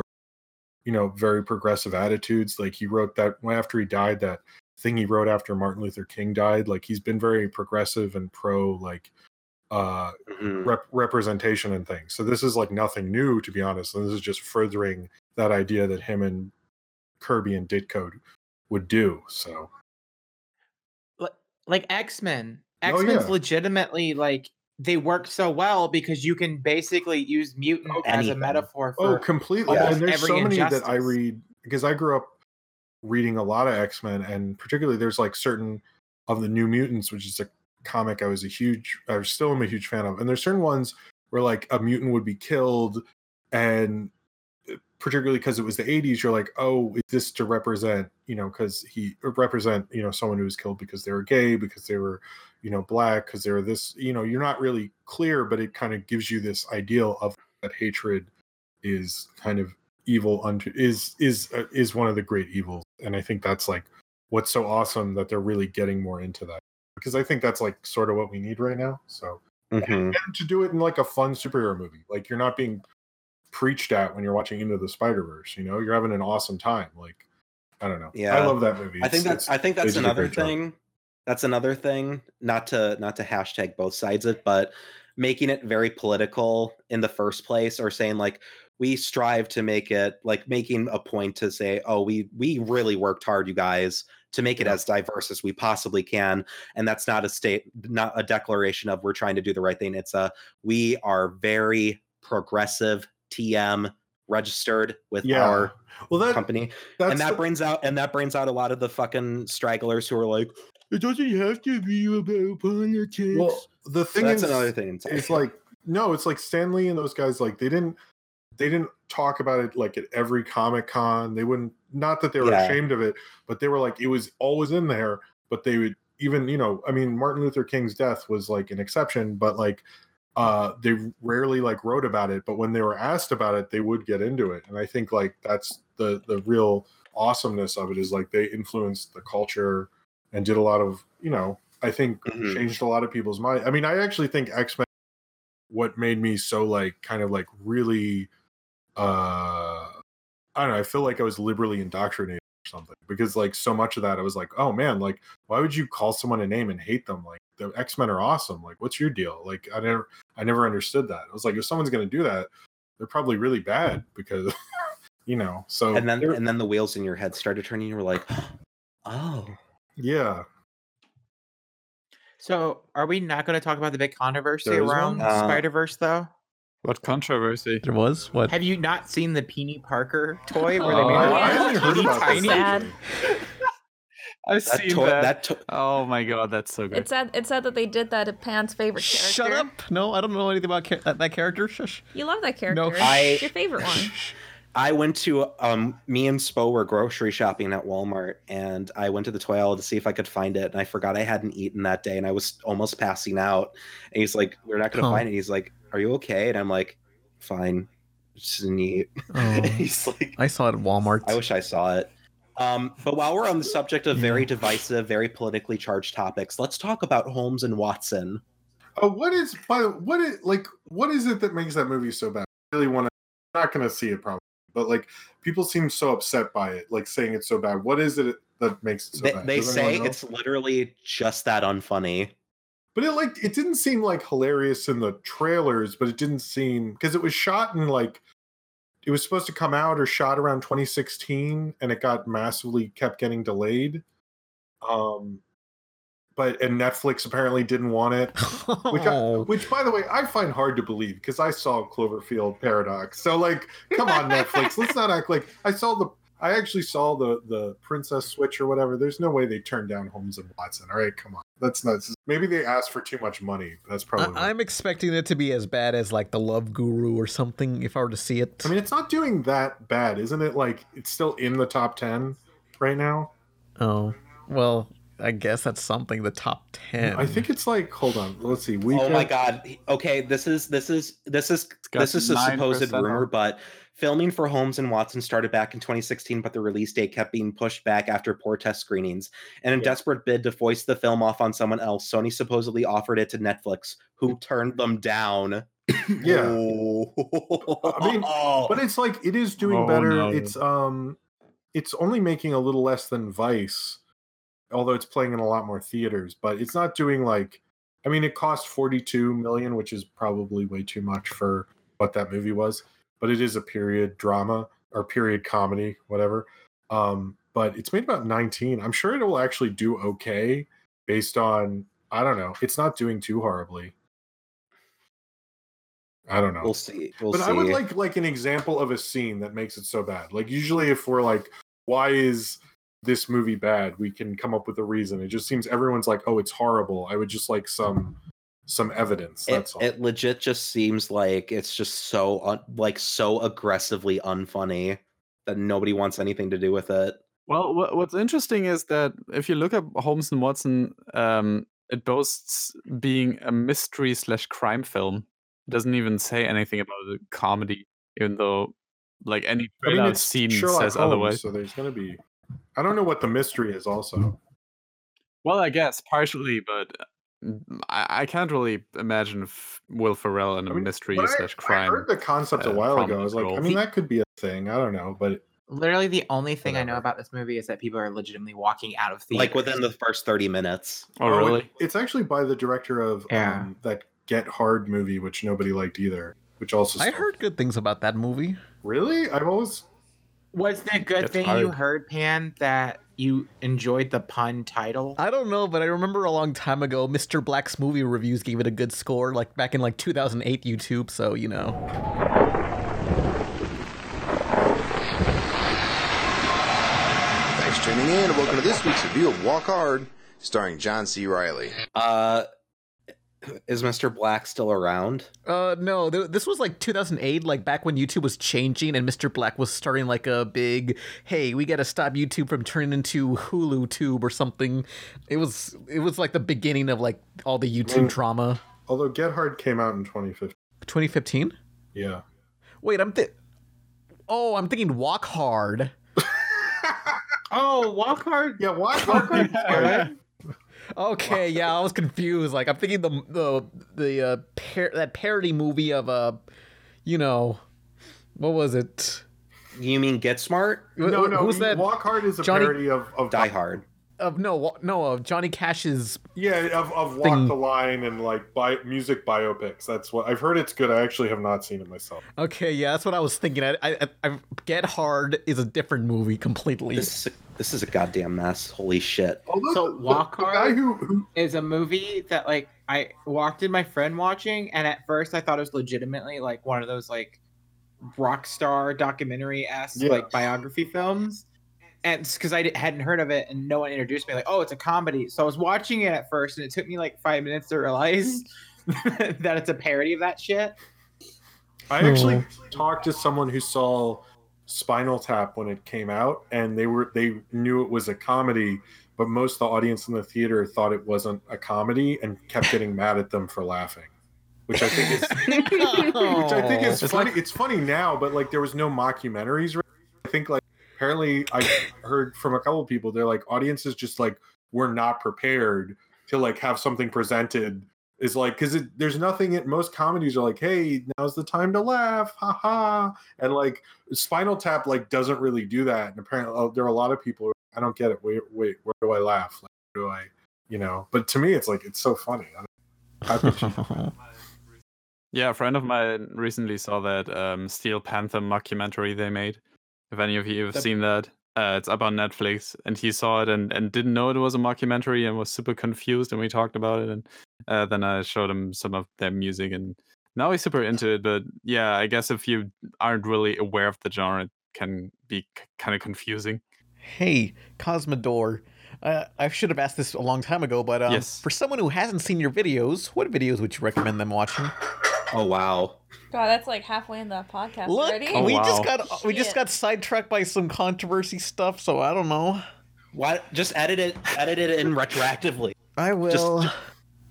Speaker 5: you know, very progressive attitudes. Like, he wrote that well, after he died, that thing he wrote after Martin Luther King died. Like, he's been very progressive and pro, like, uh,
Speaker 2: Mhm.
Speaker 5: rep- representation and things. So this is like nothing new, to be honest. And this is just furthering that idea that him and Kirby and Ditko would do. So
Speaker 3: Li- Like X Men.
Speaker 5: Oh,
Speaker 3: X Men's
Speaker 5: yeah.
Speaker 3: legitimately like they work so well because you can basically use mutant as a
Speaker 2: Anything.
Speaker 3: metaphor
Speaker 5: oh,
Speaker 3: for
Speaker 5: completely.
Speaker 3: almost
Speaker 5: And there's
Speaker 3: every
Speaker 5: so many that I
Speaker 3: injustice.
Speaker 5: read because I grew up reading a lot of X Men, and particularly there's like certain of the New Mutants, which is a comic I was a huge, I still am a huge fan of. And there's certain ones where like a mutant would be killed, and uh, particularly because it was the 80s, you're like, oh, is this to represent, you know, because he or represent, you know, someone who was killed because they were gay, because they were, you know, black, because they were this, you know, you're not really clear, but it kind of gives you this ideal of that hatred is kind of evil unto is is uh, is one of the great evils and i think that's like what's so awesome that they're really getting more into that because i think that's like sort of what we need right now so
Speaker 2: Mhm.
Speaker 5: and to do it in like a fun superhero movie like you're not being preached at when you're watching into the spider-verse you know you're having an awesome time like i don't know
Speaker 2: Yeah.
Speaker 5: i love that movie
Speaker 2: I think that's I think that's
Speaker 5: did a
Speaker 2: another
Speaker 5: great job.
Speaker 2: thing. That's another thing. Not to not to hashtag both sides of, it, but making it very political in the first place, or saying like we strive to make it like making a point to say, oh, we we really worked hard, you guys, to make it as diverse as we possibly can, and that's not a state, not a declaration of we're trying to do the right thing. It's a we are very progressive TM registered with
Speaker 5: Yeah.
Speaker 2: our
Speaker 5: well that,
Speaker 2: company
Speaker 5: that's
Speaker 2: and that
Speaker 5: the-
Speaker 2: brings out and that brings out a lot of the fucking stragglers who are like, it doesn't have to be about politics.
Speaker 5: well the
Speaker 2: So
Speaker 5: thing
Speaker 2: that's
Speaker 5: is
Speaker 2: another thing.
Speaker 5: it's like no, it's like Stanley and those guys. Like they didn't they didn't talk about it like at every Comic Con. They wouldn't. Not that they were
Speaker 2: Yeah.
Speaker 5: ashamed of it, but they were like it was always in there. But they would even you know I mean Martin Luther King's death was like an exception, but like uh they rarely like wrote about it but when they were asked about it they would get into it and i think like that's the the real awesomeness of it is like they influenced the culture and did a lot of you know i think
Speaker 2: Mhm.
Speaker 5: changed a lot of people's mind i mean i actually think x-men what made me so like kind of like really uh i don't know i feel like i was liberally indoctrinated or something because like so much of that i was like oh man like why would you call someone a name and hate them like the x-men are awesome like what's your deal like i never i never understood that i was like if someone's going to do that they're probably really bad because you know so
Speaker 2: and then
Speaker 5: there-
Speaker 2: and then the wheels in your head started turning. You were like, oh,
Speaker 5: yeah
Speaker 3: So, are we not going to talk about the big controversy
Speaker 5: There is
Speaker 3: around
Speaker 2: one? Uh,
Speaker 3: Spider Verse, though?
Speaker 6: What controversy?
Speaker 4: There was what?
Speaker 3: Have you not seen the Peony Parker toy where
Speaker 6: Oh,
Speaker 3: they made her tiny,
Speaker 5: I
Speaker 7: yeah.
Speaker 5: haven't heard about this
Speaker 7: tiny. Sad.
Speaker 5: actually.
Speaker 6: I've
Speaker 2: that
Speaker 6: seen
Speaker 2: toy,
Speaker 6: that.
Speaker 2: that to-
Speaker 6: Oh my god, that's so good.
Speaker 7: It said it said that they did that to Pan's favorite character.
Speaker 4: Shut up! No, I don't know anything about char- that, that character. Shush.
Speaker 7: You love that character.
Speaker 4: No.
Speaker 2: I-
Speaker 7: It's your favorite one.
Speaker 2: I went to um me and Spo were grocery shopping at Walmart and I went to the toy aisle to see if I could find it and I forgot I hadn't eaten that day and I was almost passing out and he's like we're not gonna
Speaker 4: Huh.
Speaker 2: find it he's like are you okay and I'm like fine just didn't eat
Speaker 4: Oh,
Speaker 2: he's like
Speaker 4: I saw it at Walmart.
Speaker 2: I wish I saw it um but while we're on the subject of very divisive very politically charged topics let's talk about Holmes and Watson
Speaker 5: Oh, what is by the- what is like what is it that makes that movie so bad? I really want to. Not going to see it probably, but like people seem so upset by it, like saying it's so bad. What is it that makes it so
Speaker 2: they,
Speaker 5: bad?
Speaker 2: they
Speaker 5: Does anyone
Speaker 2: say
Speaker 5: know?
Speaker 2: it's literally just that unfunny
Speaker 5: but it like it didn't seem like hilarious in the trailers, but it didn't seem because it was shot in like it was supposed to come out or shot around 2016, and it got massively kept getting delayed. Um, but and Netflix apparently didn't want it. Which, I,
Speaker 4: Oh.
Speaker 5: which, by the way, I find hard to believe because I saw Cloverfield Paradox. So, like, come on, Netflix, let's not act like I saw the. I actually saw the the Princess Switch or whatever. There's no way they turned down Holmes and Watson. All right, come on, that's nuts. Maybe they asked for too much money. That's probably. what-
Speaker 4: I- I'm expecting it to be as bad as like the Love Guru or something. If I were to see it,
Speaker 5: I mean, it's not doing that bad, isn't it? Like, it's still in the top ten right now.
Speaker 4: oh well, I guess that's something. The top ten.
Speaker 5: I think it's like, hold on, let's see. We
Speaker 2: Oh my god. Okay, this is this is this is
Speaker 6: got
Speaker 2: this is a supposed
Speaker 6: 9%
Speaker 2: rumor,
Speaker 6: off.
Speaker 2: but filming for Holmes and Watson started back in 2016, but the release date kept being pushed back after poor test screenings. And in a desperate bid to foist the film off on someone else, Sony supposedly offered it to Netflix, who turned them down.
Speaker 5: Mm. Yeah.
Speaker 2: I
Speaker 5: mean,
Speaker 2: Oh,
Speaker 5: but it's like it is doing
Speaker 6: Oh,
Speaker 5: better
Speaker 6: no.
Speaker 5: it's um it's only making a little less than vice although it's playing in a lot more theaters but it's not doing like i mean it cost 42 million which is probably way too much for what that movie was but it is a period drama or period comedy whatever um but it's made about 19 i'm sure it will actually do okay based on i don't know it's not doing too horribly i don't know
Speaker 2: we'll see. We'll
Speaker 5: but
Speaker 2: see.
Speaker 5: I would like like an example of a scene that makes it so bad. Like usually, if we're like, why is this movie bad? We can come up with a reason. It just seems everyone's like, oh, it's horrible. I would just like some some evidence.
Speaker 2: it,
Speaker 5: That's all.
Speaker 2: it legit just seems like it's just so un- like so aggressively unfunny that nobody wants anything to do with it.
Speaker 6: Well, wha- what's interesting is that if you look up Holmes and Watson, um, it boasts being a mystery slash crime film. It doesn't even say anything about the comedy, even though like any
Speaker 5: I
Speaker 6: trailer I've seen
Speaker 5: Sherlock
Speaker 6: says
Speaker 5: Holmes,
Speaker 6: otherwise. Mm-hmm.
Speaker 5: So there's gonna be. I don't know what the mystery is. Also,
Speaker 6: Well, I guess partially, but uh, m- I, I can't really imagine f- Will Ferrell in a
Speaker 5: I mean,
Speaker 6: mystery
Speaker 5: When I-
Speaker 6: slash
Speaker 5: I,
Speaker 6: crime.
Speaker 5: heard the concept a
Speaker 6: uh,
Speaker 5: while ago. I
Speaker 6: prominent
Speaker 5: was like, I
Speaker 6: role.
Speaker 5: mean, that could be a thing. I don't know, but
Speaker 3: Literally, the only thing I know
Speaker 5: Whatever.
Speaker 3: about this movie is that people are legitimately walking out of theaters.
Speaker 2: Like within the first 30 minutes.
Speaker 6: oh,
Speaker 5: it-
Speaker 6: really?
Speaker 5: it's actually by the director of
Speaker 3: Yeah.
Speaker 5: um, that Get Hard movie, which nobody liked either. Which also
Speaker 4: I
Speaker 5: sucked.
Speaker 4: heard good things about that movie.
Speaker 5: Really? I've always
Speaker 3: Was the good
Speaker 6: That's
Speaker 3: thing you
Speaker 6: hard.
Speaker 3: heard, Pan, that you enjoyed the pun title?
Speaker 4: I don't know, but I remember a long time ago, Mr. Black's movie reviews gave it a good score, like back in like 2008 YouTube. So you know,
Speaker 1: Thanks for tuning in and welcome to this week's review of Walk Hard, starring John C. Riley.
Speaker 2: Uh Is Mr. Black still around?
Speaker 4: Uh, no, th- this was like 2008, like back when YouTube was changing and Mr. Black was starting like a big, hey, we gotta stop YouTube from turning into Hulu Tube or something. It was it was like the beginning of like all the YouTube drama.
Speaker 5: Although Get Hard came out in 2015.
Speaker 4: 2015.
Speaker 5: Yeah.
Speaker 4: Wait, I'm thi- oh, I'm thinking Walk Hard.
Speaker 3: Oh, walk hard.
Speaker 5: Yeah, why? why
Speaker 4: Okay, yeah, I was confused. Like I'm thinking the the the uh, par- that parody movie of uh, you know, what was it?
Speaker 2: You mean Get Smart?
Speaker 4: Wh-
Speaker 5: no,
Speaker 4: wh-
Speaker 5: no.
Speaker 4: who's that?
Speaker 5: Walk Hard is a
Speaker 4: Johnny-
Speaker 5: parody of, of
Speaker 2: Die Hard.
Speaker 4: Of no, wa- no, of Johnny Cash's
Speaker 5: Yeah, of, of Walk
Speaker 4: Thing.
Speaker 5: the Line and like bi- music biopics. That's what I've heard. It's good. I actually have not seen it myself.
Speaker 4: Okay, yeah, that's what I was thinking. I, I, I Get Hard is a different movie completely.
Speaker 2: This is a, this is a goddamn mess. Holy shit.
Speaker 5: Although
Speaker 3: So
Speaker 5: the-
Speaker 3: Walk
Speaker 5: the, guy
Speaker 3: Hard-
Speaker 5: who, who
Speaker 3: Is a movie that like I walked in my friend watching, and at first I thought it was legitimately like one of those like rock star documentary esque
Speaker 5: Yeah.
Speaker 3: like biography films. And because I di- hadn't heard of it, and no one introduced me, like, oh, it's a comedy. So I was watching it at first, and it took me like five minutes to realize that it's a parody of that shit.
Speaker 5: I actually talked to someone who saw Spinal Tap when it came out, and they were they knew it was a comedy, but most of the audience in the theater thought it wasn't a comedy and kept getting mad at them for laughing, which I think is which I
Speaker 4: Oh.
Speaker 5: think is funny. it's funny now, but like there was no mockumentaries. I think like apparently I heard from a couple people they're like audiences just like were not prepared to like have something presented is like because there's nothing. It most comedies are like, hey, now's the time to laugh, ha ha, and like Spinal Tap like doesn't really do that. And apparently uh, there are a lot of people. Who, I don't get it. Wait, wait, where do I laugh? Like, where do I, you know? But to me, it's like it's so funny. I don't, how could you-
Speaker 6: Yeah, a friend of mine recently saw that um, Steel Panther mockumentary they made. If any of you have
Speaker 3: The-
Speaker 6: seen that, uh, it's up on Netflix. And he saw it and, and didn't know it was a mockumentary and was super confused. And we talked about it. And uh, then I showed him some of their music. And now he's super into it. But yeah, I guess if you aren't really aware of the genre, it can be c- kind of confusing.
Speaker 4: Hey, Cosmodor. Uh, I should have asked this a long time ago, but um,
Speaker 6: Yes.
Speaker 4: for someone who hasn't seen your videos, what videos would you recommend them watching?
Speaker 2: Oh wow.
Speaker 7: God, that's like halfway in the podcast
Speaker 4: Look,
Speaker 7: already.
Speaker 6: Oh,
Speaker 4: we
Speaker 6: wow.
Speaker 4: just got we just
Speaker 7: Shit.
Speaker 4: got sidetracked by some controversy stuff, so I don't know.
Speaker 2: Why just edit it edit it in retroactively.
Speaker 11: I will.
Speaker 2: just-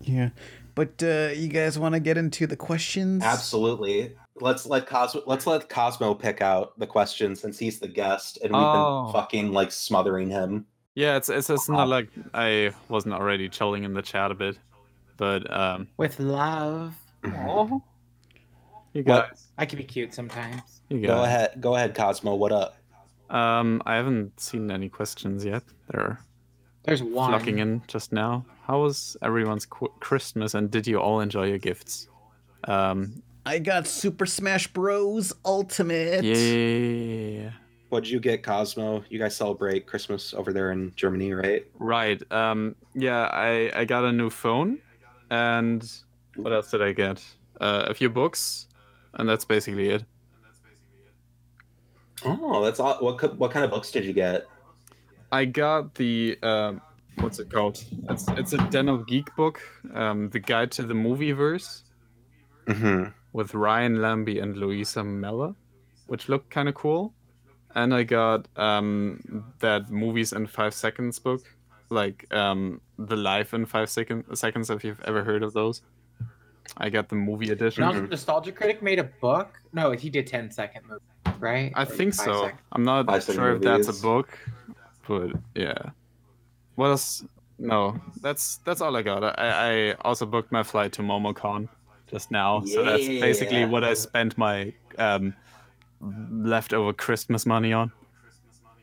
Speaker 11: yeah. But uh, you guys want to get into the questions?
Speaker 2: Absolutely. Let's let Cosmo let's let Cosmo pick out the question since he's the guest and we've
Speaker 6: Oh.
Speaker 2: been fucking like smothering him.
Speaker 6: Yeah, it's, it's, it's not like I wasn't already chilling in the chat a bit. But um,
Speaker 3: With love. Oh,
Speaker 6: you
Speaker 2: What-
Speaker 6: guys.
Speaker 3: I can be cute sometimes.
Speaker 6: You
Speaker 2: Go
Speaker 6: guys.
Speaker 2: ahead go ahead, Cosmo. What up?
Speaker 6: Um, I haven't seen any questions yet. They're
Speaker 3: There's one.
Speaker 6: flocking in just now. How was everyone's qu- Christmas, and did you all enjoy your gifts? Um,
Speaker 11: I got Super Smash Bros. Ultimate.
Speaker 6: yeah,
Speaker 2: What'd you get, Cosmo? You guys celebrate Christmas over there in Germany, right?
Speaker 6: right. Um, yeah, I I got a new phone, and what else did I get? Uh, a few books, and that's basically it.
Speaker 2: Oh, that's all. What co- what kind of books did you get?
Speaker 6: I got the um, what's it called? It's it's a Den of Geek book, um, the Guide to the Movieverse.
Speaker 2: Mm-hmm.
Speaker 6: with Ryan Lambie and Louisa Meller, which looked kind of cool. And I got um, that movies in five seconds book, like um, the life in five second, seconds. If you've ever heard of those, I got the movie edition.
Speaker 3: Nos- Nostalgia Critic made a book. No, he did 10 second movie, right?
Speaker 6: I
Speaker 3: Or
Speaker 6: think
Speaker 3: five
Speaker 6: so.
Speaker 3: second.
Speaker 6: I'm not
Speaker 2: Five second
Speaker 6: sure if that's
Speaker 2: movies.
Speaker 6: a book, but yeah. What else? No, that's that's all I got. I, I also booked my flight to MomoCon just now, so that's basically
Speaker 2: Yeah.
Speaker 6: what I spent my um, leftover Christmas money on.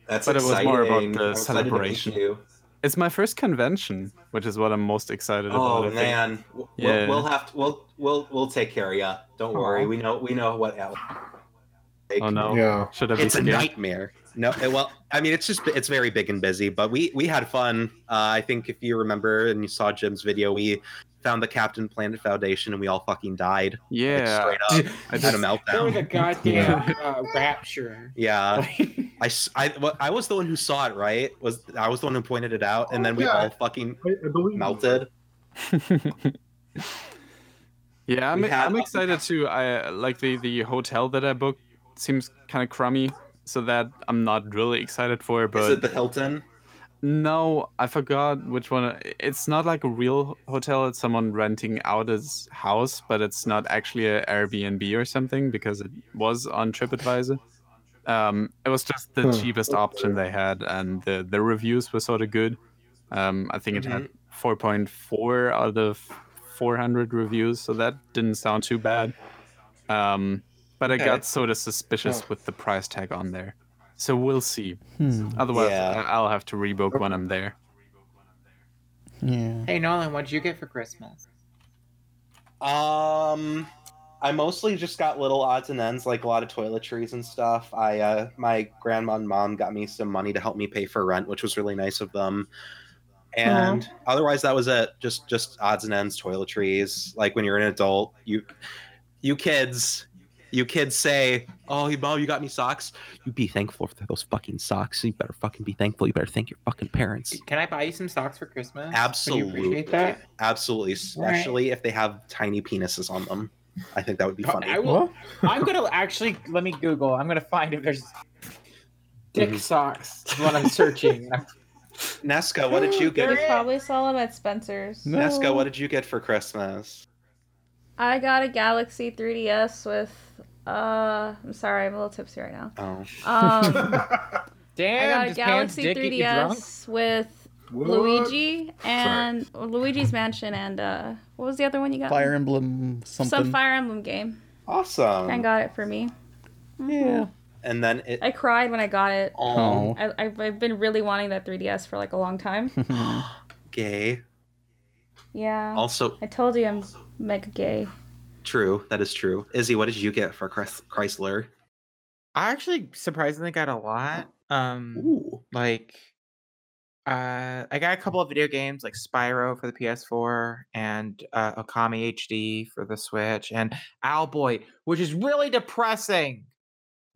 Speaker 2: That's
Speaker 6: But it was more about
Speaker 2: exciting.
Speaker 6: the
Speaker 2: I'm excited to meet
Speaker 6: celebration.
Speaker 2: you.
Speaker 6: It's my first convention, which is what I'm most excited about. I
Speaker 2: Oh
Speaker 6: think.
Speaker 2: man, We'll-
Speaker 6: Yeah.
Speaker 2: we'll, we'll have to. We'll we'll we'll take care of ya. Don't worry. We know we know what. Al-
Speaker 6: Oh no!
Speaker 5: Yeah.
Speaker 6: Should I be
Speaker 2: It's a
Speaker 6: scared?
Speaker 2: nightmare. No, eh, well, I mean, it's just it's very big and busy, but we we had fun. Uh, I think if you remember and you saw Jim's video, we found the Captain Planet Foundation and we all fucking died. Like,
Speaker 6: Yeah,
Speaker 2: straight up. I
Speaker 6: I
Speaker 2: had a
Speaker 6: just-
Speaker 3: There was a
Speaker 2: meltdown.
Speaker 3: goddamn uh, rapture.
Speaker 2: Yeah, I, s- I- well, I was the one who saw it. Right? Was I was the one who pointed it out, and then we
Speaker 5: Yeah.
Speaker 2: all fucking
Speaker 5: I, I believe you.
Speaker 2: melted.
Speaker 6: Yeah, I'm, e-,
Speaker 2: We had-
Speaker 6: I'm excited too. I uh, like the the hotel that I booked seems kind of crummy, so that I'm not really excited for. But
Speaker 2: Is it the Hilton?
Speaker 6: No, I forgot which one. It's not like a real hotel. It's someone renting out his house, but it's not actually a Airbnb or something because it was on TripAdvisor. Um, it was just the
Speaker 5: Hmm.
Speaker 6: cheapest option they had, and the, the reviews were sort of good. Um, I think it had
Speaker 2: Mm-hmm.
Speaker 6: 4.4 out of 400 reviews, so that didn't sound too bad. Um, but I
Speaker 2: Okay.
Speaker 6: got sort of suspicious with the price tag on there. So we'll see.
Speaker 11: Hmm.
Speaker 6: Otherwise,
Speaker 2: Yeah.
Speaker 6: I- I'll have to rebook when I'm there.
Speaker 11: Yeah.
Speaker 3: Hey Nolan, what'd you get for Christmas?
Speaker 2: Um, I mostly just got little odds and ends, like a lot of toiletries and stuff. I, uh, my grandma and mom got me some money to help me pay for rent, which was really nice of them. And otherwise, that was it. Just, just odds and ends, toiletries. Like when you're an adult, you, you kids, you kids say, "Oh, you- mom, you got me socks." You be thankful for those fucking socks. You better fucking be thankful. You better thank your fucking parents.
Speaker 3: Can I buy you some socks for Christmas? Would you
Speaker 2: Absolutely,
Speaker 3: appreciate that?
Speaker 2: absolutely,
Speaker 3: Alright.
Speaker 2: especially if they have tiny penises on them. I think that would be funny.
Speaker 3: I will. I'm gonna actually let me Google. I'm gonna find if there's
Speaker 2: Mm-hmm.
Speaker 3: dick socks. Is what I'm searching.
Speaker 2: Nesca, what did you
Speaker 7: They
Speaker 2: get?
Speaker 7: probably sell them at Spencer's.
Speaker 2: Nesca, what did you get for Christmas?
Speaker 7: I got a Galaxy 3DS with. Uh, I'm sorry, I'm a little tipsy right now.
Speaker 2: Oh,
Speaker 7: Um, I
Speaker 3: Damn,
Speaker 7: got a
Speaker 3: does Pan's
Speaker 7: Galaxy
Speaker 3: dick get you drunk?
Speaker 7: 3DS with
Speaker 5: What?
Speaker 7: Luigi and Luigi's Mansion and uh, what was the other one you got?
Speaker 11: Fire Emblem something.
Speaker 7: Some Fire Emblem game.
Speaker 2: awesome!
Speaker 3: Oh.
Speaker 7: And got it for me.
Speaker 11: yeah.
Speaker 2: And then it.
Speaker 7: I cried when I got it.
Speaker 2: Oh,
Speaker 7: I, I've, I've been really wanting that 3DS for like a long time.
Speaker 2: gay.
Speaker 7: Yeah.
Speaker 2: Also
Speaker 7: I told you I'm mega gay.
Speaker 2: true. That is true. Izzy, what did you get for Chris- Chrysler?
Speaker 3: I actually surprisingly got a lot. Um,
Speaker 2: Ooh.
Speaker 3: like uh i got a couple of video games like spyro for the ps4 and uh okami hd for the switch and owlboy which is really depressing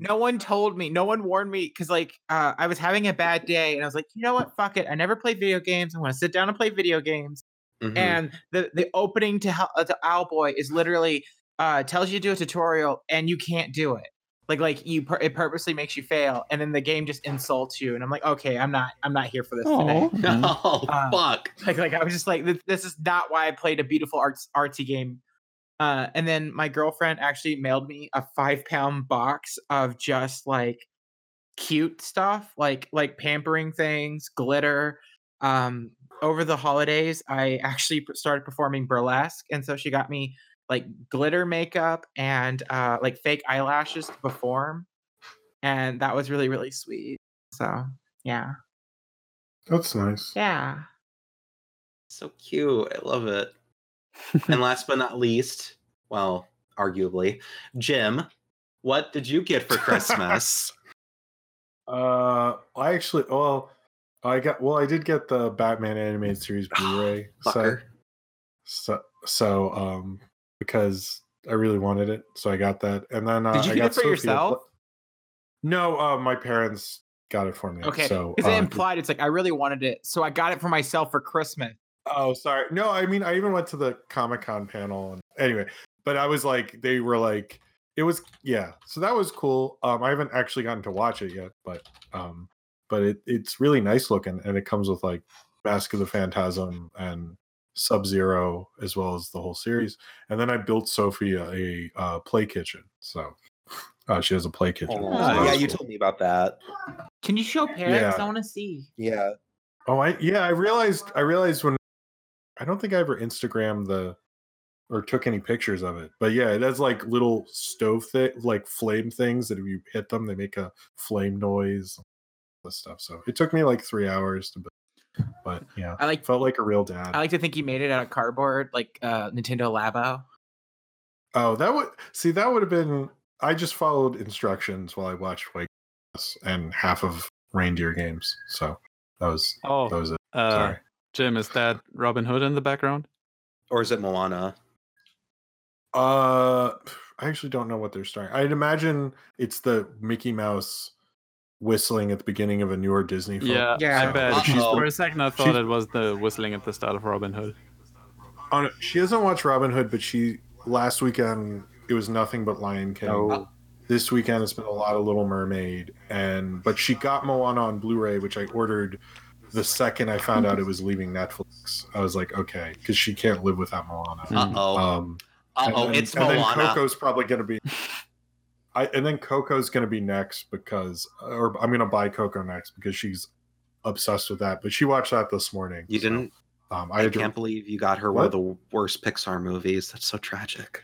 Speaker 3: no one told me no one warned me because like uh i was having a bad day and i was like you know what fuck it i never play video games i'm gonna sit down and play video games
Speaker 2: Mhm.
Speaker 3: and the the opening to Hel- uh, to Owlboy is literally uh, tells you to do a tutorial and you can't do it. Like like you pur- it purposely makes you fail, and then the game just insults you. And I'm like, okay, I'm not I'm not here for this today.
Speaker 11: Aw.
Speaker 2: oh
Speaker 3: Uh,
Speaker 2: fuck!
Speaker 3: Like like I was just like this, this is not why I played a beautiful arts artsy game. Uh, and then my girlfriend actually mailed me a five pound box of just like cute stuff, like like pampering things, glitter. Um, over the holidays, I actually p- started performing burlesque, and so she got me like glitter makeup and uh, like fake eyelashes to perform, and that was really really sweet. So yeah,
Speaker 5: That's nice.
Speaker 3: yeah.
Speaker 2: So cute. I love it. and last but not least, well, arguably, Jim, what did you get for Christmas?
Speaker 5: Uh, I actually, well, I got, well, I did get the Batman animated series
Speaker 6: Ah,
Speaker 5: Blu-ray. so,
Speaker 2: Fucker.
Speaker 5: so, so, um, because I really wanted it, so I got that. And then uh,
Speaker 6: Did you
Speaker 5: I
Speaker 6: get
Speaker 5: got
Speaker 6: it for
Speaker 5: Sophie a
Speaker 6: yourself?
Speaker 5: pla- no, uh, my parents got it for me.
Speaker 3: Okay,
Speaker 5: so
Speaker 3: because
Speaker 5: uh,
Speaker 3: it implied it's like I really wanted it, so I got it for myself for Christmas.
Speaker 5: Oh, sorry. No, I mean, I even went to the Comic Con panel. And, anyway, but I was like, they were like, it was, yeah. So that was cool. Um, I haven't actually gotten to watch it yet, but, um, but it it's really nice looking, and it comes with like Mask of the Phantasm and Sub Zero as well as the whole series. And then I built Sophie a, uh play kitchen, so uh, she has a play kitchen. so
Speaker 2: Oh,
Speaker 5: that
Speaker 2: yeah,
Speaker 5: was
Speaker 2: you
Speaker 5: cool.
Speaker 2: told me about that.
Speaker 3: Can you show parents?
Speaker 5: Yeah.
Speaker 3: I want to see.
Speaker 2: Yeah.
Speaker 5: Oh, I yeah, I realized I realized when I don't think I ever Instagrammed the or took any pictures of it. But yeah, it has like little stove thing like flame things that if you hit them they make a flame noise all this stuff. So it took me like three hours to build. But yeah.
Speaker 3: I like
Speaker 5: felt like a real dad.
Speaker 3: I like to think he made it out of cardboard, like uh, Nintendo Labo.
Speaker 5: oh, that would see that would have been I just followed instructions while I watched Wake and half of reindeer games. So that was that
Speaker 6: Oh,
Speaker 5: was it.
Speaker 6: uh,
Speaker 5: Sorry.
Speaker 6: Jim, is that Robin Hood in the background?
Speaker 2: Or is it Moana?
Speaker 5: Uh, I actually don't know what they're starting. I'd imagine it's the Mickey Mouse whistling at the beginning of a newer Disney film.
Speaker 6: Yeah,
Speaker 3: Yeah.
Speaker 6: I bet.
Speaker 2: Uh-oh.
Speaker 6: She's, for a second, I thought
Speaker 5: She's-
Speaker 6: it was the whistling at the start of Robin Hood.
Speaker 5: On, she doesn't watch Robin Hood, but she last weekend it was nothing but Lion King.
Speaker 2: Oh.
Speaker 5: This weekend it's been a lot of Little Mermaid, and but she got Moana on Blu-ray, which I ordered the second I found out it was leaving Netflix. I was like, okay, because she can't live without Moana.
Speaker 2: Uh-oh.
Speaker 5: Um, and
Speaker 2: Uh-oh,
Speaker 5: then-
Speaker 2: it's
Speaker 5: and then
Speaker 2: Moana.
Speaker 5: Coco's probably gonna be. I, and then Coco's gonna be next because, or I'm gonna buy Coco next because she's obsessed with that. But she watched that this morning.
Speaker 2: You didn't.
Speaker 5: Um, I,
Speaker 2: I,
Speaker 5: had to-
Speaker 2: can't believe you got her one of the worst Pixar movies. That's so tragic.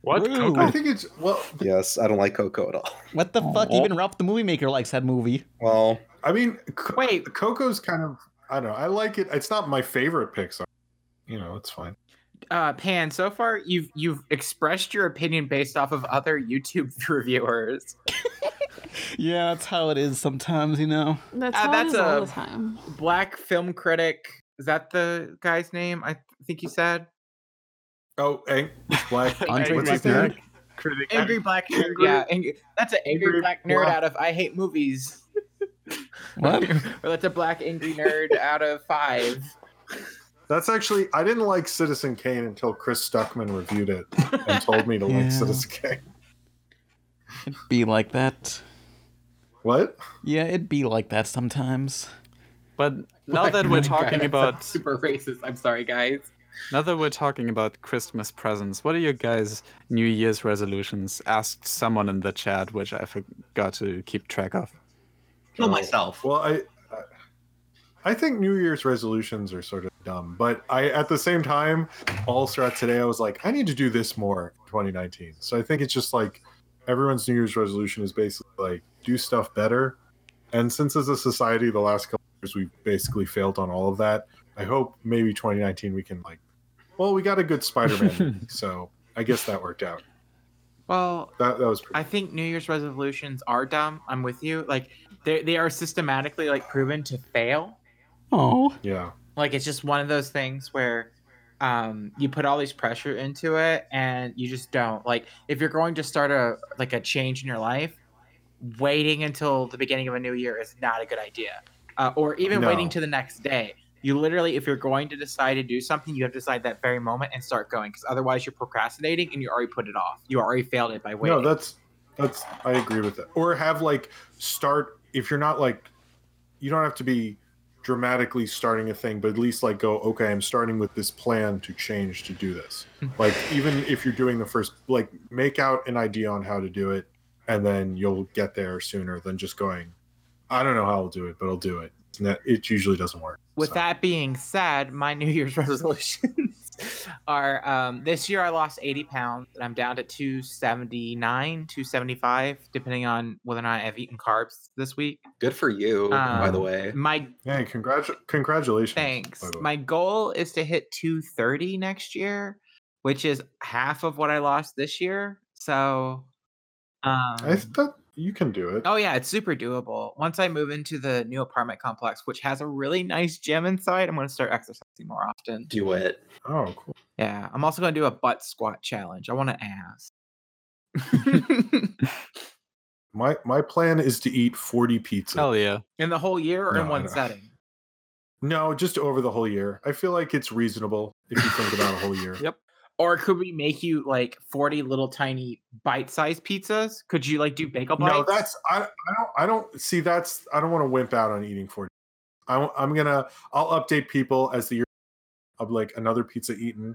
Speaker 6: What?
Speaker 8: Woo.
Speaker 5: I think it's well.
Speaker 2: Yes, I don't like Coco at all.
Speaker 8: What the fuck? Even Ralph the Movie Maker likes that movie.
Speaker 2: Well,
Speaker 5: I mean,
Speaker 3: Wait.
Speaker 5: wait, Coco's kind of. I don't know. I like it. It's not my favorite Pixar. You know, it's fine.
Speaker 3: uh, Pan, so far you've you've expressed your opinion based off of other YouTube reviewers.
Speaker 4: Yeah, that's how it is sometimes, you know.
Speaker 12: That's
Speaker 3: Uh,
Speaker 12: how
Speaker 3: that's
Speaker 12: it is all
Speaker 3: a-
Speaker 12: the time.
Speaker 3: Black film critic is that the guy's name? I th- think you said
Speaker 5: Oh, Ang- Black.
Speaker 4: Andre
Speaker 5: what's his
Speaker 4: Black
Speaker 5: name?
Speaker 6: Critic.
Speaker 3: angry black nerd. Yeah, ang- that's an angry,
Speaker 5: Angry
Speaker 3: black nerd
Speaker 5: Black-
Speaker 3: out of I hate movies.
Speaker 4: What?
Speaker 3: or that's a black angry nerd out of five.
Speaker 5: That's actually. I didn't like Citizen Kane until Chris Stuckman reviewed it and told me to
Speaker 4: Yeah.
Speaker 5: like Citizen Kane.
Speaker 4: It'd be like that.
Speaker 5: What?
Speaker 4: Yeah, it'd be like that sometimes.
Speaker 6: But now that we're talking about
Speaker 3: super racist, I'm sorry guys.
Speaker 6: now that we're talking about Christmas presents, what are your guys' New Year's resolutions? Asked someone in the chat, which I forgot to keep track of.
Speaker 2: kill myself.
Speaker 5: Well, I. I- I think New Year's resolutions are sort of dumb, but I at the same time, all throughout today, I was like, I need to do this more in 2019. So I think it's just like everyone's New Year's resolution is basically like do stuff better. And since as a society, the last couple of years we've basically failed on all of that. I hope maybe 2019 we can like, well, we got a good Spider-Man, movie, so I guess that worked out.
Speaker 3: Well,
Speaker 5: That that was pretty.
Speaker 3: I think New Year's resolutions are dumb. I'm with you. Like they they are systematically like proven to fail.
Speaker 4: Oh.
Speaker 5: yeah.
Speaker 3: Like it's just one of those things where um you put all this pressure into it and you just don't. Like if you're going to start a like a change in your life, waiting until the beginning of a new year is not a good idea. Uh, or even
Speaker 5: No.
Speaker 3: waiting to the next day. You literally, if you're going to decide to do something, you have to decide that very moment and start going, because otherwise you're procrastinating and you already put it off. You already failed it by waiting.
Speaker 5: No, that's that's I agree with that. Or have like start if you're not like you don't have to be dramatically starting a thing, but at least like go, okay, I'm starting with this plan to change to do this.
Speaker 3: Hmm.
Speaker 5: like even if you're doing the first like make out an idea on how to do it and then you'll get there sooner than just going, I don't know how I'll do it, but I'll do it. And that it usually doesn't work.
Speaker 3: With
Speaker 5: So,
Speaker 3: that being said, my New Year's resolutions are um, this year I lost 80 pounds and I'm down to 279, 275, depending on whether or not I've eaten carbs this week.
Speaker 2: Good for you, by the
Speaker 3: Um,
Speaker 2: way.
Speaker 3: My
Speaker 5: Hey, congratu- congratulations.
Speaker 3: thanks.
Speaker 5: by the way.
Speaker 3: My goal is to hit 230 next year, which is half of what I lost this year. So, um,
Speaker 5: I thought you can do it.
Speaker 3: Oh yeah, it's super doable. Once I move into the new apartment complex, which has a really nice gym inside, I'm going to start exercising more often.
Speaker 2: Do it.
Speaker 5: Oh, cool.
Speaker 3: Yeah, I'm also gonna do a butt squat challenge. I want to ass.
Speaker 5: My my plan is to eat 40 pizzas.
Speaker 3: Oh.
Speaker 6: Hell yeah.
Speaker 3: in the whole year or
Speaker 5: No,
Speaker 3: in
Speaker 5: I
Speaker 3: one
Speaker 5: don't-
Speaker 3: setting?
Speaker 5: No, just over the whole year. I feel like it's reasonable if you think about a whole year.
Speaker 6: Yep.
Speaker 3: Or could we make you like 40 little tiny bite-sized pizzas? Could you like do bagel bites?
Speaker 5: No, that's I. I don't. I don't see. That's I don't want to wimp out on eating forty. I'm, I'm gonna. I'll update people as the year of like another pizza eaten,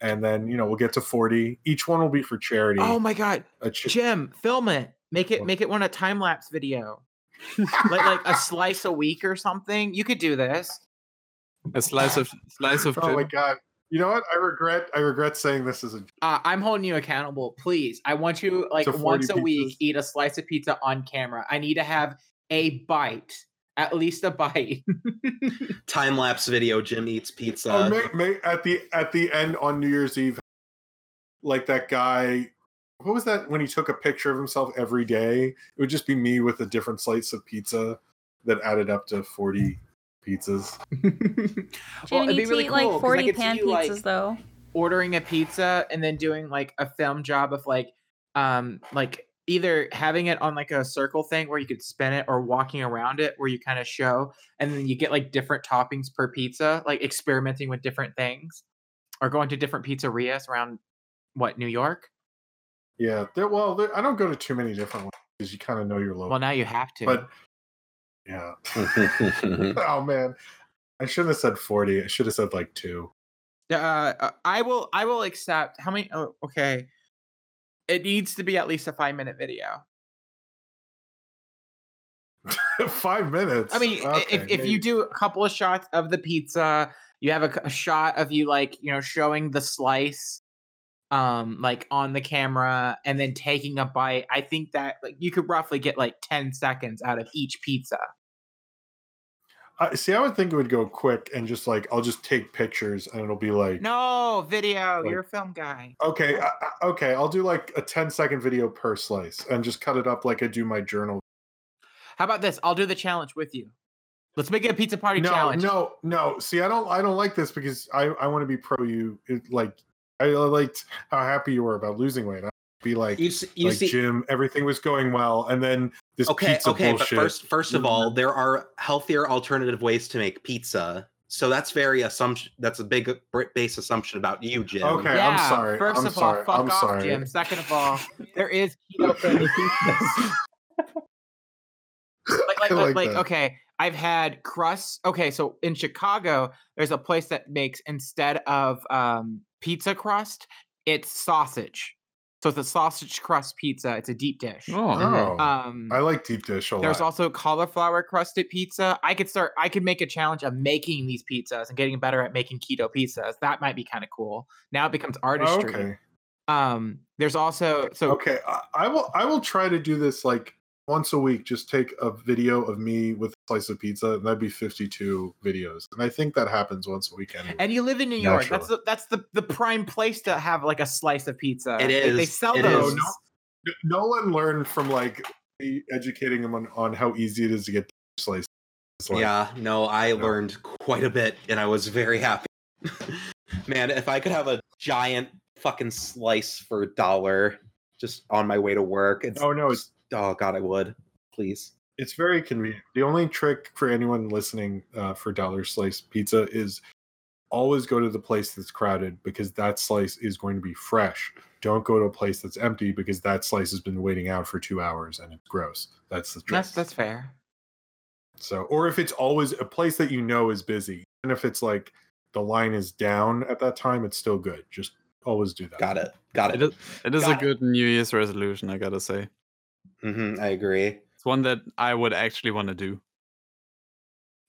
Speaker 5: and then you know we'll get to forty. Each one will be for charity.
Speaker 3: Oh my god,
Speaker 5: A chi-
Speaker 3: Jim, film it. Make it make it one a time lapse video. like like a slice a week or something. You could do this.
Speaker 6: A slice of slice of
Speaker 5: oh my
Speaker 6: gin.
Speaker 5: god. You know what? I regret. I regret saying this is a.
Speaker 3: Uh, I'm holding you accountable, please. I want you like
Speaker 5: To 40
Speaker 3: once a
Speaker 5: pizzas?
Speaker 3: week eat a slice of pizza on camera. I need to have a bite, at least a bite.
Speaker 2: Time lapse video. Jim eats pizza.
Speaker 5: Oh, may, may, at the at the end on New Year's Eve, like that guy. What was that when he took a picture of himself every day? It would just be me with a different slice of pizza that added up to forty pizzas.
Speaker 3: well,
Speaker 7: Jim,
Speaker 3: it'd
Speaker 7: you
Speaker 3: be
Speaker 7: need to
Speaker 3: really
Speaker 7: eat
Speaker 3: cool
Speaker 7: like
Speaker 3: 'cause I
Speaker 7: 40
Speaker 3: could see
Speaker 7: pan
Speaker 3: you,
Speaker 7: pizzas,
Speaker 3: like,
Speaker 7: though.
Speaker 3: ordering a pizza and then doing like a film job of like um like either having it on like a circle thing where you could spin it or walking around it where you kind of show and then you get like different toppings per pizza like experimenting with different things or going to different pizzerias around what New York?
Speaker 5: Yeah. There, well, there, I don't go to too many different ones because you kind of know your local.
Speaker 3: Well, now you have to.
Speaker 5: Oh. But yeah. oh man, I shouldn't have said forty. I should have said like two.
Speaker 3: Uh, uh, I will. I will accept. How many? Oh, okay. It needs to be at least a five minute video.
Speaker 5: Five minutes.
Speaker 3: I mean, i-
Speaker 5: Okay,
Speaker 3: if, if
Speaker 5: maybe.
Speaker 3: you do a couple of shots of the pizza, you have a, c- a shot of you like you know showing the slice, um, like on the camera, and then taking a bite. I think that like you could roughly get like ten seconds out of each pizza.
Speaker 5: I see, I would think it would go quick and just like I'll just take pictures and it'll be like,
Speaker 3: No video.
Speaker 5: Like-
Speaker 3: You're a film guy.
Speaker 5: okay, I, I- okay, I'll do like a 10 second video per slice and just cut it up like I do my journal.
Speaker 3: How about this? I'll do the challenge with you. Let's make it a pizza party
Speaker 5: no,
Speaker 3: challenge.
Speaker 5: no, no. See, I don't, I don't like this because I, I want to be pro you. It, like, I liked how happy you were about losing weight. I'd be like,
Speaker 2: You s- you
Speaker 5: like
Speaker 2: see-
Speaker 5: Jim, everything was going well, and then this
Speaker 2: okay,
Speaker 5: pizza
Speaker 2: okay,
Speaker 5: bullshit. Mm-hmm.
Speaker 2: but first, first of all, there are healthier alternative ways to make pizza. So that's very assumption. That's a big br- base assumption about you, Jim.
Speaker 5: Okay, I'm sorry,
Speaker 3: First
Speaker 5: I'm
Speaker 3: of
Speaker 5: sorry,
Speaker 3: all, fuck
Speaker 5: I'm
Speaker 3: off,
Speaker 5: sorry.
Speaker 3: Jim. Second of all, there is keto friendly pizzas. like, like,
Speaker 5: I
Speaker 3: like,
Speaker 5: like
Speaker 3: like,
Speaker 5: that.
Speaker 3: okay, I've had crusts. Okay, so in Chicago, there's a place that makes instead of um, pizza crust, it's sausage. So it's a sausage crust pizza. It's a deep dish.
Speaker 5: Oh,
Speaker 3: Um,
Speaker 5: I like deep dish a lot.
Speaker 3: there's also cauliflower crusted pizza. I could start. I could make a challenge of making these pizzas and getting better at making keto pizzas. That might be kind of cool. Now it becomes artistry.
Speaker 5: Oh, okay.
Speaker 3: Um, there's also so
Speaker 5: okay I, I will i will try to do this like once a week just take a video of me with a slice of pizza and that'd be 52 videos and i think that happens once a week anyway.
Speaker 3: and you live in New York. That's
Speaker 5: Naturally.
Speaker 3: the, that's the the prime place to have like a slice of pizza.
Speaker 2: It
Speaker 3: Like, They
Speaker 2: is.
Speaker 3: sell
Speaker 2: It is.
Speaker 3: those.
Speaker 5: No, N- nolan learned from like the- educating him on, on how easy it is to get slices like,
Speaker 2: yeah, no, I learned quite a bit, and I was very happy. Man, if I could have a giant fucking slice for a dollar just on my way to work, it's
Speaker 5: oh no it's
Speaker 2: oh god, I would. Please.
Speaker 5: it's very convenient the only trick for anyone listening uh, for dollar slice pizza is always go to the place that's crowded because that slice is going to be fresh don't go to a place that's empty because that slice has been waiting out for two hours and it's gross that's the trick
Speaker 3: That's that's fair.
Speaker 5: So, or if it's always a place that you know is busy, and if it's like the line is down at that time, it's still good. Just always do that.
Speaker 2: Got it. Got
Speaker 6: It
Speaker 2: it.
Speaker 6: is, it is a
Speaker 2: Got it.
Speaker 6: good New Year's resolution, I gotta say.
Speaker 2: hmm I agree.
Speaker 6: It's one that I would actually want to do.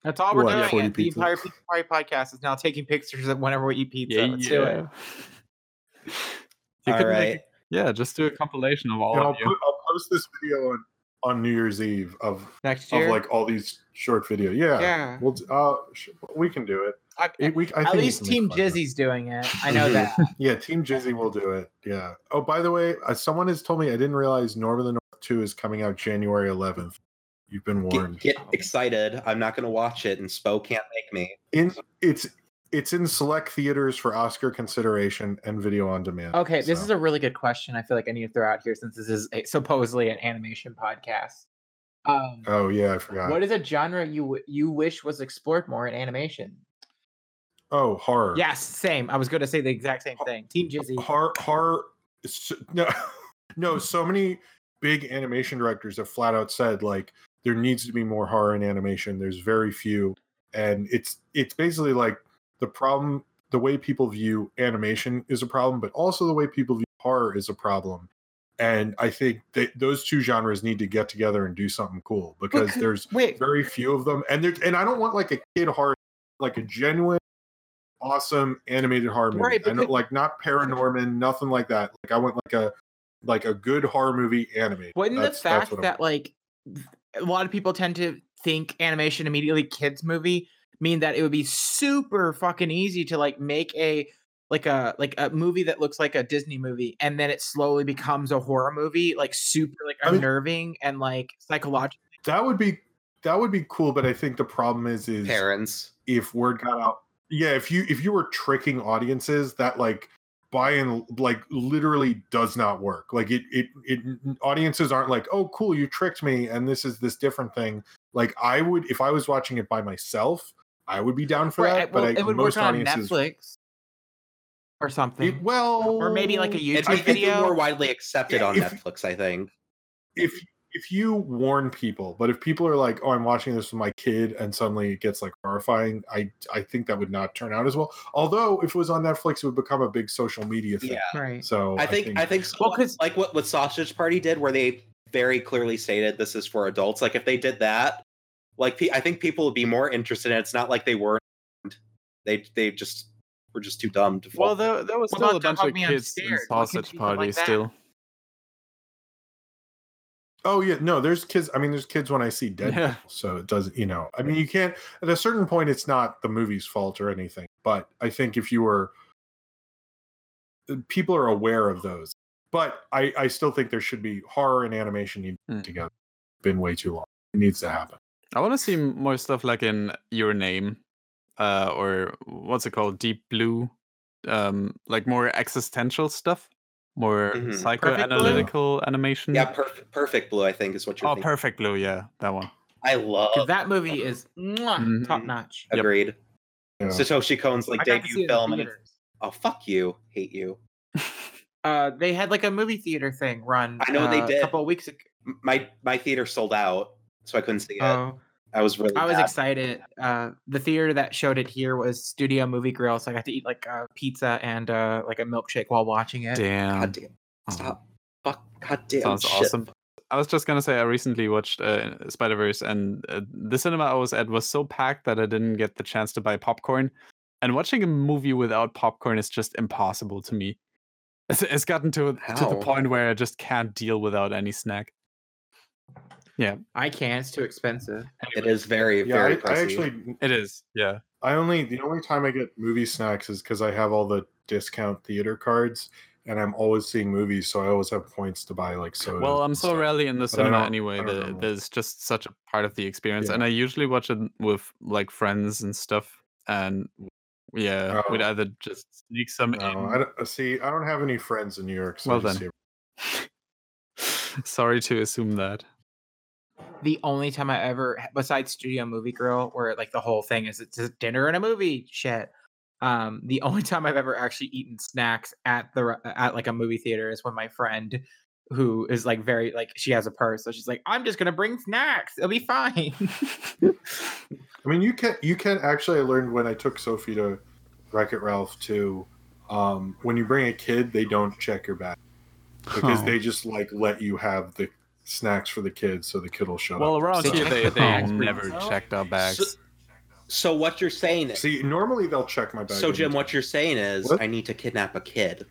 Speaker 3: That's all we're
Speaker 5: What,
Speaker 3: doing.
Speaker 5: 40
Speaker 3: and The entire
Speaker 5: pizzas?
Speaker 3: Pizza Party podcast is now taking pictures of whenever we eat pizza. Let's do it.
Speaker 6: You
Speaker 2: All
Speaker 6: could make-
Speaker 2: right.
Speaker 6: yeah, just do a compilation of all
Speaker 5: And I'll,
Speaker 6: of you.
Speaker 5: put, I'll post this video on on New Year's Eve of
Speaker 3: Next
Speaker 5: of
Speaker 3: year.
Speaker 5: like all these short video. Yeah,
Speaker 3: yeah.
Speaker 5: We'll d- uh, sh- we can do it.
Speaker 3: I-
Speaker 5: It- we, I
Speaker 3: at
Speaker 5: think we
Speaker 3: least
Speaker 5: can make
Speaker 3: Team
Speaker 5: fun of it.
Speaker 3: Jizzy's doing it. I know
Speaker 2: Mhm.
Speaker 3: that.
Speaker 5: Yeah, Team Jizzy will do it. Yeah. Oh, by the way, uh, someone has told me I didn't realize Norm of the North Two is coming out January 11th. You've been warned.
Speaker 2: Get, get excited. I'm not gonna watch it and Spo can't make me.
Speaker 5: in it's it's in select theaters for Oscar consideration and video on demand.
Speaker 3: Okay, this is a really good question. I feel like I need to throw out here since this is a, supposedly an animation podcast. Um,
Speaker 5: Oh yeah, I forgot.
Speaker 3: what is a genre you w- you wish was explored more in animation?
Speaker 5: oh, horror.
Speaker 3: Yes, same. I was going to say the exact same thing. Team Jizzy.
Speaker 5: Horror horror s- no no, so many big animation directors have flat out said like there needs to be more horror in animation. There's very few and it's it's basically like the problem the way people view animation is a problem, but also the way people view horror is a problem. And I think that those two genres need to get together and do something cool because
Speaker 3: could-
Speaker 5: there's
Speaker 3: Wait,
Speaker 5: very few of them and there and i don't want like a kid horror like a genuine awesome animated horror movie
Speaker 3: Right,
Speaker 5: i know
Speaker 3: because-
Speaker 5: like not paranorman nothing like that like i want like a like a good horror movie animated
Speaker 3: wouldn't the
Speaker 5: That's- that's
Speaker 3: fact
Speaker 5: what I'm-
Speaker 3: that like th- a lot of people tend to think animation immediately kids movie mean that it would be super fucking easy to like make a like a like a movie that looks like a Disney movie and then it slowly becomes a horror movie like super like
Speaker 5: I mean-
Speaker 3: unnerving and like psychological
Speaker 5: that would be that would be cool but i think the problem is is
Speaker 2: Parents.
Speaker 5: if word got out yeah if you if you were tricking audiences that like by and like literally does not work like it it it audiences aren't like oh cool you tricked me and this is this different thing like i would if i was watching it by myself i would be down for
Speaker 3: Right,
Speaker 5: that but
Speaker 3: well,
Speaker 5: I,
Speaker 3: it would
Speaker 5: most
Speaker 3: work on
Speaker 5: audiences
Speaker 3: Netflix. or something.
Speaker 5: well,
Speaker 3: or maybe like a
Speaker 2: It's
Speaker 3: YouTube
Speaker 2: becoming
Speaker 3: video.
Speaker 2: more widely accepted
Speaker 5: Yeah,
Speaker 2: on
Speaker 5: if-
Speaker 2: Netflix, I think.
Speaker 5: if if you warn people, but if people are like, "Oh, I'm watching this with my kid," and suddenly it gets like horrifying, I I think that would not turn out as well. Although if it was on Netflix, it would become a big social media thing.
Speaker 2: Yeah.
Speaker 3: Right.
Speaker 5: So
Speaker 2: I think I think so,
Speaker 3: Well, 'cause-
Speaker 2: like what what Sausage Party did, where they very clearly stated this is for adults. Like if they did that, like pe- I think people would be more interested. in it. It's not like they weren't. They they just were just too dumb to. Fall.
Speaker 6: Well, there, there was
Speaker 3: What
Speaker 6: still
Speaker 3: about
Speaker 6: a
Speaker 3: Don't
Speaker 6: bunch
Speaker 3: Hug
Speaker 6: of
Speaker 3: Me, I'm
Speaker 6: kids in
Speaker 3: Scared? Look at
Speaker 6: sausage
Speaker 3: people like
Speaker 6: party
Speaker 3: that.
Speaker 6: still.
Speaker 5: Oh yeah, no, there's kids. I mean, there's kids when I see Deadpool,
Speaker 6: Yeah.
Speaker 5: so it doesn't. You know, I mean, you can't. At a certain point, it's not the movie's fault or anything. But I think if you were, people are aware of those. But I, I still think there should be horror and animation need
Speaker 2: Hmm.
Speaker 6: Mm.
Speaker 5: together. Been way too long. It needs to happen.
Speaker 6: I want to see m- more stuff like in Your Name, uh, or what's it called, Deep Blue, um, like more existential stuff, more
Speaker 3: Mm-hmm.
Speaker 2: Mhm.
Speaker 6: psychoanalytical animation.
Speaker 2: yeah, perf- perfect blue. I think is what you're.
Speaker 6: Oh,
Speaker 2: thinking.
Speaker 6: Perfect Blue, yeah, that one.
Speaker 2: I love.
Speaker 3: 'Cause that movie is
Speaker 5: Mm-hmm.
Speaker 6: Mhm.
Speaker 3: top notch.
Speaker 6: Yep.
Speaker 2: Agreed.
Speaker 5: Yeah.
Speaker 2: Satoshi Kon's like
Speaker 3: I got to see it
Speaker 2: debut
Speaker 3: in
Speaker 2: film. and it's-
Speaker 3: theaters.
Speaker 2: oh fuck you, hate you.
Speaker 3: Uh, they had like a movie theater thing run.
Speaker 2: I know they
Speaker 3: uh,
Speaker 2: did.
Speaker 3: a couple of weeks ago.
Speaker 2: M- My my theater sold out, so I couldn't see it.
Speaker 3: Oh,
Speaker 2: I was really.
Speaker 3: I was
Speaker 2: mad.
Speaker 3: excited. Uh, the theater that showed it here was Studio Movie Grill, so I got to eat like a pizza and uh, like a milkshake while watching it.
Speaker 6: Damn,
Speaker 2: God damn!
Speaker 6: Oh.
Speaker 2: Stop. Fuck. God damn.
Speaker 6: sounds
Speaker 2: shit.
Speaker 6: awesome. I was just gonna say I recently watched uh, Spider Verse, and uh, the cinema I was at was so packed that I didn't get the chance to buy popcorn. And watching a movie without popcorn is just impossible to me. It's, it's gotten to to the
Speaker 2: How?
Speaker 6: point where I just can't deal without any snack.
Speaker 3: I can't. It's too expensive.
Speaker 2: It is very
Speaker 5: Yeah,
Speaker 2: very.
Speaker 5: I, I
Speaker 2: pricey.
Speaker 5: actually,
Speaker 6: It is, yeah.
Speaker 5: I only the only time I get movie snacks is because I have all the discount theater cards, and I'm always seeing movies, so I always have points to buy like soda.
Speaker 6: Well, I'm
Speaker 5: and
Speaker 6: so
Speaker 5: stuff.
Speaker 6: rarely in the
Speaker 5: But I
Speaker 6: cinema
Speaker 5: don't-
Speaker 6: anyway.
Speaker 5: I don't
Speaker 6: That
Speaker 5: know.
Speaker 6: there's just such a part of the experience,
Speaker 5: Yeah.
Speaker 6: and I usually watch it with like friends and stuff. And yeah, we'd
Speaker 5: Oh.
Speaker 6: either just sneak some
Speaker 5: No,
Speaker 6: in.
Speaker 5: I don't, uh, see. I don't have any friends in New York. So
Speaker 6: Mm. Well
Speaker 5: I just
Speaker 6: then.
Speaker 5: see-
Speaker 6: Sorry to assume that.
Speaker 3: The only time I ever, besides Studio Movie Grill, where like the whole thing is it's a dinner and a movie shit. Um, the only time I've ever actually eaten snacks at the re- at like a movie theater is when my friend, who is like very like she has a purse, so she's like, I'm just gonna bring snacks. It'll be fine.
Speaker 5: I mean, you can you can actually. I learned when I took Sophie to Wreck It Ralph too. Um, when you bring a kid, they don't check your bag because
Speaker 4: Oh.
Speaker 5: they just like let you have the snacks for the kids, so the kid will shut
Speaker 6: Well,
Speaker 5: up.
Speaker 6: around
Speaker 3: So
Speaker 6: here
Speaker 3: check
Speaker 6: they, Oh,
Speaker 3: the
Speaker 6: they
Speaker 3: bags,
Speaker 6: never checked our bags.
Speaker 2: So, so what you're saying is,
Speaker 5: See, normally they'll check my bag.
Speaker 2: so
Speaker 5: every
Speaker 2: Jim,
Speaker 5: time.
Speaker 2: what you're saying is,
Speaker 5: What?
Speaker 2: I need to kidnap a kid.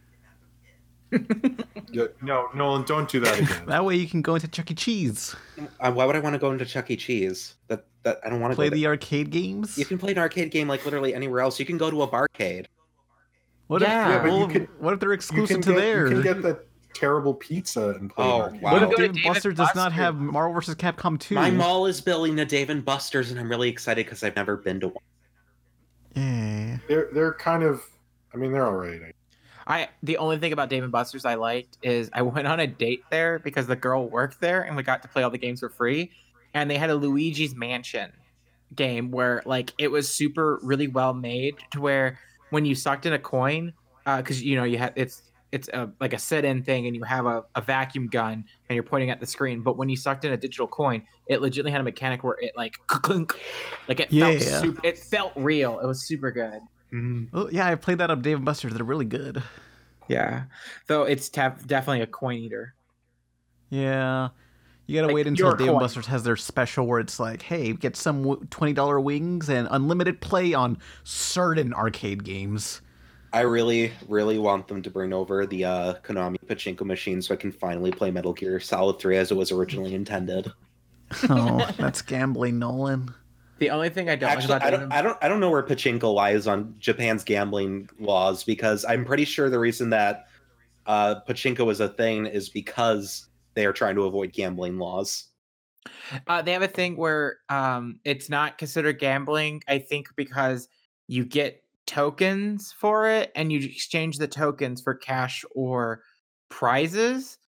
Speaker 5: Yeah, No, Nolan, don't do that again.
Speaker 4: That way you can go into Chuck E. Cheese,
Speaker 2: Uh, why would I want to go into Chuck E. Cheese? That that I don't want to
Speaker 4: play
Speaker 2: go
Speaker 4: the arcade games.
Speaker 2: You can play an arcade game like literally anywhere else. You can go to a barcade.
Speaker 4: What
Speaker 3: Yeah. Yeah,
Speaker 4: if
Speaker 5: but you
Speaker 4: well,
Speaker 5: can-
Speaker 4: what if they're
Speaker 5: you
Speaker 4: exclusive
Speaker 5: can
Speaker 4: to
Speaker 5: get,
Speaker 4: theirs?
Speaker 5: You can get the terrible pizza and play.
Speaker 2: Oh,
Speaker 5: arcade.
Speaker 2: wow.
Speaker 4: What
Speaker 2: Go
Speaker 4: if
Speaker 2: to
Speaker 4: David
Speaker 3: Dave and
Speaker 4: Buster does not
Speaker 3: Buster's.
Speaker 4: have Marvel vs. Capcom 2?
Speaker 2: My mall is building a Dave and Buster's, and I'm really excited because I've never been to one.
Speaker 4: yeah.
Speaker 5: They're they're kind of. I mean, they're all right. I-
Speaker 3: I the only thing about Dave and Buster's I liked is I went on a date there because the girl worked there and we got to play all the games for free, and they had a Luigi's Mansion game where like it was super really well made to where when you sucked in a coin because you know you have it's it's a, like a sit-in thing and you have a, a vacuum gun and you're pointing at the screen but when you sucked in a digital coin it legitimately had a mechanic where it like clunk like it felt
Speaker 4: Yeah.
Speaker 3: super, it felt real it was super good
Speaker 4: Oh, yeah, I played that up Dave and Buster's. They're really good.
Speaker 3: yeah though it's tef- definitely a coin eater
Speaker 4: Yeah. You gotta
Speaker 3: Like,
Speaker 4: wait until
Speaker 3: your
Speaker 4: Dave and
Speaker 3: coin.
Speaker 4: Buster's has their special where it's like, hey, get some w- $20 wings and unlimited play on certain arcade games.
Speaker 2: I really, really want them to bring over the uh, Konami pachinko machine so I can finally play Metal Gear Solid 3 as it was originally intended.
Speaker 4: Oh, that's gambling, Nolan.
Speaker 3: The only thing I don't
Speaker 2: Actually,
Speaker 3: like
Speaker 2: I
Speaker 3: about
Speaker 2: don't,
Speaker 3: Dave
Speaker 2: I don't, I don't know where pachinko lies on Japan's gambling laws because I'm pretty sure the reason that uh, pachinko is a thing is because they are trying to avoid gambling laws.
Speaker 3: and, uh, they have a thing where um, it's not considered gambling. I think because you get tokens for it, and you exchange the tokens for cash or prizes.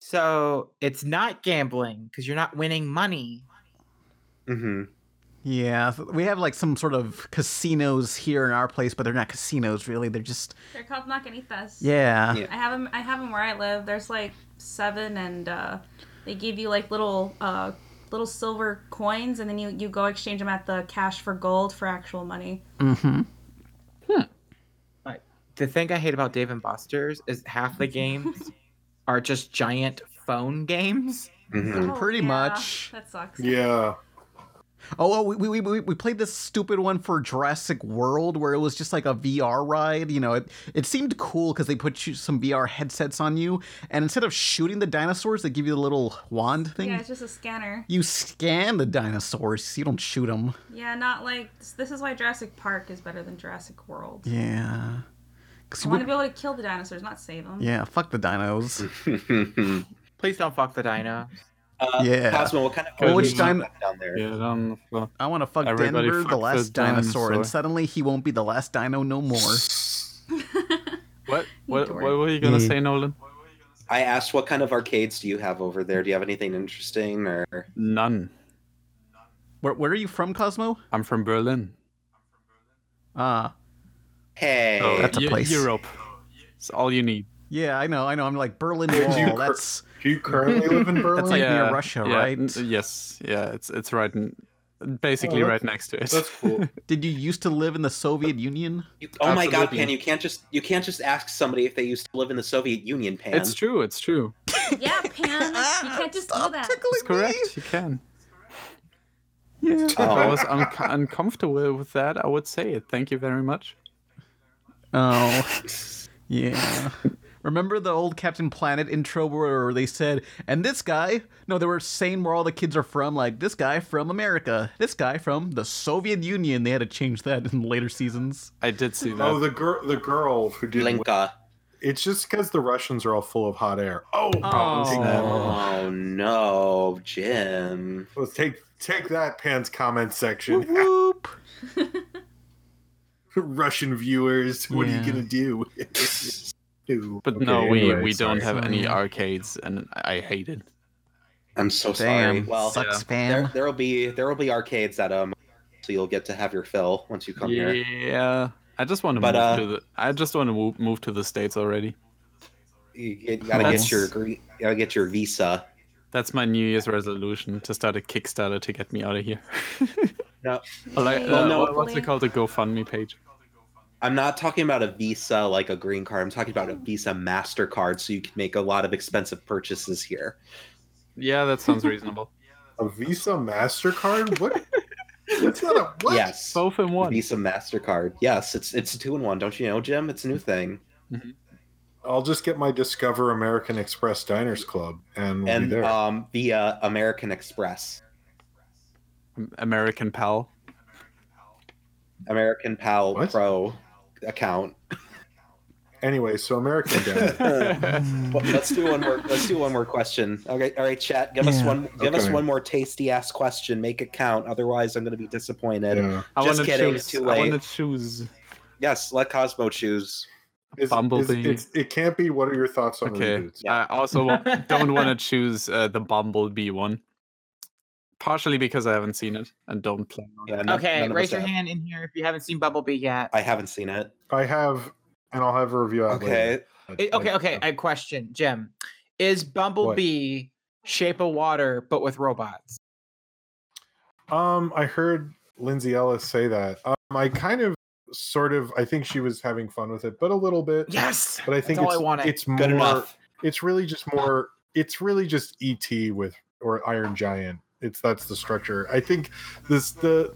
Speaker 3: So it's not gambling because you're not winning money.
Speaker 2: Mm-hmm.
Speaker 4: Yeah, so we have like some sort of casinos here in our place, but they're not casinos really. They're just
Speaker 7: They're called Nakanitas.
Speaker 4: Yeah. Yeah.
Speaker 7: I have them. I have them where I live. There's like seven, and uh, they give you like little uh, little silver coins, and then you you go exchange them at the cash for gold for actual money.
Speaker 3: Mm-hmm. The thing I hate about Dave and Buster's is half the games are just giant phone games.
Speaker 2: Mm-hmm.
Speaker 7: Oh,
Speaker 3: Mm.
Speaker 4: pretty
Speaker 7: yeah,
Speaker 4: much.
Speaker 7: That sucks.
Speaker 5: Yeah.
Speaker 4: Oh, oh we, we, we, we played this stupid one for Jurassic World where it was just like a VR ride. You know, it, it seemed cool because they put you, some VR headsets on you, and instead of shooting the dinosaurs, they give you the little wand thing.
Speaker 7: Yeah, it's just a scanner.
Speaker 4: You scan the dinosaurs, you don't shoot them.
Speaker 7: Yeah, not like this, this is why Jurassic Park is better than Jurassic World.
Speaker 4: Yeah. 'Cause
Speaker 7: I
Speaker 4: we-
Speaker 7: want to be able to kill the dinosaurs, not save them.
Speaker 4: yeah, fuck the dinos.
Speaker 3: Please don't fuck the dino.
Speaker 2: Uh,
Speaker 4: Yeah.
Speaker 2: Cosmo, what kind of
Speaker 4: Well, which
Speaker 2: cookies do you
Speaker 4: dino-
Speaker 2: have down there?
Speaker 6: Get on the floor.
Speaker 4: I want to fuck
Speaker 6: Everybody
Speaker 4: Denver,
Speaker 6: fuck
Speaker 4: the
Speaker 6: the
Speaker 4: last dinosaur,
Speaker 6: dinosaur.
Speaker 4: and suddenly he won't be the last dino no more.
Speaker 6: What, what,
Speaker 7: dork.
Speaker 6: what were you going to
Speaker 4: Yeah.
Speaker 6: say, Nolan?
Speaker 2: I asked what kind of arcades do you have over there? Do you have anything interesting or
Speaker 6: None.
Speaker 4: Where, where are you from, Cosmo?
Speaker 6: I'm from Berlin.
Speaker 4: Ah,
Speaker 2: hey?
Speaker 6: Oh,
Speaker 4: that's a place.
Speaker 6: Europe. It's all you need.
Speaker 4: yeah, I know, I know. I'm like Berlin
Speaker 5: Did you
Speaker 4: Wall.
Speaker 5: cur-
Speaker 4: That's
Speaker 5: Do you currently live in Berlin?
Speaker 4: That's like- near Russia,
Speaker 6: yeah,
Speaker 4: right?
Speaker 6: n- yes. Yeah. It's it's right, n- basically
Speaker 5: Oh,
Speaker 6: right next to it.
Speaker 5: That's cool.
Speaker 4: Did you used to live in the Soviet Union?
Speaker 2: You- oh my God,
Speaker 6: Absolutely.
Speaker 2: Pan! You can't just you can't just ask somebody if they used to live in the Soviet Union, Pan.
Speaker 6: It's true. It's true.
Speaker 7: Yeah, Pan, you can't just do that.
Speaker 6: It's correct. You can. Yeah. If I
Speaker 2: Oh.
Speaker 6: was un- uncomfortable with that, I would say it. Thank you very much.
Speaker 4: Oh, yeah. Remember the old Captain Planet intro where they said, "And this guy." No, they were saying where all the kids are from. Like this guy from America, this guy from the Soviet Union. They had to change that in later seasons.
Speaker 6: I did see that.
Speaker 5: oh, the girl, the girl who did.
Speaker 2: Linka.
Speaker 5: It's just because the Russians are all full of hot air. Oh,
Speaker 2: Oh no, Jim.
Speaker 5: let's take take that Pan's comment section.
Speaker 4: Whoop.
Speaker 5: Russian viewers, what are
Speaker 4: Yeah.
Speaker 5: you gonna do? Ew.
Speaker 6: But
Speaker 5: Okay,
Speaker 6: no, we,
Speaker 5: anyway,
Speaker 6: we don't
Speaker 5: sorry.
Speaker 6: have any
Speaker 4: Sorry.
Speaker 6: arcades, and I hate it.
Speaker 2: I'm so sorry.
Speaker 4: Damn.
Speaker 2: Well,
Speaker 4: sucks,
Speaker 2: there
Speaker 4: fam.
Speaker 2: there'll be there'll be arcades at um, so you'll get to have your fill once you come here.
Speaker 6: Yeah, I just want to
Speaker 2: But,
Speaker 6: move
Speaker 2: uh,
Speaker 6: to the. I just want to move, move to the states already.
Speaker 2: You, get, you gotta
Speaker 6: That's-
Speaker 2: get your gre- you gotta get your visa.
Speaker 6: That's my New Year's resolution to start a Kickstarter to get me out of here.
Speaker 2: No,
Speaker 6: Or like,
Speaker 7: Yay.
Speaker 6: uh,
Speaker 2: no,
Speaker 6: what- what's it called? The GoFundMe page.
Speaker 2: I'm not talking about a visa like a green card. I'm talking about a visa Mastercard, so you can make a lot of expensive purchases here.
Speaker 6: Yeah, that sounds reasonable.
Speaker 5: a Visa Mastercard. What? That's not a what?
Speaker 2: Yes,
Speaker 6: Both in one.
Speaker 2: Visa Mastercard. Yes, it's it's two in one. Don't you know, Jim? It's a new thing.
Speaker 5: I'll just get my Discover American Express Diners Club, and we'll be
Speaker 2: And
Speaker 5: there.
Speaker 2: um, via American Express,
Speaker 6: American Pal.
Speaker 2: American Pal
Speaker 5: What?
Speaker 2: Pro account.
Speaker 5: anyway, so American Dad.
Speaker 2: Well, let's do one more. Let's do one more question. Okay, all right, chat. Give us
Speaker 4: Yeah.
Speaker 2: one. Give us
Speaker 5: Okay.
Speaker 2: one more tasty ass question. Make it count. Otherwise, I'm going to be disappointed.
Speaker 5: yeah.
Speaker 6: I
Speaker 2: Just
Speaker 6: wanna
Speaker 2: kidding,
Speaker 6: Choose,
Speaker 2: it's too
Speaker 6: I
Speaker 2: late.
Speaker 6: want to choose.
Speaker 2: Yes, let Cosmo choose.
Speaker 5: It's,
Speaker 6: Bumblebee.
Speaker 5: It's, it's, it can't be. What are your thoughts on
Speaker 6: Okay.
Speaker 5: reboots?
Speaker 2: Yeah.
Speaker 6: I also wa- don't want to choose uh, the Bumblebee one, partially because I haven't seen it and don't plan on
Speaker 2: Yeah,
Speaker 6: it.
Speaker 2: no-
Speaker 3: okay,
Speaker 2: none of
Speaker 3: raise
Speaker 2: us
Speaker 3: your
Speaker 2: have.
Speaker 3: hand in here if you haven't seen Bumblebee yet.
Speaker 2: I haven't seen it.
Speaker 5: I have, and I'll have a review out
Speaker 2: Okay.
Speaker 5: later.
Speaker 3: I- okay, okay. I question, Jim. Is Bumblebee Shape of Water but with robots?
Speaker 5: Um, I heard Lindsay Ellis say that. Um, I kind of, sort of, I think she was having fun with it, but a little bit.
Speaker 3: Yes.
Speaker 5: But I think
Speaker 3: all
Speaker 5: it's
Speaker 3: I wanted.
Speaker 5: it's more.
Speaker 2: Good enough.
Speaker 5: It's really just more. It's really just ET with or Iron Giant. It's that's the structure. I think this the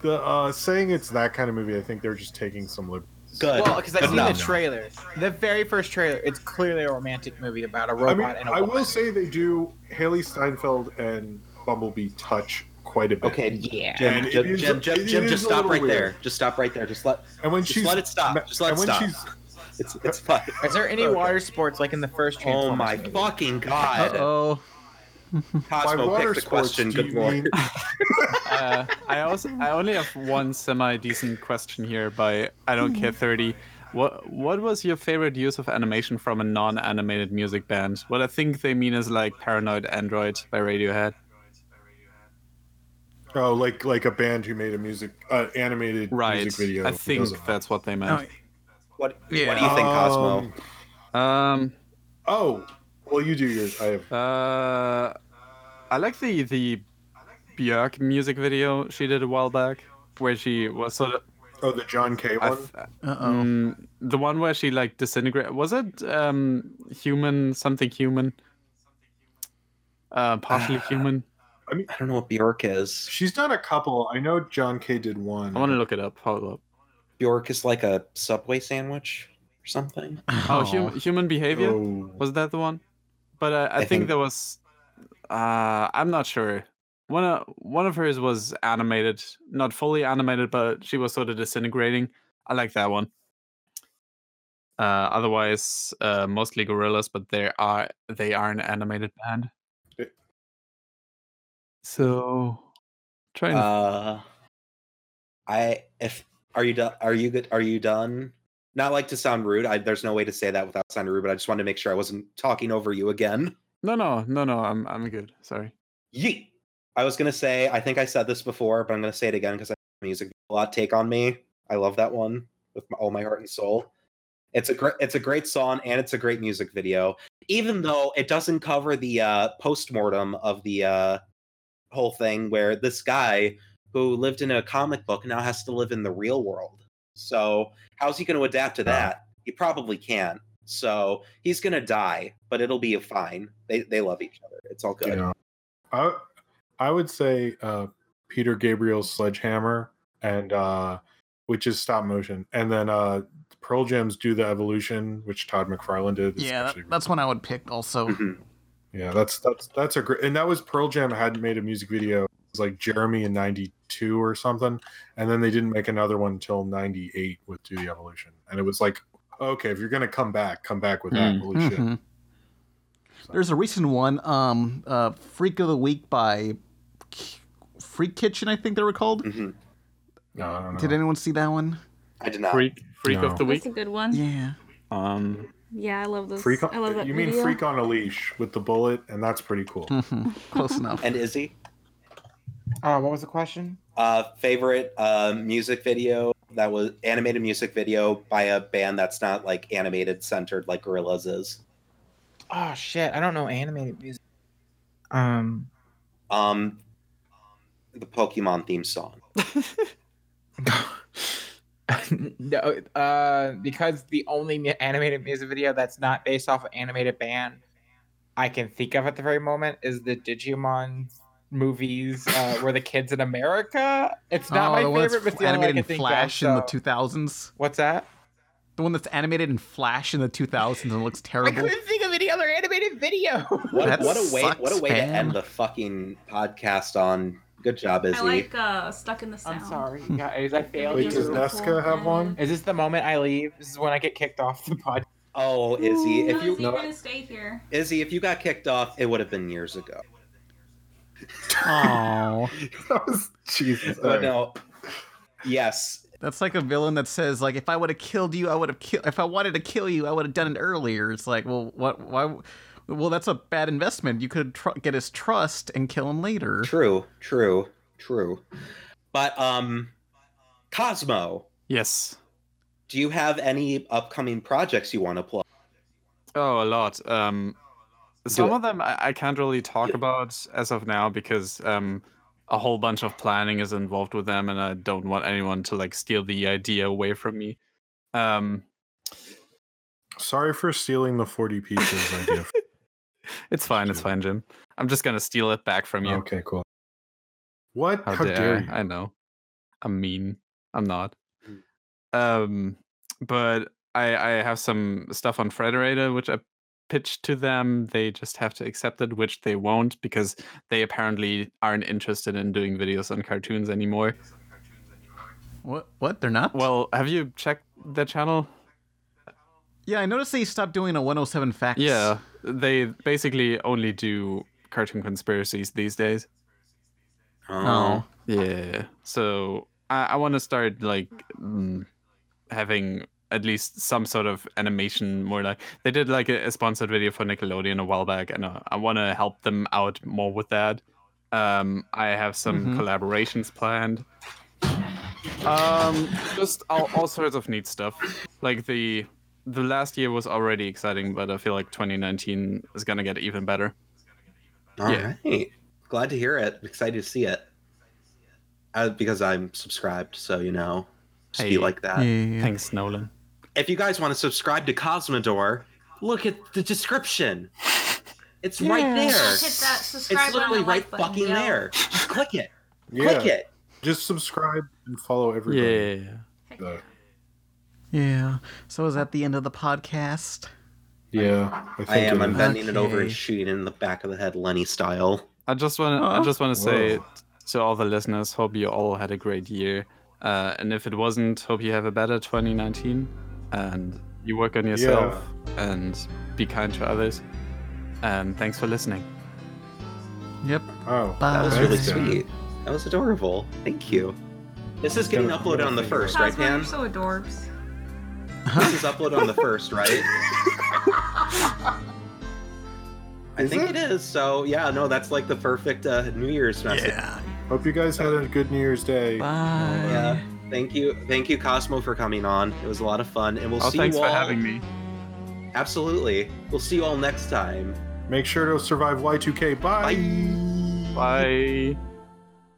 Speaker 5: the uh saying it's that kind of movie. I think they're just taking some liberties.
Speaker 2: Good.
Speaker 3: Well, because I've
Speaker 2: Good
Speaker 3: seen
Speaker 2: enough.
Speaker 3: the trailer, the very first trailer. It's clearly a romantic movie about a
Speaker 5: I
Speaker 3: robot
Speaker 5: mean,
Speaker 3: and a
Speaker 5: I
Speaker 3: woman.
Speaker 5: will say they do. Haley Steinfeld and Bumblebee touch quite a bit.
Speaker 2: Okay.
Speaker 3: Yeah.
Speaker 2: Jim,
Speaker 5: And it
Speaker 2: Jim,
Speaker 5: is
Speaker 2: Jim,
Speaker 5: a-
Speaker 2: Jim,
Speaker 5: it
Speaker 2: Jim,
Speaker 5: is
Speaker 2: just
Speaker 5: a
Speaker 2: stop
Speaker 5: little
Speaker 2: right
Speaker 5: weird.
Speaker 2: there. Just stop right there. Just let.
Speaker 5: And when
Speaker 2: Just
Speaker 5: she's
Speaker 2: let it stop.
Speaker 5: ma-
Speaker 2: Just let it
Speaker 5: and when
Speaker 2: stop.
Speaker 5: she's
Speaker 2: It's it's fun.
Speaker 3: Is there any
Speaker 5: Okay.
Speaker 3: water sports like in the first Transformers?
Speaker 2: Oh my
Speaker 3: movie?
Speaker 2: fucking god!
Speaker 4: Oh,
Speaker 5: by
Speaker 2: Cosmo picked
Speaker 5: water
Speaker 2: the
Speaker 5: sports,
Speaker 2: question.
Speaker 5: do
Speaker 2: Good
Speaker 5: you
Speaker 2: lord.
Speaker 5: mean-
Speaker 6: uh, I also I only have one semi decent question here by I don't care thirty. What what was your favorite use of animation from a non animated music band? What I think they mean is like Paranoid Android by Radiohead.
Speaker 5: Oh, like like a band who made a music uh, animated
Speaker 6: Right.
Speaker 5: music video.
Speaker 6: I
Speaker 5: that
Speaker 6: think
Speaker 5: doesn't-
Speaker 6: that's what they meant.
Speaker 4: Oh,
Speaker 2: What
Speaker 6: Yeah.
Speaker 2: What do you think, Cosmo?
Speaker 6: Um.
Speaker 5: Oh, well, you do yours. I have.
Speaker 6: Uh, I like the the Björk music video she did a while back, where she was sort of
Speaker 5: Oh, the John K
Speaker 6: I
Speaker 5: one.
Speaker 6: th-
Speaker 11: Uh-oh.
Speaker 4: Oh.
Speaker 6: mm, the one where she like disintegrated. Was it um human something human? Uh, partially human.
Speaker 2: I don't know what Bjork is.
Speaker 5: She's done a couple. I know John K did one.
Speaker 6: I want to look it up. Hold up.
Speaker 2: Bjork is like a subway sandwich or something.
Speaker 4: Mm-hmm.
Speaker 6: Oh, hum- human behavior.
Speaker 5: Oh.
Speaker 6: Was that the one? But uh, I, think,
Speaker 2: think-
Speaker 6: there was. Uh, I'm not sure. One of one of hers was animated, not fully animated, but she was sort of disintegrating. I like that one. Uh, otherwise, uh, mostly gorillas, but they are they are an animated band.
Speaker 5: Eh.
Speaker 6: So, trying. to
Speaker 2: Uh, I if are you done? Are you good? Are you done? Not like to sound rude. I, there's no way to say that without sounding rude, but I just wanted to make sure I wasn't talking over you again.
Speaker 6: no, no, no, no. I'm I'm good. Sorry.
Speaker 2: Yeet. I was gonna say, I think I said this before, but I'm gonna say it again because I have music a lot take on me. I love that one with my, all my heart and soul. It's a great, it's a great song and it's a great music video. Even though it doesn't cover the uh, postmortem of the uh, whole thing, where this guy who lived in a comic book now has to live in the real world. So how's he going to adapt to that? He probably can't. So he's going to die, but it'll be fine. They they love each other. It's all good.
Speaker 5: Yeah. I I would say uh, Peter Gabriel's Sledgehammer and uh, which is stop motion, and then uh, Pearl Jam's Do the Evolution, which Todd McFarlane did. is
Speaker 11: Yeah,
Speaker 5: actually-
Speaker 11: that, that's one I would pick also.
Speaker 2: Mhm.
Speaker 5: yeah, that's that's that's a great, and that was Pearl Jam hadn't made a music video. It was like Jeremy in '92 or something, and then they didn't make another one until '98 with Do the Evolution, and it was like, okay, if you're gonna come back, come back with
Speaker 7: Mm.
Speaker 5: that. Holy
Speaker 7: Mm-hmm.
Speaker 5: shit!
Speaker 4: Mm-hmm.
Speaker 11: Mhm. There's a recent one, um, uh, Freak of the Week by K- Freak Kitchen, I think they were called.
Speaker 5: No, I don't know.
Speaker 11: Did anyone see that one?
Speaker 2: I did not.
Speaker 6: Freak freak
Speaker 5: No.
Speaker 6: of the
Speaker 7: That's
Speaker 6: week.
Speaker 7: a good one. Yeah,
Speaker 11: Yeah.
Speaker 6: Um,
Speaker 7: I love those.
Speaker 5: Freak
Speaker 7: I love
Speaker 5: on,
Speaker 7: that
Speaker 5: you mean
Speaker 7: video. Hmm.
Speaker 5: freak on a leash with the bullet, and that's pretty cool.
Speaker 11: Close enough.
Speaker 2: And Izzy,
Speaker 3: Uh, what was the question?
Speaker 2: uh, favorite uh, music video that was animated music video by a band that's not like animated centered like Gorillaz is.
Speaker 3: Oh shit, I don't know animated music. Um,
Speaker 2: Um, the Pokemon theme song.
Speaker 3: no, uh, because the only mu- animated music video that's not based off an animated band I can think of at the very moment is the Digimon movies uh, where the kids in America. It's not
Speaker 11: Oh,
Speaker 3: my
Speaker 11: the one that's
Speaker 3: favorite, but it's the only one I
Speaker 11: animated
Speaker 3: can
Speaker 11: in
Speaker 3: think
Speaker 11: Flash
Speaker 3: of,
Speaker 11: in the
Speaker 3: so-
Speaker 11: 2000s.
Speaker 3: What's that?
Speaker 11: The one that's animated in Flash in the 2000s and looks
Speaker 3: I
Speaker 11: terrible.
Speaker 3: couldn't think of any other animated video.
Speaker 2: What,
Speaker 11: That
Speaker 2: what a way!
Speaker 11: sucks,
Speaker 2: what a way to end
Speaker 11: man.
Speaker 2: the fucking podcast on. Good job, Izzy.
Speaker 7: I like uh, Stuck in the Sound.
Speaker 3: I'm sorry, guys. I failed
Speaker 5: Wait, does
Speaker 3: you.
Speaker 7: that-
Speaker 5: Nesca have one?
Speaker 3: Is this the moment I leave? This is when I get kicked off the podcast.
Speaker 2: oh, Izzy, if you
Speaker 7: are gonna stay here.
Speaker 2: Izzy, if you got kicked off, it would have been years ago.
Speaker 11: Aww.
Speaker 5: that was Jesus.
Speaker 2: But Oh, no. Yes,
Speaker 11: That's like a villain that says like, if I would have killed you, I would have killed. If I wanted to kill you, I would have done it earlier. It's like, well, what? Why? Well, that's a bad investment. You could tr- get his trust and kill him later.
Speaker 2: true, true, true. But um, Cosmo,
Speaker 6: yes.
Speaker 2: do you have any upcoming projects you want to plug?
Speaker 6: Oh, a lot. Um, some
Speaker 2: it.
Speaker 6: of them I, I can't really talk about as of now because um, a whole bunch of planning is involved with them, and I don't want anyone to like steal the idea away from me. Um,
Speaker 5: Sorry for stealing the 40 pieces idea.
Speaker 6: it's fine. It's fine, Jim. I'm just gonna steal it back from you.
Speaker 5: Okay, cool. What?
Speaker 6: How, dare, I? I know. I'm mean. I'm not. Um, but I I have some stuff on Frederator which I pitched to them. They just have to accept it, which they won't because they apparently aren't interested in doing videos on cartoons anymore.
Speaker 11: What? What? They're not.
Speaker 6: Well, have you checked their channel?
Speaker 11: yeah, I noticed they stopped doing a 107 facts.
Speaker 6: Yeah, they basically only do cartoon conspiracies these days.
Speaker 11: Oh.
Speaker 6: Yeah. So I, I want to start like mm, having at least some sort of animation more like they did like a, a sponsored video for Nickelodeon a while back, and uh, I want to help them out more with that. Um, I have some
Speaker 8: Mhm.
Speaker 6: collaborations planned. Um, just all, all sorts of neat stuff. Like the the last year was already exciting, but I feel like 2019 is gonna get even better.
Speaker 2: All
Speaker 6: Yeah.
Speaker 2: right. Glad to hear it. Excited to see it. Uh, because I'm subscribed, so you know, just be like that.
Speaker 6: Thanks, Nolan.
Speaker 2: If you guys want to subscribe to Cosmodor, look at the description. It's right there.
Speaker 7: Hit that subscribe
Speaker 2: it's literally
Speaker 7: button,
Speaker 2: right
Speaker 7: like button,
Speaker 2: fucking
Speaker 7: yeah.
Speaker 2: there. Just click it.
Speaker 5: Yeah.
Speaker 2: Click it.
Speaker 5: Just subscribe and follow everybody. Yeah.
Speaker 11: Yeah. So is that the end of the podcast?
Speaker 5: yeah.
Speaker 2: I, am. I'm
Speaker 11: is.
Speaker 2: bending it over and
Speaker 11: Okay.
Speaker 2: shooting it in the back of the head, Lenny style.
Speaker 6: I just want to. I
Speaker 11: Huh?
Speaker 6: just want to say
Speaker 5: Whoa.
Speaker 6: to all the listeners, hope you all had a great year. Uh, and if it wasn't, hope you have a better 2019, and you work on yourself and be kind to others. And thanks for listening.
Speaker 11: Yep.
Speaker 5: Oh,
Speaker 2: That was
Speaker 11: Bye.
Speaker 2: really
Speaker 5: thanks, Dan.
Speaker 2: sweet. That was adorable. Thank you. This is getting uploaded on the first, right,
Speaker 7: Cosmo, you're
Speaker 2: Dan?
Speaker 7: so adorbs.
Speaker 2: This is uploaded on the first, right? I
Speaker 5: Is
Speaker 2: think
Speaker 5: it?
Speaker 2: it is. So yeah, no, that's like the perfect uh, New Year's message.
Speaker 5: Hope you guys had a good New Year's Day.
Speaker 11: Bye.
Speaker 2: Yeah. Thank you, thank you, Cosmo, for coming on. It was a lot of fun, and we'll
Speaker 6: oh,
Speaker 2: see
Speaker 6: thanks
Speaker 2: you
Speaker 6: for
Speaker 2: all.
Speaker 6: having me.
Speaker 2: Absolutely, we'll see you all next time.
Speaker 5: Make sure to survive Y2K. Bye.
Speaker 2: Bye.
Speaker 6: Bye.